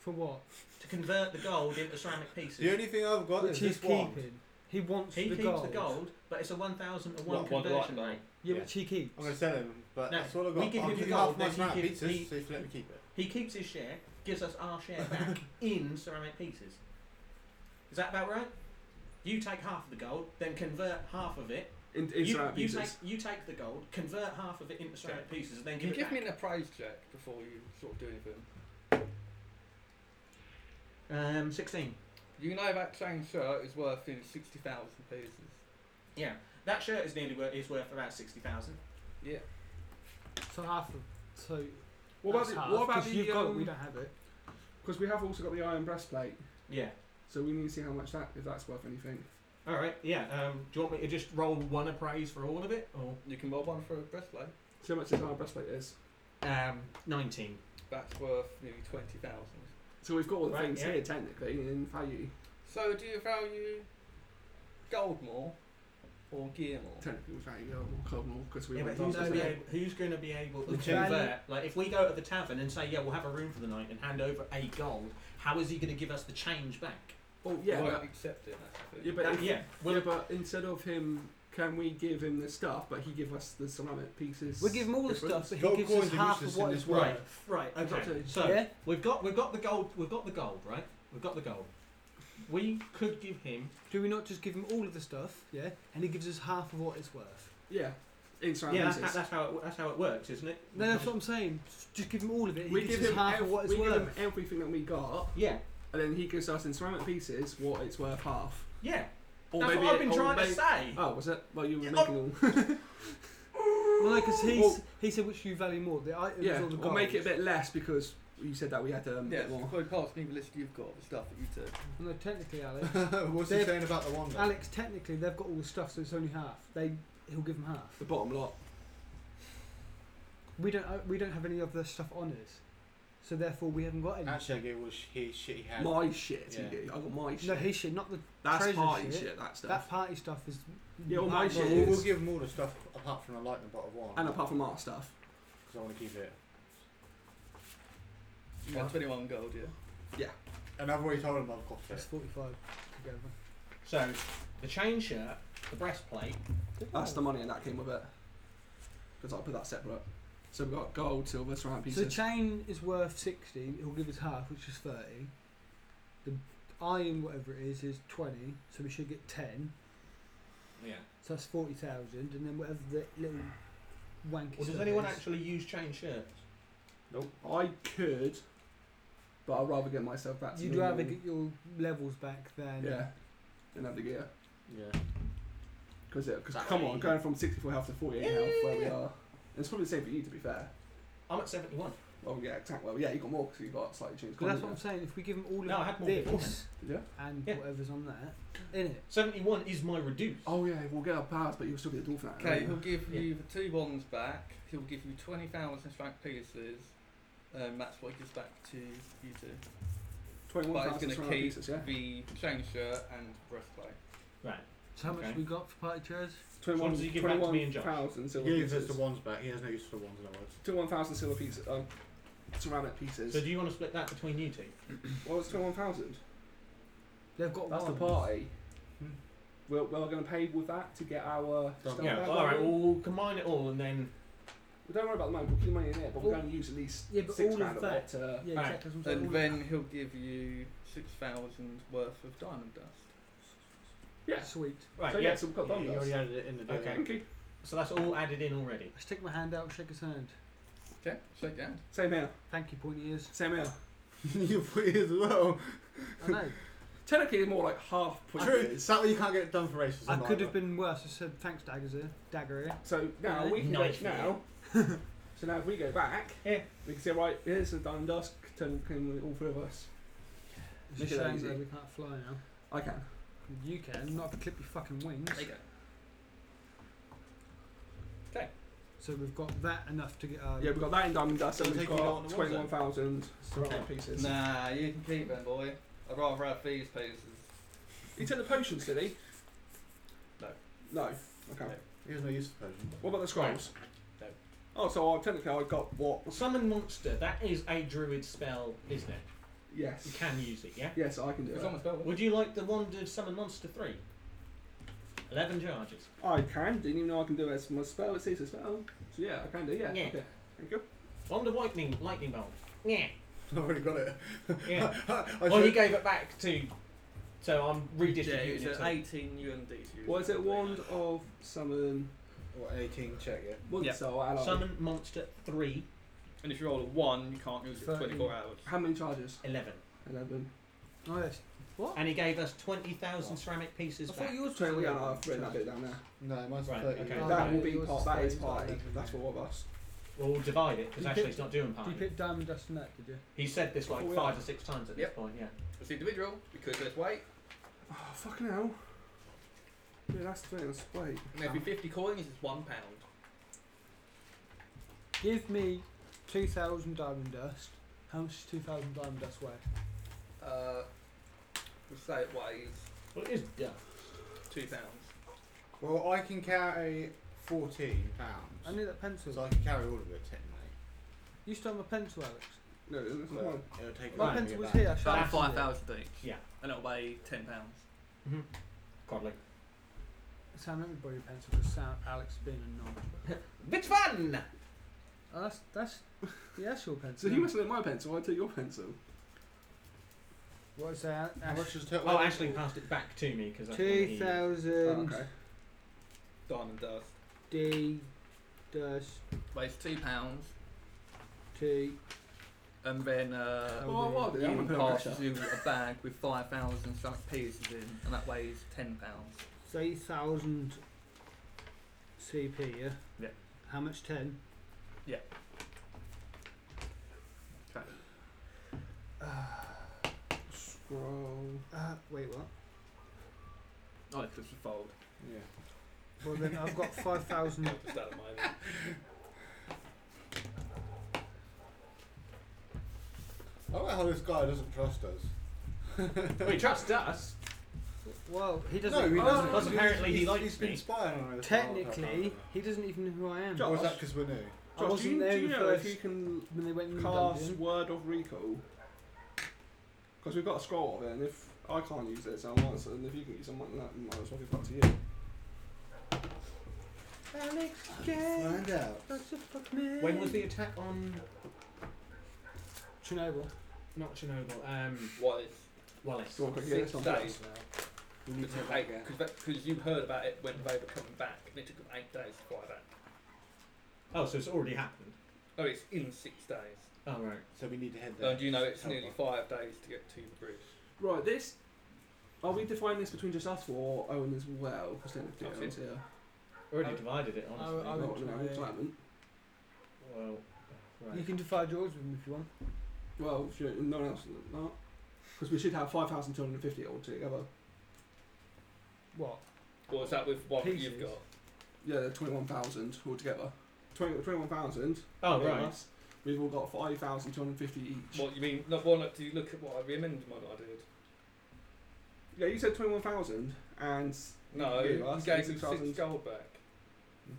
For what?
to convert the gold into ceramic pieces.
The only thing I've got
Which
is
he's
this one.
keeping. He wants
he
the
keeps
gold.
the gold, but it's a one thousand to
Well,
one
what,
conversion
like,
rate.
Yeah,
Yeah.
which he keeps.
I'm gonna sell him, but
No,
that's all I've
we
got.
give
I'll
you
give
the
you half
gold,
my
then
snap
you give-
pizzas,
he-
so if you let me keep it.
He keeps his share, gives us our share
*laughs*
back in ceramic pieces. Is that about right? You take half of the gold, then convert half of it.
In, in
You,
ceramic
you
pieces.
take you take the gold, convert half of it into ceramic pieces, and then
Can
give
you
it
give
back.
me an appraise check before you sort of do anything?
Um, 16.
You know that same shirt is worth in 60,000 pieces.
Yeah. That shirt is nearly worth, is worth about 60,000.
Yeah.
So half of. So
What about
that's
the,
half,
what about
'cause you've
the
got it, we
um
don't have it.
Because we have also got the iron breastplate,
Yeah.
so we need to see how much that if that's worth anything.
Alright, yeah. Um, do you want me to just roll one appraise for all of it? Or
You can roll one for a breastplate.
See how much this iron breastplate is.
um, 19.
That's worth nearly 20,000.
So we've got all the
Right,
things
yeah.
here technically in value.
So do you value gold more or gear more?
Technically, we value a more cold more because we
Yeah, but
went
who's
last
going, to be
time.
able, who's going to be able to
The
convert?
value-
Like, if we go to the tavern and say, yeah, we'll have a room for the night and hand over a gold, how is he going to give us the change back?
Well, yeah,
You won't
but,
accept it, that's the thing.
yeah, but
That-
if-
Uh, yeah. Well,
yeah, but instead of him, can we give him the stuff? But he give us the ceramic pieces.
We give him all the
different?
stuff, but he
Gold
gives
coins
us
are
half
useless
of
in
what
this
it's
world.
worth.
right, right, okay.
Exactly.
So,
yeah.
we've got we've got the gold, we've got the gold, right? We've got the gold. We could give him
Do we not just give him all of the stuff? Yeah, and he gives us half of what it's worth.
Yeah, in ceramic
Yeah, that's,
pieces.
how- that's how it, that's how it works, isn't it?
No, that's what I'm saying. Just give him all of it. He
we
gives
give
us
him
half
ev-
of what it's
we
worth.
give him everything that we got,
Yeah,
and then he gives us in ceramic pieces what it's worth half.
yeah.
Or
that's
maybe
what I've been
or
trying
maybe-
to say.
Oh, was it? Well, you were
Yeah,
making all.
Well, no, because he
Well-
he said which you value more, the items
yeah,
or the
or
gold.
make it a bit less because you said that we had um, a
Yeah,
bit
so
more.
probably pass me the list you've got, the stuff that you took.
No, technically, Alex. *laughs*
*laughs* What's he
They've-
saying about the one? then?
Alex, technically, they've got all the stuff, so it's only half. They he'll give them half.
The bottom lot.
We don't uh, we don't have any of the stuff on us, so therefore we haven't got any.
Actually, I gave what he shit he had.
My shit.
Yeah.
you- I got my shit.
no, his shit, not the
That's
treasure
party shit.
shit.
that stuff.
that party stuff is.
Yeah, well, my
half
Well,
shit
of it.
we'll,
is-
we'll give him all the stuff apart from the lightning bolt of one.
and apart from our stuff.
Because I want to keep it.
You got 21 gold, yeah.
And I've already told him I've got
That's
it.
forty-five together.
So, the chain shirt, the breastplate.
That's
Oh.
the money, and that came with it. Because I put that separate. So we've got gold, silver, ceramic
So the
pieces.
chain is worth sixty. He'll give us half, which is thirty. The iron, whatever it is, is twenty. So we should get ten.
Yeah.
So that's forty thousand, and then whatever the little wanky.
Well, does
stuff
anyone
is.
actually use chain shirts?
I could, but I'd rather get myself back to
You'd
normal.
rather get your levels back than
Yeah. Than have the gear.
Yeah.
Because because
That
come
way-
on, going from 64 health to 48 health where we are. And it's probably the same for you, to be fair.
I'm at 71.
Well, yeah, exactly. Well, yeah, you got more because you got slightly changed.
But that's what I'm
colour,
saying. If we give them all
No, I
of
had more before
this
yeah. Yeah.
and
Yeah.
whatever's on that, in it.
71 is my reduced.
Oh yeah, we'll get our powers, but you'll still get the dwarf out.
Okay, he'll give
Yeah.
you the two wands back. He'll give you 20,000 franc pieces. Um, that's what he gives back to you two. But he's
21,000
going to
ceramic
keep
pieces, yeah.
the chain shirt and breastplate.
Right.
So how much
Okay.
have we got for party chairs?
what does he give back to me and Josh?
21,000
He
silver
gave us
pieces.
the ones back. He has no use for the ones in other *laughs* words.
21,000 silver pieces. Um, ceramic pieces.
So, do you want to split that between you two?
well, it's 21,000.
They've got
That's the
wands.
party. We're, we're going to pay with that to get our
Done.
stuff
Yeah,
back,
Yeah,
aren't
alright,
we?
well, we'll combine it all and then.
Well, don't worry about the money. We'll keep the money in there, but we're
All-
going to use at least
yeah, but
six
all
grand
of
of
that-
it. To,
Yeah,
Alright.
exactly. that's what I'm saying.
And then he'll give you 6,000 worth of diamond dust.
Yeah.
Sweet.
Right,
So,
yeah.
yeah, so we've got
Yeah,
Dundas.
you already added it in the
Okay.
document.
Okay.
So that's all added in already.
I stick my hand out, shake his hand.
Okay, shake down.
Same here.
Thank you, pointy ears.
Same here.
you put it as well.
I
*laughs*
know.
Technically, more like half pointy
True.
ears.
Is that what you can't get done for racism?
I could
either?
have been worse. I said thanks, daggers here. Dagger here.
So now we can
Nice
go
*laughs*
now. so now if we go back,
Yeah.
we can say right, here's the Dundas. Turn can we- all three of us.
It's
Make
a
it
shame
easy.
though we can't fly now.
I can.
You can, not to clip your fucking wings.
There you go.
So we've got that enough to get uh, our.
Yeah, we've got that in diamond dust, and
Don't
we've
take you down to
got
the wall, then.
twenty-one thousand
Okay.
pieces.
Nah, you can keep them, boy. I'd rather have these pieces.
He took the potions, did he?
No.
No. Okay.
He has no use for potion.
What about the scrolls?
No.
Oh, so I, technically I got what?
Summon monster. That is a druid spell, isn't it?
Yes.
You can use it, yeah.
Yes, I can do
It's
it.
almost built.
Would you like the wand of summon monster three? Eleven charges.
I can. Didn't even know I can do it. It's my spell. It says a spell. So yeah, I can do. Yeah.
Yeah.
Okay. Thank you.
Wand of lightning, lightning bolt. Yeah,
*laughs* I've already got it. *laughs*
yeah.
I
well, Oh, he
should-
gave it back to. So I'm
it's
redistributing it.
an
to-
18 UMDs.
What is it? Wand of summon.
What, 18 check, yeah?
Wand
Yeah.
spell ally.
Summon monster three,
And if you roll a 1, you can't use it for 24 hours.
How many charges?
eleven.
Eleven.
Oh, yes.
And he gave us 20,000 ceramic pieces
I
back.
thought yours was
So yeah,
11
I've written that
charges.
bit down there.
No, mine's
Right,
30.
okay.
Oh,
that
no,
will be
yours
part.
is
That is
30,
party.
isn't it?
That's for all of us.
We'll divide it because
You
actually
picked-
it's not doing
Did you
party.
pick diamond dust and that, did you?
He said this like
Oh, yeah.
five or six times at this
Yep.
point, yeah.
It's individual because there's weight.
Oh fucking hell. Yeah, that's the thing. That's wait.
And every 50 coins is one pound.
Give me 2,000 diamond dust. How much is 2,000 diamond dust worth?
Uh, we'll say it weighs
Well, it is yeah.
two pounds.
Well, I can carry 14
I
pounds.
need that pencil.
So I can carry all of it, technically.
You stole my pencil, Alex.
No, that's not one.
It'll take
My
Right,
to
pencil
get
was
back.
here. I shall
About
have seen it.
5,000 each.
Yeah.
And it'll weigh 10 pounds.
Codling.
Sam, let me borrow your pencil because Sam, Alex has been a knob.
*laughs*
Bitch fun!
Oh, that's, that's, yeah, that's your
*laughs* So
pencil.
he must have lit my pencil. I took your pencil.
What is that?
How
Ash-
much does it take?
Oh, Ashley passed it back to me because I
Oh,
2,000
okay.
Diamond dust.
D dust
Weighs two pounds.
T.
And then uh,
Oh,
Well, I'll do that. I'm
you
gonna put on pressure.
pass you a bag with 5,000 strike pieces in, and that weighs 10 pounds.
3,000 CP, yeah?
Yeah.
How much? 10?
Yeah.
Okay.
Okay.
Scroll.
Uh, wait, what?
Oh, it's just a fold.
Yeah.
Well, then I've
*laughs*
got 5,000.
Just out of my head.
I don't know how this guy doesn't trust us.
Well, he trusts us.
Well, he
no,
doesn't.
he doesn't.
because apparently he
he's,
likes
he's been
me.
spying on us.
Technically, he doesn't even know who I am.
Or is that because we're new?
I wasn't there
do you
in the
know if
first-
you can
When they went in the
cast
dungeon.
Word of Recall? Because we've got a scroll of it, and if I can't use it, so I'll answer. And if you can use someone that, might as well give it back to you.
Alex J.
Find out.
That's a fucking
When was the attack on.
Chernobyl.
Not Chernobyl, um,
What is
Wallace.
Do you want to quickly
six
get this on?
days now? Because you heard about it when they were coming back, and it took them eight days to fly back.
Oh, so it's already happened.
Oh, it's in six days.
Oh, right.
So we need to head there.
And you know it's nearly five
Help
days to get to the bridge.
Right, this. Are we defining this between just us four or Owen as well? Because then if
I
Owen's here.
Already
I-
divided it, honestly.
I- I-
Not,
would
no,
try it.
retirement.
well,
You
right.
can divide yours with me if you want.
Well, if you- no one else than that. Because we should have 5,250 altogether.
What?
Or is that with what you've
Pieces.
got?
Yeah, they're 21,000 altogether. 20, 21,000.
Oh,
between
right.
us. We've all got 5,250 each.
What you mean? Not one. Do you look at what I remembered what I did?
Yeah, you said 21,000 and.
No,
you
you
gave us
gave me six
6,000.
gold back.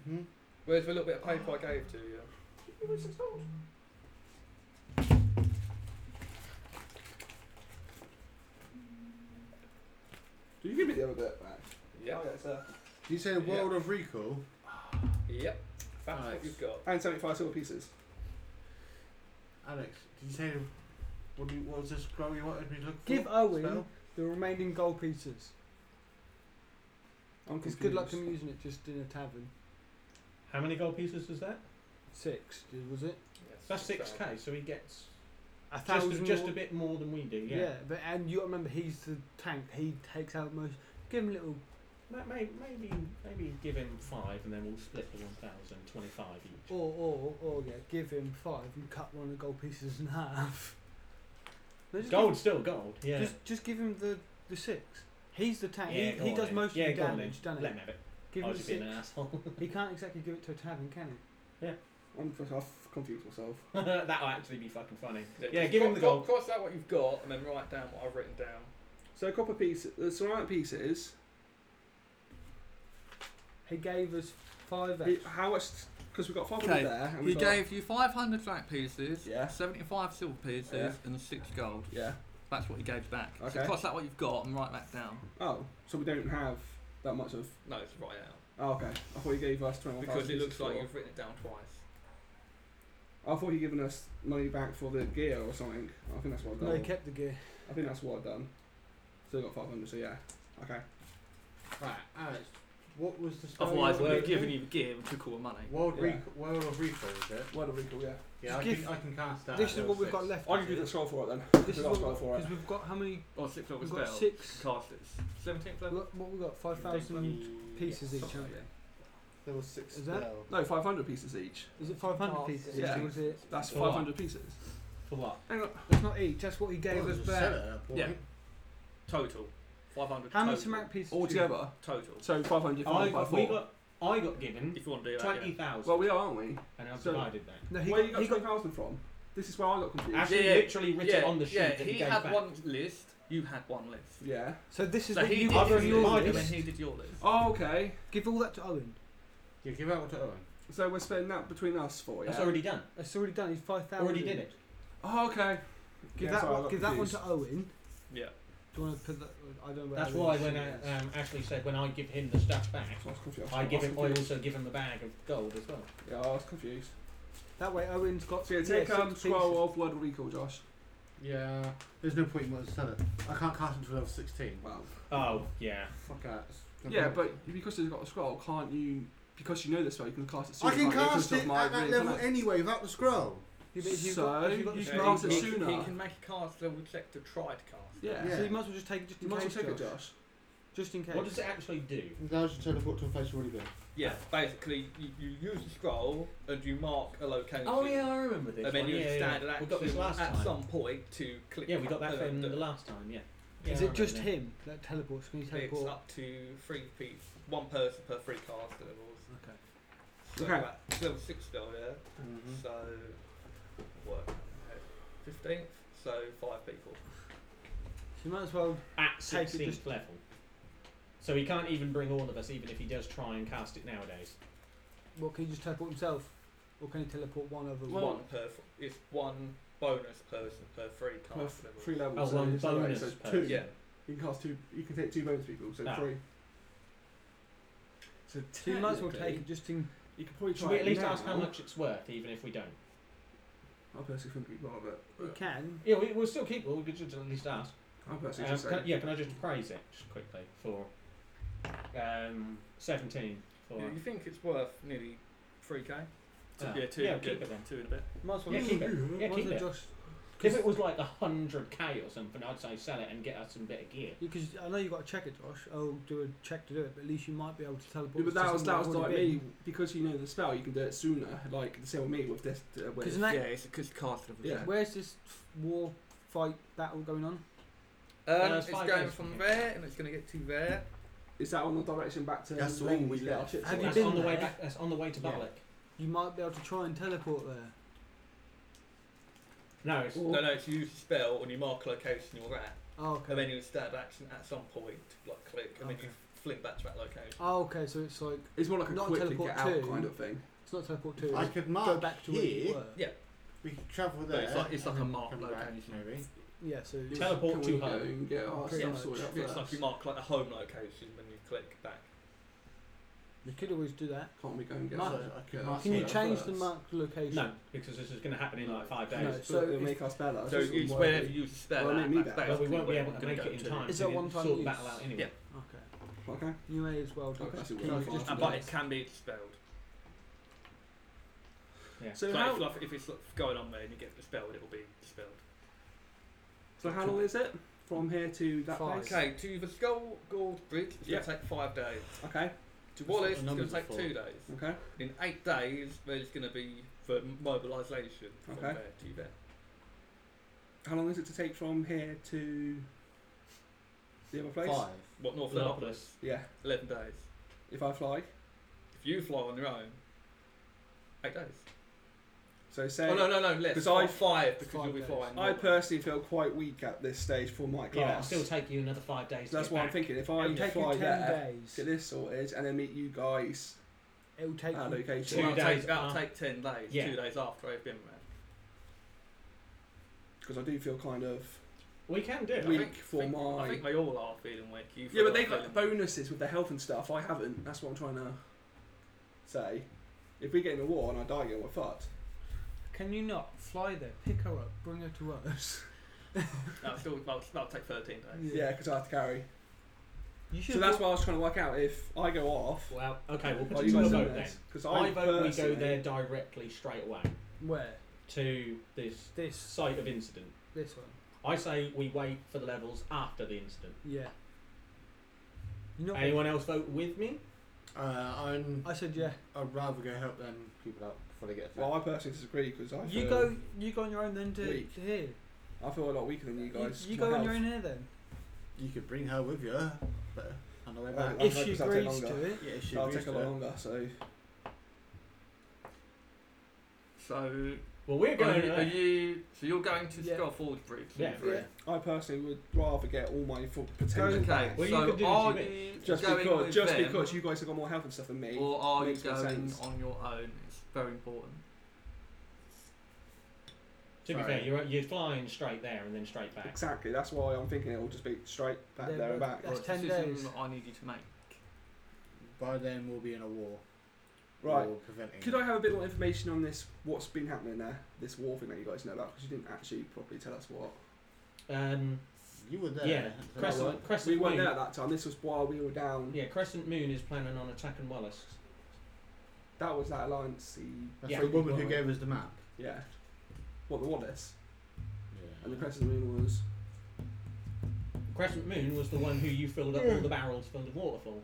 Mhm.
Where's the little bit of paper I gave to you? Mm.
Do you give me the other bit back?
Yep.
Oh, yeah, sir.
You say World of Recall?
Yep. That's
Nice.
what you've got.
And 75 silver pieces.
Alex, did you say what, do you, what was this scroll you wanted me to look for?
Give Owen
Spell?
the remaining gold pieces.
I'm
It's good luck
confused.
I'm using it just in a tavern.
How many gold pieces was that?
Six, did- was it?
That's six k, so he gets
A
just,
thousand
just
more-
a bit more than we do. Yeah.
but and you remember he's the tank. He takes out most. Give him a little.
Ma- may- Maybe maybe give him five, and then we'll split the 1,025 each.
Or or or yeah, give him five and cut one of the gold pieces in *laughs* half. No, just
Gold's still gold, yeah.
Just just give him the the six. He's the tank. he
Yeah, go
he
on
does
then.
most
Yeah,
of the
go on
damage,
then.
doesn't
Let
he?
him have it.
Give
I
him
was
the
being
six.
an asshole. *laughs*
he can't exactly give it to a tavern, can he?
Yeah.
I'm, I've confused myself.
That'll actually be fucking funny. Yeah,
Just
give him
cro-
the
cro-
gold.
Cross out what you've got and then write down what I've written down.
So copper piece, the ceramic pieces.
He gave us five.
He, how much? Because we got five
Okay,
there. And
he
we got,
gave you 500 black pieces,
Yeah.
75 silver pieces,
Yeah.
and 6 gold.
Yeah.
That's what he gave back. So
Okay.
cross out what you've got and write that down.
Oh, so we don't have that much of.
No, it's right out.
Oh, okay. I thought you gave us twenty-one.
Because it looks like you've written it down twice.
I thought you'd given us money back for the gear or something. I think that's what I've done.
No, he kept the gear.
I think that's what I've done. Still got 500, so yeah. Okay.
Right, Alex,
what was the
spell
Otherwise,
you were
we've
giving
given
me?
you gear and took all the money.
World,
Yeah.
Recall- World of Recall, is it?
World of Recall, yeah.
Yeah,
Just
I
give-
can, I can cast that.
this is
at
what
level
we've got
six.
left.
I can do the scroll for it then.
This
Do
is
the
what
scroll for it.
because we've got how many?
Or six level
We've got
spells.
six.
Cast it. 17th level?
What, what we got? Five thousand pieces each. haven't we?
There was six.
Is that-
spells.
No, 500 pieces each.
Is it five hundred
Oh,
pieces?
yeah.
Or is it?
That's
Wow.
500 pieces.
For what?
Hang on.
That's not each. That's what he gave
Well,
us
there's a
back.
set at that point.
Yeah. Total. 500
How
total.
many ceramic pieces?
All
do you-
together.
Total.
So 500
I
divided by
got, we
4.
got, I got given
If you want to do that, yeah.
20,000,
well, we are, aren't we?
and I've
so-
divided that.
No, he
Where you
he
got 20,000 from? This is where I got confused.
Actually,
Yeah, yeah.
literally written
yeah,
on the sheet
Yeah,
that
he,
he gave
had
back.
one list, you had one list.
Yeah.
So this is
So
what
he
you
did
got
your
from your
list, and
list.
then he did your list.
Oh, okay.
Give all that to Owen.
Yeah, give out to Owen.
So we're splitting that between us four, yeah?
That's already done.
It's already done. He's five thousand.
Already did it.
Oh, okay.
Give
Yeah,
that.
sorry, I
one,
got
give that one to
confused.
Owen.
Yeah.
Do you want to put that? I don't. know where
That's
Owen's
why when
sheet
uh,
is.
um, Ashley said when I give him the stuff back,
I was confused.
I give
was
him. I
confused.
also give him the bag of gold as well.
Yeah, I was confused.
that way Owen's got.
So yeah, take
yeah,
um,
six
scroll of Word Recall, Josh.
Yeah, there's no point in what I said. I can't cast until level 16.
Wow.
Oh yeah.
Fuck that. It's-
Yeah, but because you've got a scroll, can't you? Because you know this spell, you can cast it. sooner,
I can
can't you?
cast
Because
it
of my
at that
ring,
level
can't I?
anyway without the scroll.
Yeah, but if you've
So,
got- if you've got the
you
spell
can
book-
answer
he,
sooner.
he can make a cast level check to try to cast.
Yeah.
Yeah.
So you might as well just take it just
You
in
might
case.
as well take it,
Josh.
Josh.
Just in case.
What does it actually do?
Now you teleport to a place you're already been.
Yeah, basically, you, you use the scroll and you mark a location.
Oh yeah, I remember this.
And then
one.
you
yeah,
use
yeah,
standard
yeah.
action
We got this last
at
time.
some point to click.
Yeah, we got that
uh,
from
the-
the last time. Yeah. yeah
Is
I
it just
remember
him that teleports? Can he
It's
teleport?
up to three people, one person per three cast levels.
Okay.
So
Okay.
that's level six still there. So what? Fifteenth. So five people.
So you might as well.
that. At
Take it
16th
just-
level. So he can't even bring all of us, even if he does try and cast it nowadays.
What can he just teleport himself, or can he teleport one over
Well-
one?
one per. f- It's one bonus person per three
Well,
cast level.
three levels.
Oh,
so
one
it's like-
bonus
so
per-
two.
Yeah.
You can cast two. You can take two bonus people, so
Ah.
three. So
So you might as well take it just in.
You can probably
Should
try.
we
it
at least
now.
ask how much it's worth, even if we don't?
I personally think we've got it.
You
but
can.
Yeah, we, we'll still keep it. We could just at least ask.
I
Um,
personally just
can I-
say.
yeah, can I just praise it just quickly for um, 17 for
You think it's worth nearly three k?
Ah.
yeah, two.
Yeah,
good,
keep it then.
two in a bit.
Might as well.
Yeah, keep it. Yeah,
might as
keep
well
it.
Just,
If it was like the hundred k or something, I'd say sell it and get us some better gear.
because I know you've got to check it, Josh. I'll do a check to do it, but at least you might be able to teleport.
Yeah, but that was that was like me
me.
because you know the spell, you can do it sooner. Like the same with me with this. Uh, with
Because that,
it's because cast level.
yeah.
where's this f- war fight battle going on?
Uh,
Um,
it's
it's
five
going
days,
from
okay.
there and it's going to get to there.
Is that on the direction back to?
That's the
Lane
one we
to get our
left.
ships
Have
on?
you
that's
been
on the way
there?
back. That's on the way to
Yeah.
Balak.
You might be able to try and teleport there.
No, it's,
No, no, it's you use the spell and you mark a location you're at,
Oh, okay.
and then you use standard action at some point, like click, and then you
Okay.
fling back to that location.
Oh, okay. So it's like
It's more like a
Not
quickly
teleport
get out
two.
kind of thing.
it's not teleport two.
I
it's
could
go
mark
back to where you
here.
were.
Yeah.
We could travel
No,
there.
it's like- it's like
and
a
then
mark
come
location.
back, maybe.
Yeah. So
teleport
Can
to
we go
home.
and get our
Pretty
stuff
much.
sorted out
It's like
first?
you mark like a home location when you click back.
you could always do that.
Can't we go and get
Mark-
our-
I can
get
mark
our
it.
Can you
stuff
change the
first?
marked location?
No, because this is going to happen in like five days.
No,
But
so
it'll
if-
make us better.
So
It's
it's
just
wherever
unworthy.
you spell
Well,
that,
I mean, me
that's
back.
But we
basically
won't be
where
able
we're
to
gonna
make
go
it in
to.
time.
Is
to
that one-time
sort the
use?
battle out anyway?
Yeah.
Okay.
Okay.
You may as well.
Okay, that's a
Can
one
you
fast
just- uh, but
one.
it can be expelled.
Yeah.
So,
So
if,
how-
like, if it's like, going on there and you get dispelled, it will be dispelled.
So how long is it from here to that place?
Okay, to the Skull Gold Bridge, it's
Yeah.
going to take five days.
Okay.
To
That's what the
Wallace, it's going to
numbers are
take
for.
two days.
Okay.
In eight days, there's going to be the mobilisation from
Okay.
there to there.
How long is it to take from here to the other place?
Five. What, North Leopolis?
Yeah.
Eleven days.
If I fly.
If you fly on your own, eight days.
So say.
Oh, no, no, no, less.
Uh, Because
Fi-
I
five, because Five you'll be days. flying
I
more.
personally feel quite weak at this stage for my
Yeah, it'll
class.
still take you another five days.
So that's
to get
what I'm
back.
thinking. If I
It'll take you
fly
10
there,
days.
get this sorted, and then meet you guys.
It'll take
at
you
location.
Two days. That'll take ten days.
Yeah.
Two days after I've been there.
because I do feel kind of.
We can do.
I
Weak
think-
for
think-
my.
I think they all are feeling weak. You
yeah,
feel
but
like
they've got
feeling-
bonuses with their health and stuff. I haven't. That's what I'm trying to say. If we get in a war and I die again, we're fucked.
Can you not fly there? Pick her up. Bring her to us.
That'll still that'll, that'll take thirteen days.
*laughs* Yeah, because I have to carry.
You
so that's why I was trying to work out if I go off.
Well, okay, we'll
are
put it
you
to a
guys in
vote then.
this? 'Cause
I vote we go
personally-
there directly straight away.
Where?
To this
this
site of incident.
This one.
I say we wait for the levels after the incident.
Yeah. You're not
Anyone else vote with me?
Uh, I'm.
I said yeah.
I'd rather go help them people out before they get attacked.
Well, I personally disagree because I
You
feel
go. You go on your own then to,
Weak.
to here.
I feel a lot weaker than you
You,
guys.
you go
My
on
health.
your own here then.
You could bring her with you, but on the way back.
Well,
If
I'd
she
like to take
agrees
longer.
to it.
Yeah, if she
That'll
agrees
Oh, take a
to
lot
it.
longer. So
So.
Well, we're going
Are you?
there.
Are you so you're going to yeah. Forward Bridge.
Yeah.
Avery?
I personally would rather get all my full potential.
Okay,
back.
Well, you so could do are this, you you
just
going
because
with
just
them?
because you guys have got more health and stuff than me?
Or are you
makes no
going
sense.
on your own? It's very important.
To be
Sorry.
fair, you're, you're flying straight there and then straight back.
Exactly. That's why I'm thinking it will just be straight back
Then
there and
that's
back.
Well,
ten
decision
days.
that I need you to make.
By then, we'll be in a war.
Right.
Or preventing.
Could I have a bit more information on this? What's been happening there? This war thing that you guys know about because you didn't actually properly tell us what.
Um,
you were there.
Yeah,
So
we
Crescent,
weren't,
Crescent
we weren't
Moon.
there at that time. This was while we were down.
Yeah, Crescent Moon is planning on attacking Wallace.
That was that alliance. The,
That's Yeah. the woman who gave
us the map.
Yeah. What the Wallace?
Yeah.
And the Crescent Moon was.
Crescent Moon was the one who you filled up all the barrels full of waterfall.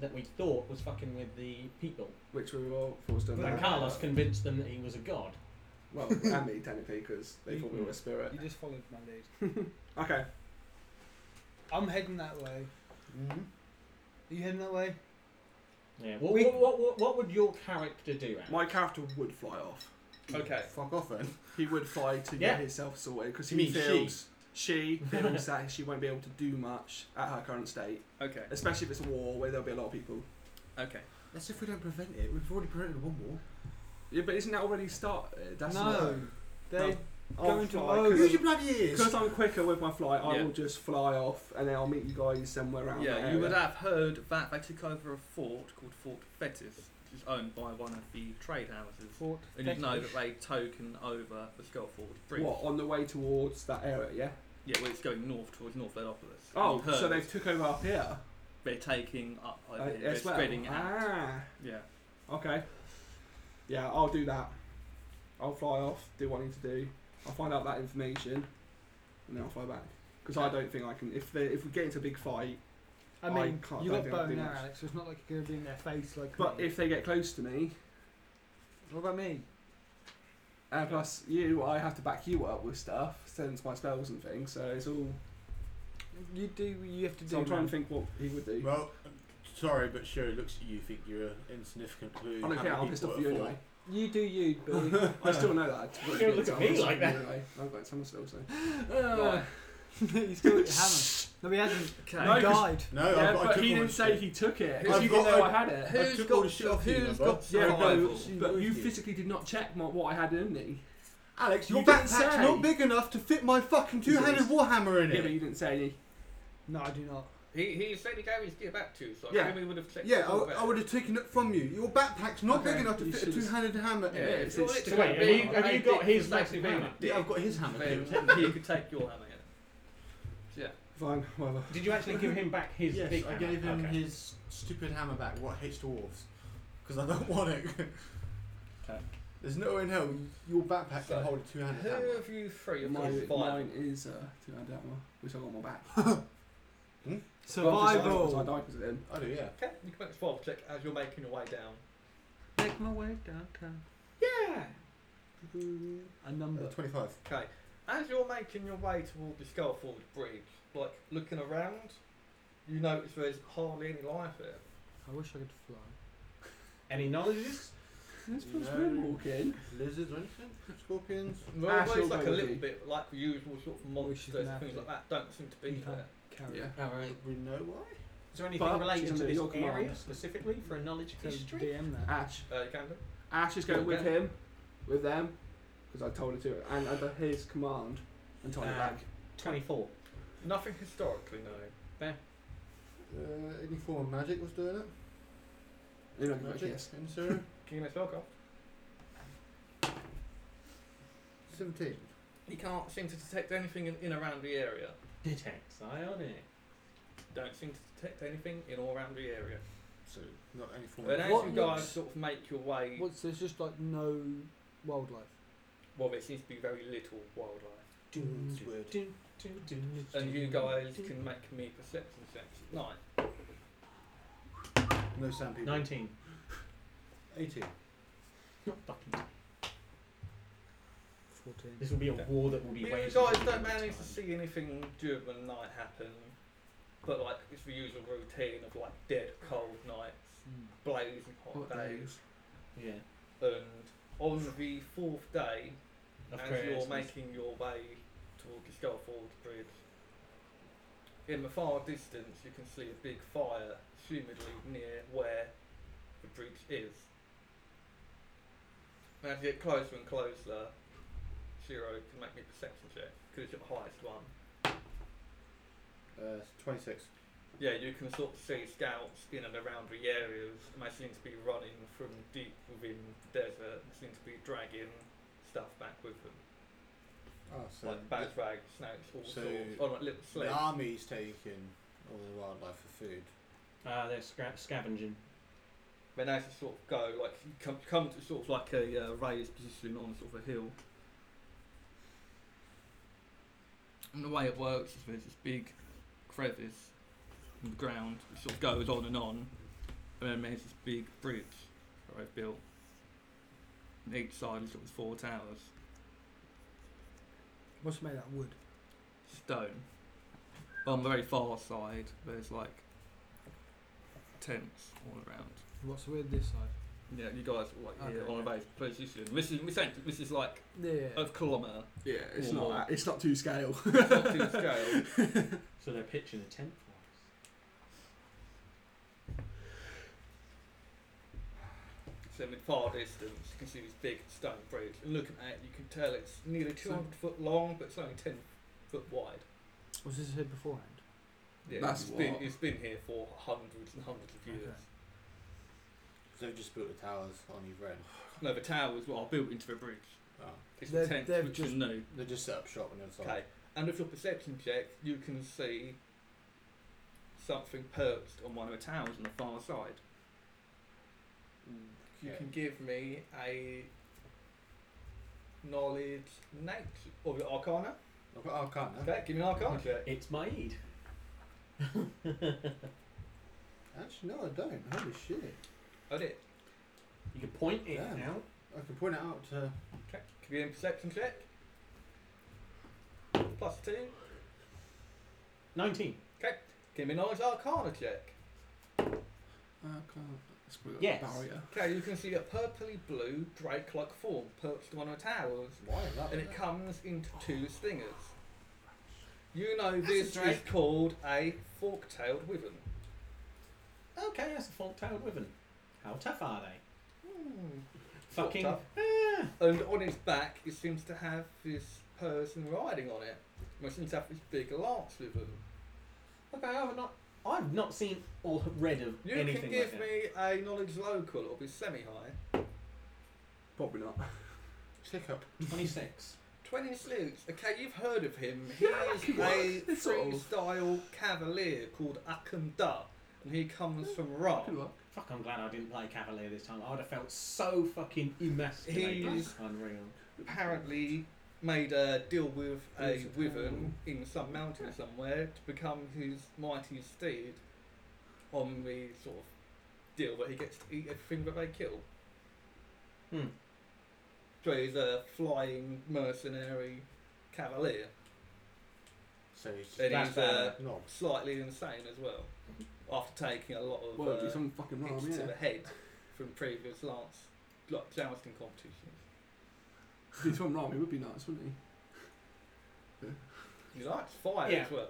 That we thought was fucking with the people.
Which we were all forced to.
And Carlos convinced them that he was a god.
Well, and me technically because they thought we were a spirit.
You just followed my lead. *laughs*
Okay.
I'm heading that way.
Mm-hmm.
Are you heading that way?
Yeah. What,
We-
what, what, what, what would your character do, Ant?
My character would fly off.
Okay.
Fuck off
*laughs*
then.
He would fly to
Yeah.
get himself sorted because
You
he
mean she?
feels she, feels that she won't be able to do much at her current state.
Okay.
Especially if it's a war where there'll be a lot of people.
Okay.
That's if we don't prevent it. We've already prevented one war.
Yeah, but isn't that already started? That's
No.
not-
They're
I'll
going to
fly,
Oz.
'cause-
Use your bloody ears.
Because I'm quicker with my flight, I
Yeah.
will just fly off and then I'll meet you guys somewhere around. that
Yeah, you would
area.
have heard that they took over a fort called Fort Fetis, which is owned by one of the trade houses.
Fort
and you'd know
Fetish.
that they token over the Skullford Bridge.
What on the way towards that area? Yeah.
Yeah, well, it's going north towards North Velopolis.
Oh,
You've heard
so they've took over up here.
They're taking up over
Uh,
here. They're
as well.
spreading out.
Ah.
Yeah.
Okay. Yeah, I'll do that. I'll fly off, do what I need to do. I'll find out that information, and then I'll fly back. Because I don't think I can. If they, if we get into a big fight,
I mean,
can't,
you
don't
got
think I
bow
can do
and arrow,
much.
Alex. So it's not like you're going to be in their face like
But
me.
if they get close to me,
what about me?
and plus you, I have to back you up with stuff, since my spells and things. So it's all.
You do. what You have to do.
So I'm trying
man.
to think what he would do.
Well, sorry, but Sherry looks at you, think you're an insignificant clue.
I don't care. I'm pissed off you anyway.
You do you,
*laughs*
Billy.
I still know that.
You don't look at me like that.
I've got
*laughs*
some still. So.
Uh, *laughs* He's still got your hammer. No, he hasn't.
No,
He
'cause-
died.
*laughs* No,
yeah,
I've got- I
but
took
he
all
didn't
the
say
shit.
he took it.
I've
Because you
got-
didn't know I
I've-
had it.
I Who's took all got- the shit off you, who's remember? got
Yeah, no,
survival?
but you
With you.
physically did not check my, what I had in me.
Alex,
You
your
didn't
backpack's
say.
not big enough to fit my fucking two-handed warhammer in
Yeah, but
it.
you didn't say any.
No, I do not.
He, he said he gave his gear back to you, so I
Yeah.
think we would have checked
Yeah,
it all
I,
better.
I would have taken it from you. Your backpack's not
Okay,
big enough to
you
fit a
should've-
two-handed hammer.
Yeah,
in it.
if you're
it's-
literally
wait,
a
have you-
big-
have
a
you got
dick
his
with massive
massive hammer?
*laughs*
Yeah, I've got his hammer.
Then he could take your hammer. Yeah. Yeah.
If
Fine,
uh,
whatever.
Did you actually
*laughs*
give him back his
yes,
big
I
hammer?
gave him
Okay.
his stupid hammer back. What hates dwarves? Because I don't want it. *laughs*
Okay.
There's no way in hell your backpack
So,
can hold a two-handed
who
hammer.
of you three have got
Mine,
five?
mine is uh, two hand hammer, which I got on my back.
Hmm?
Survival. I died because
I do, yeah.
Okay, you can make a survival check as you're making your way down.
Make my way downtown.
Yeah.
A number.
Uh, 25.
Okay. As you're making your way toward the Skullford Bridge, like looking around, you notice there's hardly any life here.
I wish I could fly.
Any knowledges?
This feels
No.
weird walking.
Lizards or anything? Scorpions?
Well,
Ash
there's
will
like
go
a
with
little
you.
bit, like the usual sort of
Well,
monsters
she's gonna
and
have
things
to.
like that don't seem to be
You can't
there.
carry
Yeah.
it.
All right.
We know why?
Is there anything
But
related
it's
to
under
this
your command,
area
so-
specifically for a knowledge
So
history?
DM that.
Ash.
Uh, you can do.
Ash is going with
Okay.
him, with them, because I told her to, and under his command, and tied her
Um,
back.
24.
Uh, Nothing historically, no.
Uh, any form of magic was doing it?
And then I can go,
Magic?
yes.
And so,
Can you make a spell cast?
17.
You can't seem to detect anything in, in around the area.
Detect psionic.
Don't seem to detect anything in or around the area.
So, not any form
But
of
as
What
you
looks-
guys sort of make your way,
What's there's just like no wildlife.
well, there seems to be very little wildlife.
Dun,
It's weird.
dun, dun, dun,
And you
dun,
guys
dun.
can make me perception checks at night.
No sand people.
19.
18.
Not fucking.
Fourteen.
This will be a
Okay.
war that will be
You
waged.
guys don't manage to see anything during the night happen, but like it's the usual routine of like dead cold nights, blazing Hmm. hot
What
days,
Yeah.
and on the fourth day,
Of
as
Christmas.
you're making your way toward the Skullford Bridge, in the far distance you can see a big fire, assumedly near where the bridge is. And as you get closer and closer, Shiro can make me a perception check because you're the highest one.
Uh, 26.
Yeah, you can sort of see scouts in and around the areas, and they seem to be running from deep within the desert, and seem to be dragging stuff back with them.
Ah, so
like bags, snakes, all
so
sorts, on like little
the, the
sleds.
army's taking all the wildlife for food.
Uh, they're scra- scavenging.
Then as you sort of go, like you come, come to sort of like a uh, raised position on sort of a hill. And the way it works is there's this big crevice in the ground, which sort of goes on and on, and then there's this big bridge that they've built. And each side is sort of four towers,
What's made out of wood?
stone. On the very far side, there's like tents all around.
What's with this side?
Yeah, you guys were like here
Okay.
on a base position. This is this, ain't, this is like
Yeah.
a kilometre.
Yeah, it's
Or-
not. It's not two scale.
*laughs*
*laughs*
It's not to scale.
So they're pitching a tent for us.
So in the far distance, you can see this big stone bridge, and looking at it, you can tell it's nearly 200 foot long, but it's only 10 foot wide.
Was this here beforehand?
Yeah,
That's
it's been
what-
it's been here for hundreds and hundreds of years.
So they've just built the towers on either end.
No, the towers were built into the bridge.
Oh.
It's
They've-
the tents
they've
which
just-
are new.
They just set up shop on the other
Okay,
side.
and with your perception check, you can see something perched on one of the towers on the far side. You
Okay.
can give me a knowledge nature or the arcana.
I've got Arcana.
Okay, give me an arcana check.
It's my Eid.
Actually, no, I don't. Holy shit.
Oh dear.
You can point it
Damn.
out.
I can point it out to.
Okay, give me a perception check. Plus two.
19.
Give me a knowledge arcana check.
Uh, can't- it's probably got a
Yes.
barrier.
Okay, you can see a purpley blue drake like form perched on one of the towers,
Why is that?
and
there?
it comes into two stingers. You know this is
drake.
called a fork tailed wyvern.
Okay, that's a fork tailed wyvern. How tough are they?
Sort
Fucking. ah.
of. And on its back, it seems to have this person riding on it. And It seems to have this big lance with them.
Okay, I've not, I've not seen or read of
You
anything
can give
like that.
me a knowledge local, it'll be semi high.
Probably not.
Tick up.
26.
Twenty sleuths. Okay, you've heard of
*laughs*
him. He is a freestyle cavalier called Akunda, and he comes from Ra.
Fuck, I'm glad I didn't play Cavalier this time. I would have felt so fucking emasculated.
He's-
Unreal.
Apparently, made a deal with a wyvern in some mountain somewhere to become his mighty steed. On the sort of deal that he gets to eat everything that they kill.
Hmm.
So he's a flying mercenary cavalier.
So he's
And
That's
he's uh,
fair.
no.
slightly insane as well. After taking a lot of
Well, do
uh,
something fucking wrong,
hits to
yeah.
the head from previous lance like, jousting competitions.
If he's from Rami, it would be nice, wouldn't he?
He likes fire
Yeah.
as well.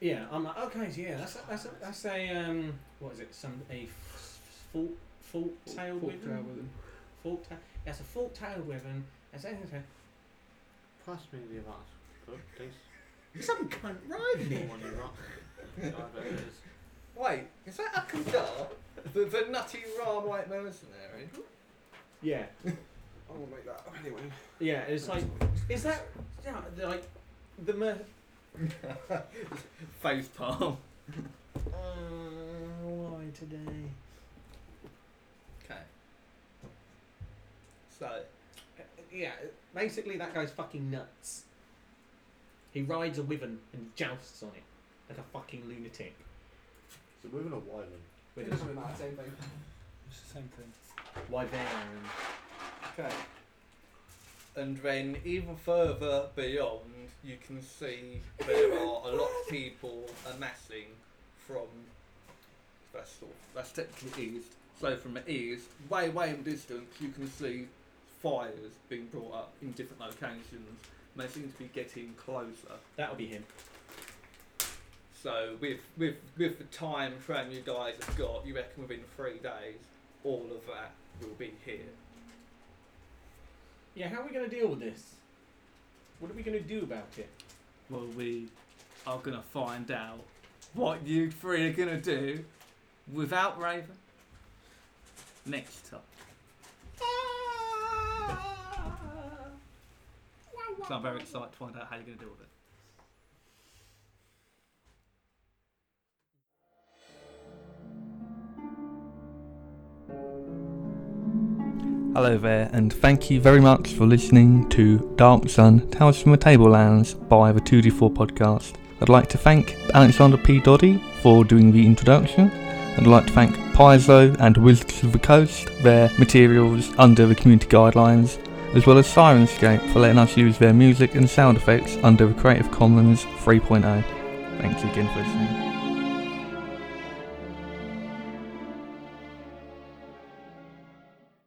Yeah, I'm like, okay, so yeah, that's a, that's a, that's a um, what is it? Some a fault fault tail
Fork tail
wyvern.
with him.
Fault tail. That's a fault tail wyvern. That's anything.
Pass me the amount. Good, please.
Some cunt riding
The
it.
one you
*laughs*
rock. I bet it is.
Wait, is that Akandar? the, the nutty ram white mercenary?
Yeah,
I want to make that. Anyway.
yeah. It's like, is that yeah, the, like the mer-
*laughs* Face palm.
uh, why today?
Okay. So,
Yeah, basically that guy's fucking nuts. He rides a wyvern and jousts on it like a fucking lunatic.
So we're in a wyvern.
With
It
his
doesn't really matter, same thing.
It's the same thing.
wyvern.
okay. And then even further beyond, you can see there are a lot of people amassing from that's sort of, that's technically east. So from the east, way way in distance, you can see fires being brought up in different locations. And they seem to be getting closer.
That'll be him.
So with with with the time frame you guys have got, you reckon within three days, all of that will be here.
Yeah, how are we going to deal with this? What are we going to do about it?
Well, we are gonna find out what you three are gonna do without Raven next time. So I'm very excited to find out how you're gonna deal with it.
Hello there, and thank you very much for listening to Dark Sun Tales from the Tablelands by the 2D4 podcast. I'd like to thank Alexander P. Doddy for doing the introduction. I'd like to thank Paizo and Wizards of the Coast, their materials under the community guidelines, as well as Sirenscape for letting us use their music and sound effects under the Creative Commons 3.0. Thank you oh. again for listening.